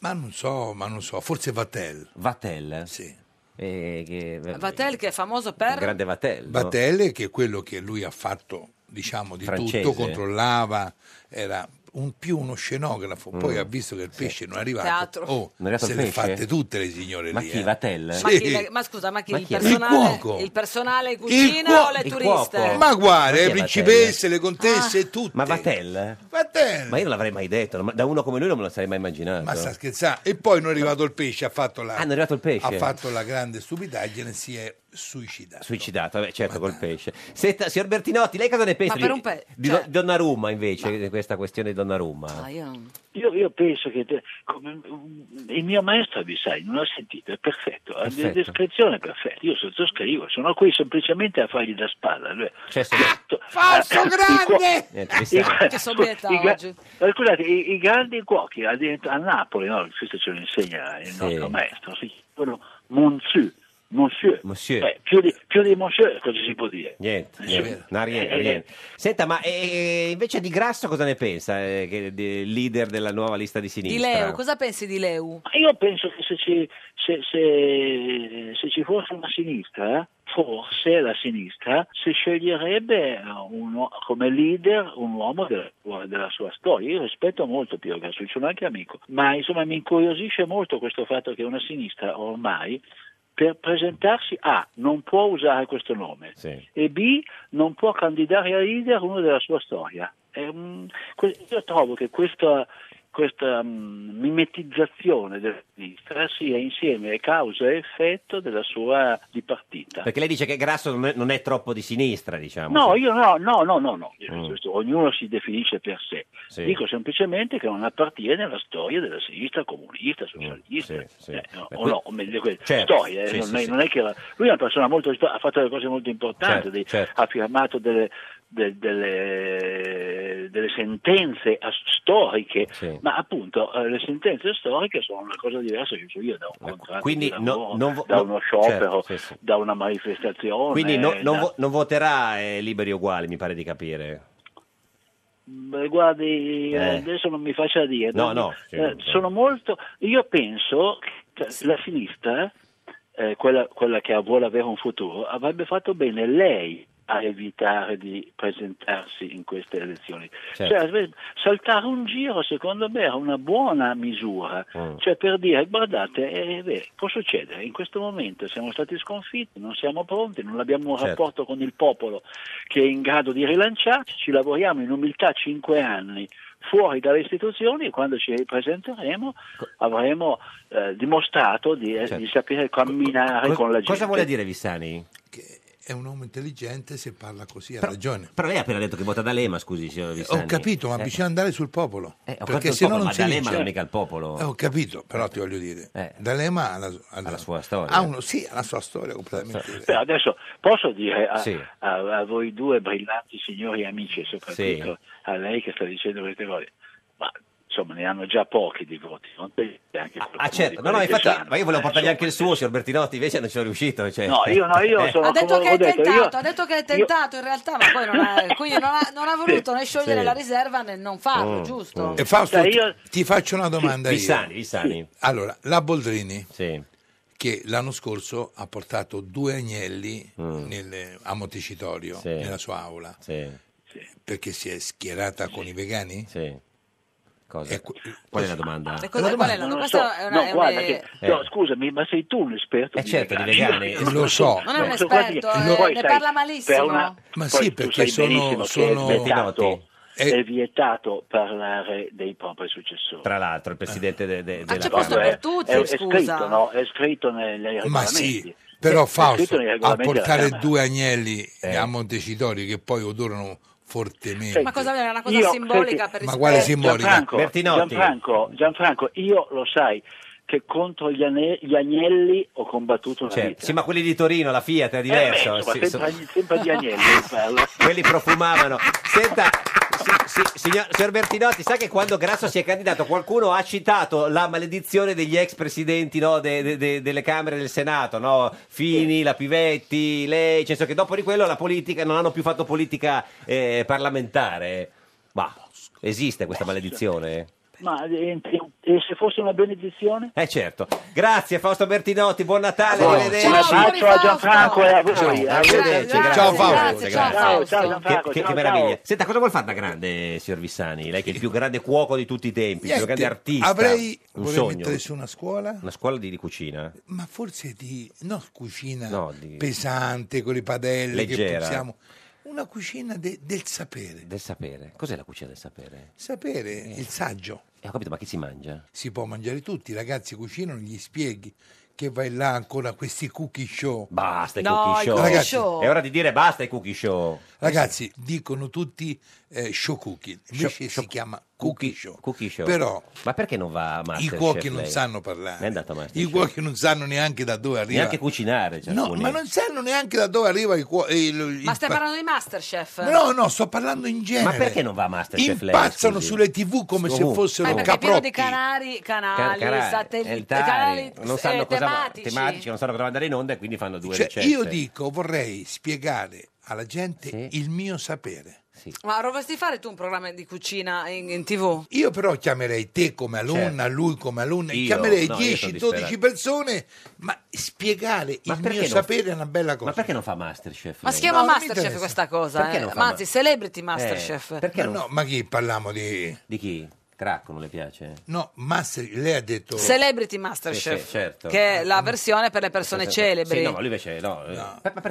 Speaker 9: Ma non so, ma non so, forse Vatel.
Speaker 2: Vatel?
Speaker 9: Sì.
Speaker 2: Eh, che-
Speaker 1: Vatel che è famoso per...
Speaker 2: il grande Vatel. no?
Speaker 9: Battelle, che è quello che lui ha fatto, diciamo, di
Speaker 2: Francese.
Speaker 9: tutto, controllava, era un- più uno scenografo, poi
Speaker 2: Mm.
Speaker 9: ha visto che il pesce non è arrivato.
Speaker 1: Teatro.
Speaker 9: Oh,
Speaker 2: Non è arrivato
Speaker 9: se
Speaker 2: il
Speaker 9: le
Speaker 2: pesce?
Speaker 9: fatte tutte le signore
Speaker 2: Ma
Speaker 9: lì.
Speaker 2: chi,
Speaker 9: eh.
Speaker 2: Vatel?
Speaker 1: Ma, chi-
Speaker 9: Sì.
Speaker 1: ma scusa, ma chi,
Speaker 9: Ma
Speaker 1: il,
Speaker 9: chi è? Il
Speaker 1: personale,
Speaker 9: cuoco.
Speaker 1: il personale in cucina
Speaker 9: cuo-
Speaker 1: o le
Speaker 9: il
Speaker 1: turiste?
Speaker 2: cuoco.
Speaker 9: Ma guarda,
Speaker 2: Ma chi
Speaker 9: le
Speaker 2: è
Speaker 9: principesse, le contesse, tutte.
Speaker 2: Ma Vatel?
Speaker 9: Vatel.
Speaker 2: Ma io non l'avrei mai detto, non- da uno come lui non me lo sarei mai immaginato.
Speaker 9: Eh. Ma sta scherzando. E poi non è arrivato il pesce, ha fatto la,
Speaker 2: Ah, non è arrivato il pesce?
Speaker 9: ha fatto la grande stupidaggine, si è suicidato.
Speaker 2: Suicidato, vabbè, certo, col pesce. Senta, signor Bertinotti, lei cosa ne pensa
Speaker 1: Ma
Speaker 2: di,
Speaker 1: per un pe-
Speaker 2: di
Speaker 1: cioè-
Speaker 2: Do- Donnarumma invece, di questa questione di Donnarumma?
Speaker 1: Ah, io non-
Speaker 18: Io, io penso che te- come- il mio maestro Abissai non ho sentito, è perfetto, ha
Speaker 2: Perfetto.
Speaker 18: una descrizione perfetta. Io sottoscrivo, sono qui semplicemente a fargli da spalla. Cioè,
Speaker 1: Certo.
Speaker 4: Falso
Speaker 18: eh, i cuo-
Speaker 4: grande!
Speaker 2: Niente, mi
Speaker 18: i-
Speaker 2: sa.
Speaker 1: Che sobrietà
Speaker 18: i ga-
Speaker 1: oggi.
Speaker 18: eh, Scusate, i, i grandi cuochi a, dentro- a Napoli, no? questo ce lo insegna il nostro maestro, si chiamano Monsieur. Monsieur, Eh, più, di, più di Monsieur cosa si può dire?
Speaker 2: Niente,
Speaker 18: Sì.
Speaker 2: niente, no, niente,
Speaker 18: Eh,
Speaker 2: niente. Senta, ma eh, invece di Grasso cosa ne pensa, eh, che il leader della nuova lista di
Speaker 1: Di
Speaker 2: sinistra?
Speaker 1: Leu, cosa pensi di Leu?
Speaker 18: Ma Io penso che se ci, se- se- se ci fosse una sinistra, forse la sinistra si sceglierebbe uno- come leader un uomo della, sua- della sua storia. Io rispetto molto Piero Grassucci, sono anche amico, ma insomma mi incuriosisce molto questo fatto che una sinistra ormai per presentarsi A non può usare questo nome e B non può candidare a leader uno della sua storia. È un- que- io trovo che questa, questa mm, mimetizzazione della sinistra sia insieme causa e effetto della sua di partita.
Speaker 2: Perché lei dice che Grasso non è, non è troppo di sinistra, diciamo.
Speaker 18: No, io no, no, no, no, no.
Speaker 2: Mm.
Speaker 18: Questo- Ognuno si definisce per sé.
Speaker 2: Sì.
Speaker 18: Dico semplicemente che non appartiene alla storia della sinistra
Speaker 2: Mm,
Speaker 18: comunista, socialista. Eh, no,
Speaker 2: Beh,
Speaker 18: o
Speaker 2: que-
Speaker 18: no, o meglio, que-
Speaker 2: Certo,
Speaker 18: storia. eh,
Speaker 2: sì,
Speaker 18: non,
Speaker 2: sì,
Speaker 18: è,
Speaker 2: sì.
Speaker 18: non è che era- lui è una persona molto rispa- ha fatto delle cose molto importanti,
Speaker 2: Certo,
Speaker 18: dei-
Speaker 2: certo.
Speaker 18: ha firmato delle, de- delle- delle sentenze as- storiche, ma appunto eh, le sentenze storiche sono una cosa diversa che so io da un contratto,
Speaker 2: Ecco, quindi
Speaker 18: da,
Speaker 2: no-
Speaker 18: uno-
Speaker 2: non vo-
Speaker 18: da
Speaker 2: no-
Speaker 18: uno sciopero,
Speaker 2: certo, sì, sì.
Speaker 18: da una manifestazione.
Speaker 2: Quindi no- non,
Speaker 18: da-
Speaker 2: vo- non voterà eh, liberi uguali, mi pare di capire.
Speaker 18: Beh, guardi, eh,
Speaker 2: Eh.
Speaker 18: adesso non mi faccia dire.
Speaker 2: No,
Speaker 18: non-
Speaker 2: no, sì,
Speaker 18: eh,
Speaker 2: no.
Speaker 18: sono molto. Io penso che la sinistra, eh, quella, quella che vuole avere un futuro, avrebbe fatto bene lei a evitare di presentarsi in queste elezioni.
Speaker 4: Certo.
Speaker 18: Cioè, avrebbe- saltare un giro, secondo me, era una buona misura.
Speaker 2: Mm.
Speaker 18: Cioè, per dire, guardate, eh, beh, può succedere, in questo momento siamo stati sconfitti, non siamo pronti, non abbiamo un
Speaker 19: Certo.
Speaker 18: rapporto con il popolo che è in grado di rilanciarci, ci lavoriamo in umiltà cinque anni fuori dalle istituzioni e quando ci ripresenteremo avremo eh, dimostrato di, eh, di sapere
Speaker 2: Cioè,
Speaker 18: camminare
Speaker 2: Co-
Speaker 18: Ah, con la gente.
Speaker 2: cosa vuole dire Vissani?
Speaker 9: È un uomo intelligente se parla così, ha
Speaker 2: Però-
Speaker 9: ragione.
Speaker 2: Però lei ha appena detto che vota D'Alema, scusi, signor Vissani.
Speaker 9: Ho capito, ma
Speaker 2: Eh,
Speaker 9: bisogna andare sul popolo.
Speaker 2: eh, ho capito
Speaker 9: perché
Speaker 2: il
Speaker 9: se no
Speaker 2: popolo,
Speaker 9: non
Speaker 2: ma
Speaker 9: si
Speaker 2: D'Alema
Speaker 9: vince.
Speaker 2: non è mica il popolo. Eh.
Speaker 9: Eh, ho capito, però ti voglio dire, D'Alema ha la, ha la-
Speaker 2: sua storia.
Speaker 9: ha uno- sì, ha la sua storia completamente diversa.
Speaker 18: Però Eh, adesso posso dire a,
Speaker 9: Sì.
Speaker 18: a- a voi due brillanti signori amici e soprattutto a lei che sta dicendo queste cose, ma insomma ne hanno già pochi di voti, non te- anche
Speaker 2: Ah certo, no, no, infatti, ma io volevo portargli anche il suo, signor Bertinotti, invece non ci sono riuscito. cioè.
Speaker 18: No, io no, io sono-
Speaker 1: Ha detto
Speaker 18: come
Speaker 1: che hai
Speaker 18: ho detto,
Speaker 1: tentato,
Speaker 18: io-
Speaker 1: ha detto che hai tentato in realtà, ma poi non
Speaker 2: [LAUGHS]
Speaker 1: ha, quindi non ha, non ha voluto né sciogliere
Speaker 9: sì.
Speaker 1: la riserva né non farlo,
Speaker 9: Mm,
Speaker 1: giusto?
Speaker 9: E Fausto,
Speaker 1: Cioè,
Speaker 9: ti- ti faccio una domanda io.
Speaker 2: Vissani, Vissani.
Speaker 9: Allora, la Boldrini, che l'anno scorso ha portato due agnelli nel- a Montecitorio,
Speaker 2: Mm. Sì.
Speaker 9: nella sua aula, perché si è schierata con i vegani?
Speaker 2: Cosa?
Speaker 9: E qu-
Speaker 2: Qual è la domanda?
Speaker 1: E cosa- qual è la-
Speaker 18: Non lo
Speaker 1: questa
Speaker 18: so.
Speaker 1: è una-
Speaker 18: No,
Speaker 1: è
Speaker 18: guarda
Speaker 1: una-
Speaker 18: che-
Speaker 2: Eh.
Speaker 18: no, scusami, ma sei tu un esperto?
Speaker 2: Eh,
Speaker 18: di
Speaker 2: certo, di vegani.
Speaker 9: Lo so.
Speaker 1: Non è un
Speaker 18: Posso quasi-
Speaker 1: esperto, eh,
Speaker 18: Poi
Speaker 1: ne
Speaker 18: sai,
Speaker 1: parla
Speaker 18: per
Speaker 1: malissimo.
Speaker 18: una-
Speaker 9: Ma
Speaker 18: poi
Speaker 9: sì,
Speaker 18: tu
Speaker 9: perché
Speaker 18: sai
Speaker 9: sono-
Speaker 18: benissimo che
Speaker 9: sono-
Speaker 18: è vietato,
Speaker 9: Eh.
Speaker 18: è vietato parlare dei propri successori.
Speaker 2: Tra l'altro, il presidente de-
Speaker 9: Ah,
Speaker 2: de- della
Speaker 18: Questo
Speaker 2: Camera.
Speaker 18: è- è, è scritto, no? È scritto nei, nei
Speaker 9: Ma
Speaker 18: regolamenti.
Speaker 9: sì,
Speaker 18: È
Speaker 9: però
Speaker 18: scritto nei
Speaker 9: Fausto, a
Speaker 18: regolamenti della
Speaker 9: portare
Speaker 18: Camera.
Speaker 9: due agnelli
Speaker 2: Eh.
Speaker 9: a Montecitorio che poi odorano fortemente.
Speaker 1: Ma cosa è una cosa
Speaker 18: Io-
Speaker 1: simbolica
Speaker 18: senti,
Speaker 1: per
Speaker 9: Ma quale simbolica?
Speaker 18: Gianfranco,
Speaker 9: Bertinotti.
Speaker 18: Gianfranco, Gianfranco, io lo sai che contro gli, ane- gli agnelli ho combattuto una
Speaker 2: Cioè,
Speaker 18: vita.
Speaker 2: sì, ma quelli di Torino, la Fiat è diverso.
Speaker 18: Eh, beh, insomma,
Speaker 2: sì,
Speaker 18: sempre,
Speaker 2: so-
Speaker 18: sempre di agnelli
Speaker 2: [LAUGHS]
Speaker 18: parlo.
Speaker 2: quelli profumavano. Senta, si- si- signor, signor Bertinotti, sa che quando Grasso si è candidato qualcuno ha citato la maledizione degli ex presidenti no, de- de- de- delle Camere e del Senato, no? Fini, la Pivetti, lei, cioè, nel senso che dopo di quello la politica non hanno più fatto politica eh, parlamentare. Ma esiste questa maledizione?
Speaker 18: Ma eh, e se fosse una benedizione?
Speaker 2: Eh certo. Grazie Fausto Bertinotti, buon Natale,
Speaker 18: Ciao.
Speaker 2: arrivederci.
Speaker 18: Un abbraccio a Gianfranco e a voi.
Speaker 2: Ciao,
Speaker 18: Arrivederci.
Speaker 2: arrivederci,
Speaker 18: Grazie,
Speaker 2: grazie,
Speaker 18: Fausto.
Speaker 2: grazie,
Speaker 18: Ciao,
Speaker 2: grazie.
Speaker 18: ciao, ciao, Gianfranco,
Speaker 2: Che, che- che
Speaker 18: ciao,
Speaker 2: meraviglia.
Speaker 18: ciao.
Speaker 2: Senta, cosa vuol fare da grande, signor Vissani? Lei che è il più grande cuoco di tutti i tempi, il più
Speaker 9: Niente,
Speaker 2: grande artista.
Speaker 9: Avrei
Speaker 2: un
Speaker 9: vorrei
Speaker 2: sogno.
Speaker 9: mettere su una scuola, Eh,
Speaker 2: Una scuola di, di cucina?
Speaker 9: ma forse di no, cucina
Speaker 2: No, di-
Speaker 9: pesante con le padelle che
Speaker 2: Leggera.
Speaker 9: possiamo. Una cucina de- del sapere.
Speaker 2: Del sapere. Cos'è la cucina del sapere?
Speaker 9: Sapere, il saggio.
Speaker 2: Eh, ho capito, ma che si mangia?
Speaker 9: Si può mangiare tutti, i ragazzi cucinano, gli spieghi che vai là ancora a questi cookie show.
Speaker 2: Basta i
Speaker 9: No,
Speaker 2: cookie
Speaker 9: i
Speaker 2: show.
Speaker 9: cookie Ragazzi- show.
Speaker 2: È ora di dire basta i cookie show.
Speaker 9: Ragazzi, dicono tutti eh, show cookie, invece si chiama cookie show.
Speaker 2: Cookie show.
Speaker 9: Però-
Speaker 2: ma perché non va a
Speaker 9: I
Speaker 2: Masterchef
Speaker 9: cuochi non
Speaker 2: lei?
Speaker 9: sanno parlare.
Speaker 2: È andata a Masterchef.
Speaker 9: I cuochi non sanno neanche da dove arriva.
Speaker 2: Neanche cucinare. cioè,
Speaker 9: No,
Speaker 2: alcuni.
Speaker 9: ma non sanno neanche da dove arriva il cuoco.
Speaker 1: Ma stai parlando di Masterchef?
Speaker 9: No, no, sto parlando in genere.
Speaker 2: Ma perché non va a Masterchef lei,
Speaker 9: Impazzano
Speaker 2: scusi?
Speaker 9: sulle tv come se
Speaker 2: Ovunque.
Speaker 9: fossero
Speaker 1: Ma perché è pieno di
Speaker 9: caprotti.
Speaker 1: canari, canali,
Speaker 2: Car-
Speaker 1: satelliti,
Speaker 2: eltari,
Speaker 1: canali
Speaker 2: eh, non sanno
Speaker 1: eh,
Speaker 2: cosa
Speaker 1: tematici.
Speaker 2: tematici, non sanno cosa andare in onda e quindi fanno due
Speaker 9: Cioè,
Speaker 2: ricette.
Speaker 9: io dico, vorrei spiegare alla gente il mio sapere.
Speaker 1: Ma dovresti fare tu un programma di cucina in, in tv?
Speaker 9: Io però chiamerei te come alunna, lui come alunna,
Speaker 2: Certo. Io?
Speaker 9: chiamerei
Speaker 2: No, io
Speaker 9: 10-12
Speaker 2: sono disperato.
Speaker 9: persone, ma spiegare
Speaker 2: Ma
Speaker 9: il
Speaker 2: perché
Speaker 9: mio
Speaker 2: non-
Speaker 9: sapere è una bella cosa.
Speaker 2: Ma perché non fa Masterchef?
Speaker 1: Ma
Speaker 2: lei?
Speaker 1: si chiama
Speaker 9: No, non mi
Speaker 1: Masterchef
Speaker 9: interessa.
Speaker 1: questa cosa,
Speaker 2: Perché
Speaker 1: eh?
Speaker 2: non fa
Speaker 1: Ma
Speaker 2: ma-
Speaker 1: anzi, Celebrity Masterchef.
Speaker 2: Eh, perché
Speaker 9: ma,
Speaker 2: non-
Speaker 9: no, ma chi parliamo di...
Speaker 2: Di chi? Cracco non le piace?
Speaker 9: No, Master, lei ha detto...
Speaker 1: Celebrity Masterchef,
Speaker 2: Sì, sì, certo.
Speaker 1: che è la versione per le persone celebri.
Speaker 2: Sì, no, ma lui invece no. eh.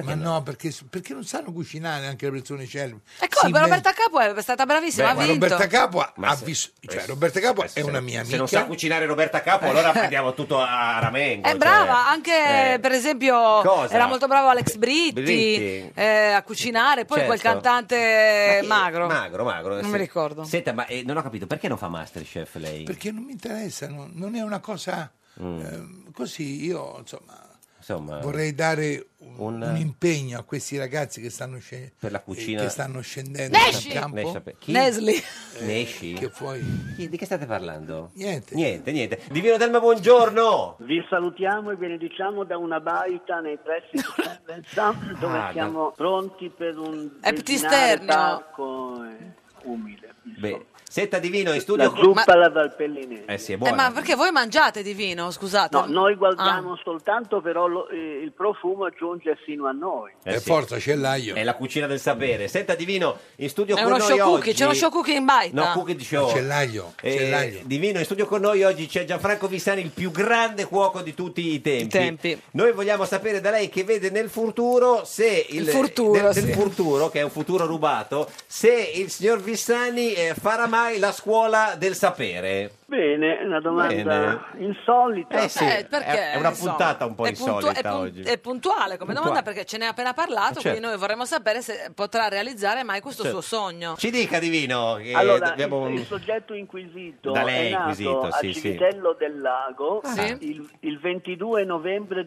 Speaker 9: ma no, perché, perché non sanno cucinare anche le persone celebri.
Speaker 1: E come?
Speaker 9: Si
Speaker 1: Roberta Capo è stata bravissima,
Speaker 9: Beh, ma
Speaker 1: ha vinto.
Speaker 9: Roberta Capo ha,
Speaker 2: Ma
Speaker 9: ha
Speaker 2: se-
Speaker 9: vis- cioè, Roberta Capo è una mia amica.
Speaker 2: Se non sa cucinare Roberta Capo,
Speaker 1: [LAUGHS]
Speaker 2: allora prendiamo tutto a ramengo.
Speaker 1: È
Speaker 2: cioè.
Speaker 1: brava, anche
Speaker 2: Eh.
Speaker 1: per esempio
Speaker 2: Cosa?
Speaker 1: era molto bravo Alex Britti,
Speaker 2: Britti.
Speaker 1: eh, a cucinare, poi
Speaker 2: Certo.
Speaker 1: quel cantante eh, magro.
Speaker 2: Magro, magro.
Speaker 1: Non
Speaker 2: se-
Speaker 1: mi ricordo.
Speaker 2: Senta, ma eh, non ho capito, perché non fa Masterchef lei?
Speaker 9: Perché non mi interessa, non, non è una cosa
Speaker 2: Mm.
Speaker 9: eh, così. Io insomma
Speaker 2: Insomma,
Speaker 9: vorrei dare un,
Speaker 2: un-
Speaker 9: un impegno a questi ragazzi che stanno, sce-
Speaker 2: per la cucina...
Speaker 9: che stanno scendendo dal campo.
Speaker 2: Nesci, vabbè. Chi? Eh, Nesci?
Speaker 9: Che vuoi?
Speaker 2: Chi- Di che state parlando?
Speaker 9: Niente.
Speaker 2: Niente, niente. Divino Delma, buongiorno!
Speaker 19: Vi salutiamo e benediciamo da una baita nei pressi di San Vincent, dove
Speaker 2: Ah, da-
Speaker 19: siamo pronti per un desinare
Speaker 1: Eptisternio.
Speaker 19: parco eh, umile.
Speaker 2: Beh, setta Divino in
Speaker 19: La
Speaker 2: studio...
Speaker 19: zuppa alla valpellinese.
Speaker 2: Eh sì, è
Speaker 1: Eh,
Speaker 2: buona.
Speaker 1: ma perché voi mangiate di vino, scusate?
Speaker 19: No, noi guardiamo soltanto, però lo- eh, il profumo giunge fino a noi.
Speaker 2: Eh
Speaker 9: per
Speaker 2: sì.
Speaker 9: forza ce l'hai.
Speaker 2: È la cucina del sapere. Senta Divino in studio
Speaker 1: È
Speaker 2: con
Speaker 1: uno
Speaker 2: noi
Speaker 1: show cookie,
Speaker 2: oggi.
Speaker 1: c'è uno show cookie in baita.
Speaker 2: No, cookie di show.
Speaker 9: No, cellaio,
Speaker 2: Eh,
Speaker 9: cellaio.
Speaker 2: Divino in studio con noi oggi c'è Gianfranco Vissani, il più grande cuoco di tutti i tempi. Noi vogliamo sapere da lei che vede nel futuro se il,
Speaker 1: Il futuro,
Speaker 2: del-
Speaker 1: sì.
Speaker 2: del futuro, che è un futuro rubato, se il signor Vissani eh, farà mai la scuola del sapere.
Speaker 19: Bene, una domanda insolita.
Speaker 2: Eh sì, Eh, perché, è- è una insomma, puntata un po'
Speaker 1: È, puntu- è
Speaker 2: insolita
Speaker 1: pun-
Speaker 2: oggi.
Speaker 1: è puntuale come domanda
Speaker 2: Puntuale.
Speaker 1: perché ce n'è appena parlato,
Speaker 2: Certo.
Speaker 1: quindi noi vorremmo sapere se potrà realizzare mai questo
Speaker 2: Certo.
Speaker 1: suo sogno.
Speaker 2: Ci dica Divino che
Speaker 19: Allora,
Speaker 2: Eh, dobbiamo-
Speaker 19: il, il soggetto inquisito
Speaker 2: Da lei
Speaker 19: è nato
Speaker 2: inquisito, sì,
Speaker 19: a
Speaker 2: sì.
Speaker 19: Civitello del Lago il, il 22 novembre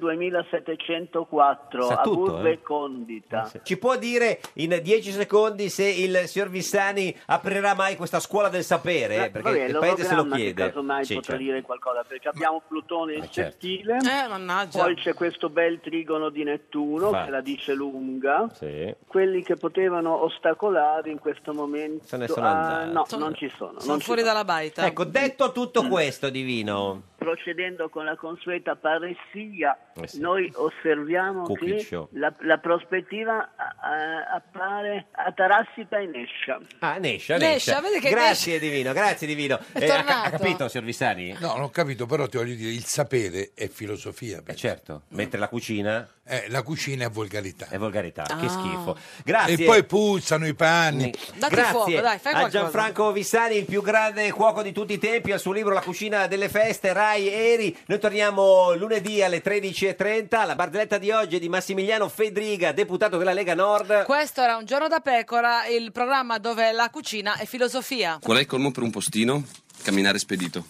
Speaker 19: 2704
Speaker 2: Sa
Speaker 19: a
Speaker 2: tutto,
Speaker 19: Burbe
Speaker 2: eh?
Speaker 19: Condita.
Speaker 2: Ci può dire in 10 secondi se il signor Vissani aprirà mai questa scuola del sapere?
Speaker 19: Eh,
Speaker 2: Perché
Speaker 19: vabbè,
Speaker 2: il paese se lo
Speaker 19: l'ologramma,
Speaker 2: chiede.
Speaker 19: se casomai
Speaker 2: Sì,
Speaker 19: potrà
Speaker 2: certo.
Speaker 19: dire qualcosa, perché abbiamo Plutone in
Speaker 2: certo.
Speaker 19: settile,
Speaker 1: Eh,
Speaker 19: poi c'è questo bel trigono di Nettuno
Speaker 2: Infatti.
Speaker 19: che la dice lunga.
Speaker 2: Sì.
Speaker 19: Quelli che potevano ostacolare in questo momento
Speaker 2: Se ne sono
Speaker 19: Ah,
Speaker 2: andati.
Speaker 19: no,
Speaker 2: Sono-
Speaker 19: non ci sono.
Speaker 1: Sono
Speaker 19: non ci
Speaker 1: fuori
Speaker 19: sono.
Speaker 1: dalla baita.
Speaker 2: Ecco, detto tutto questo, Divino,
Speaker 19: procedendo con la consueta paressia,
Speaker 2: Eh sì.
Speaker 19: noi osserviamo
Speaker 2: Cookie
Speaker 19: che
Speaker 2: show.
Speaker 19: la, la prospettiva eh, appare atarassica in escia.
Speaker 2: Ah, Nescia,
Speaker 19: Nescia,
Speaker 2: Nescia.
Speaker 19: vedi che
Speaker 2: grazie Divino, grazie
Speaker 1: [LAUGHS]
Speaker 2: Divino.
Speaker 19: È
Speaker 2: ha- ha,
Speaker 19: tornato.
Speaker 2: capito, signor Vissani?
Speaker 9: No, non ho capito, però ti voglio dire, il sapere è filosofia.
Speaker 2: Eh, certo, mentre la cucina
Speaker 9: Eh, la cucina è volgarità.
Speaker 2: è volgarità, che
Speaker 9: Ah.
Speaker 2: schifo. Grazie.
Speaker 9: E poi puzzano i panni.
Speaker 1: Datti
Speaker 2: Grazie
Speaker 1: fuoco, dai, fai
Speaker 2: a
Speaker 1: qualcosa.
Speaker 2: Gianfranco Vissani, il più grande cuoco di tutti i tempi, al suo libro La cucina delle feste, Rai Eri. Noi torniamo lunedì alle 13.30. La barzelletta di oggi è di Massimiliano Fedriga, deputato della Lega Nord.
Speaker 1: Questo era Un giorno da pecora, il programma dove la cucina è filosofia.
Speaker 20: Qual è il colmo per un postino? Camminare spedito.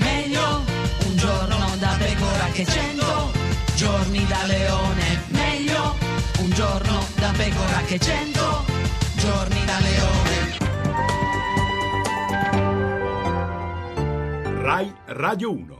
Speaker 21: Meglio un giorno da pecora che cento giorni da leone. Meglio un giorno da pecora che cento giorni da leone.
Speaker 14: Rai Radio 1.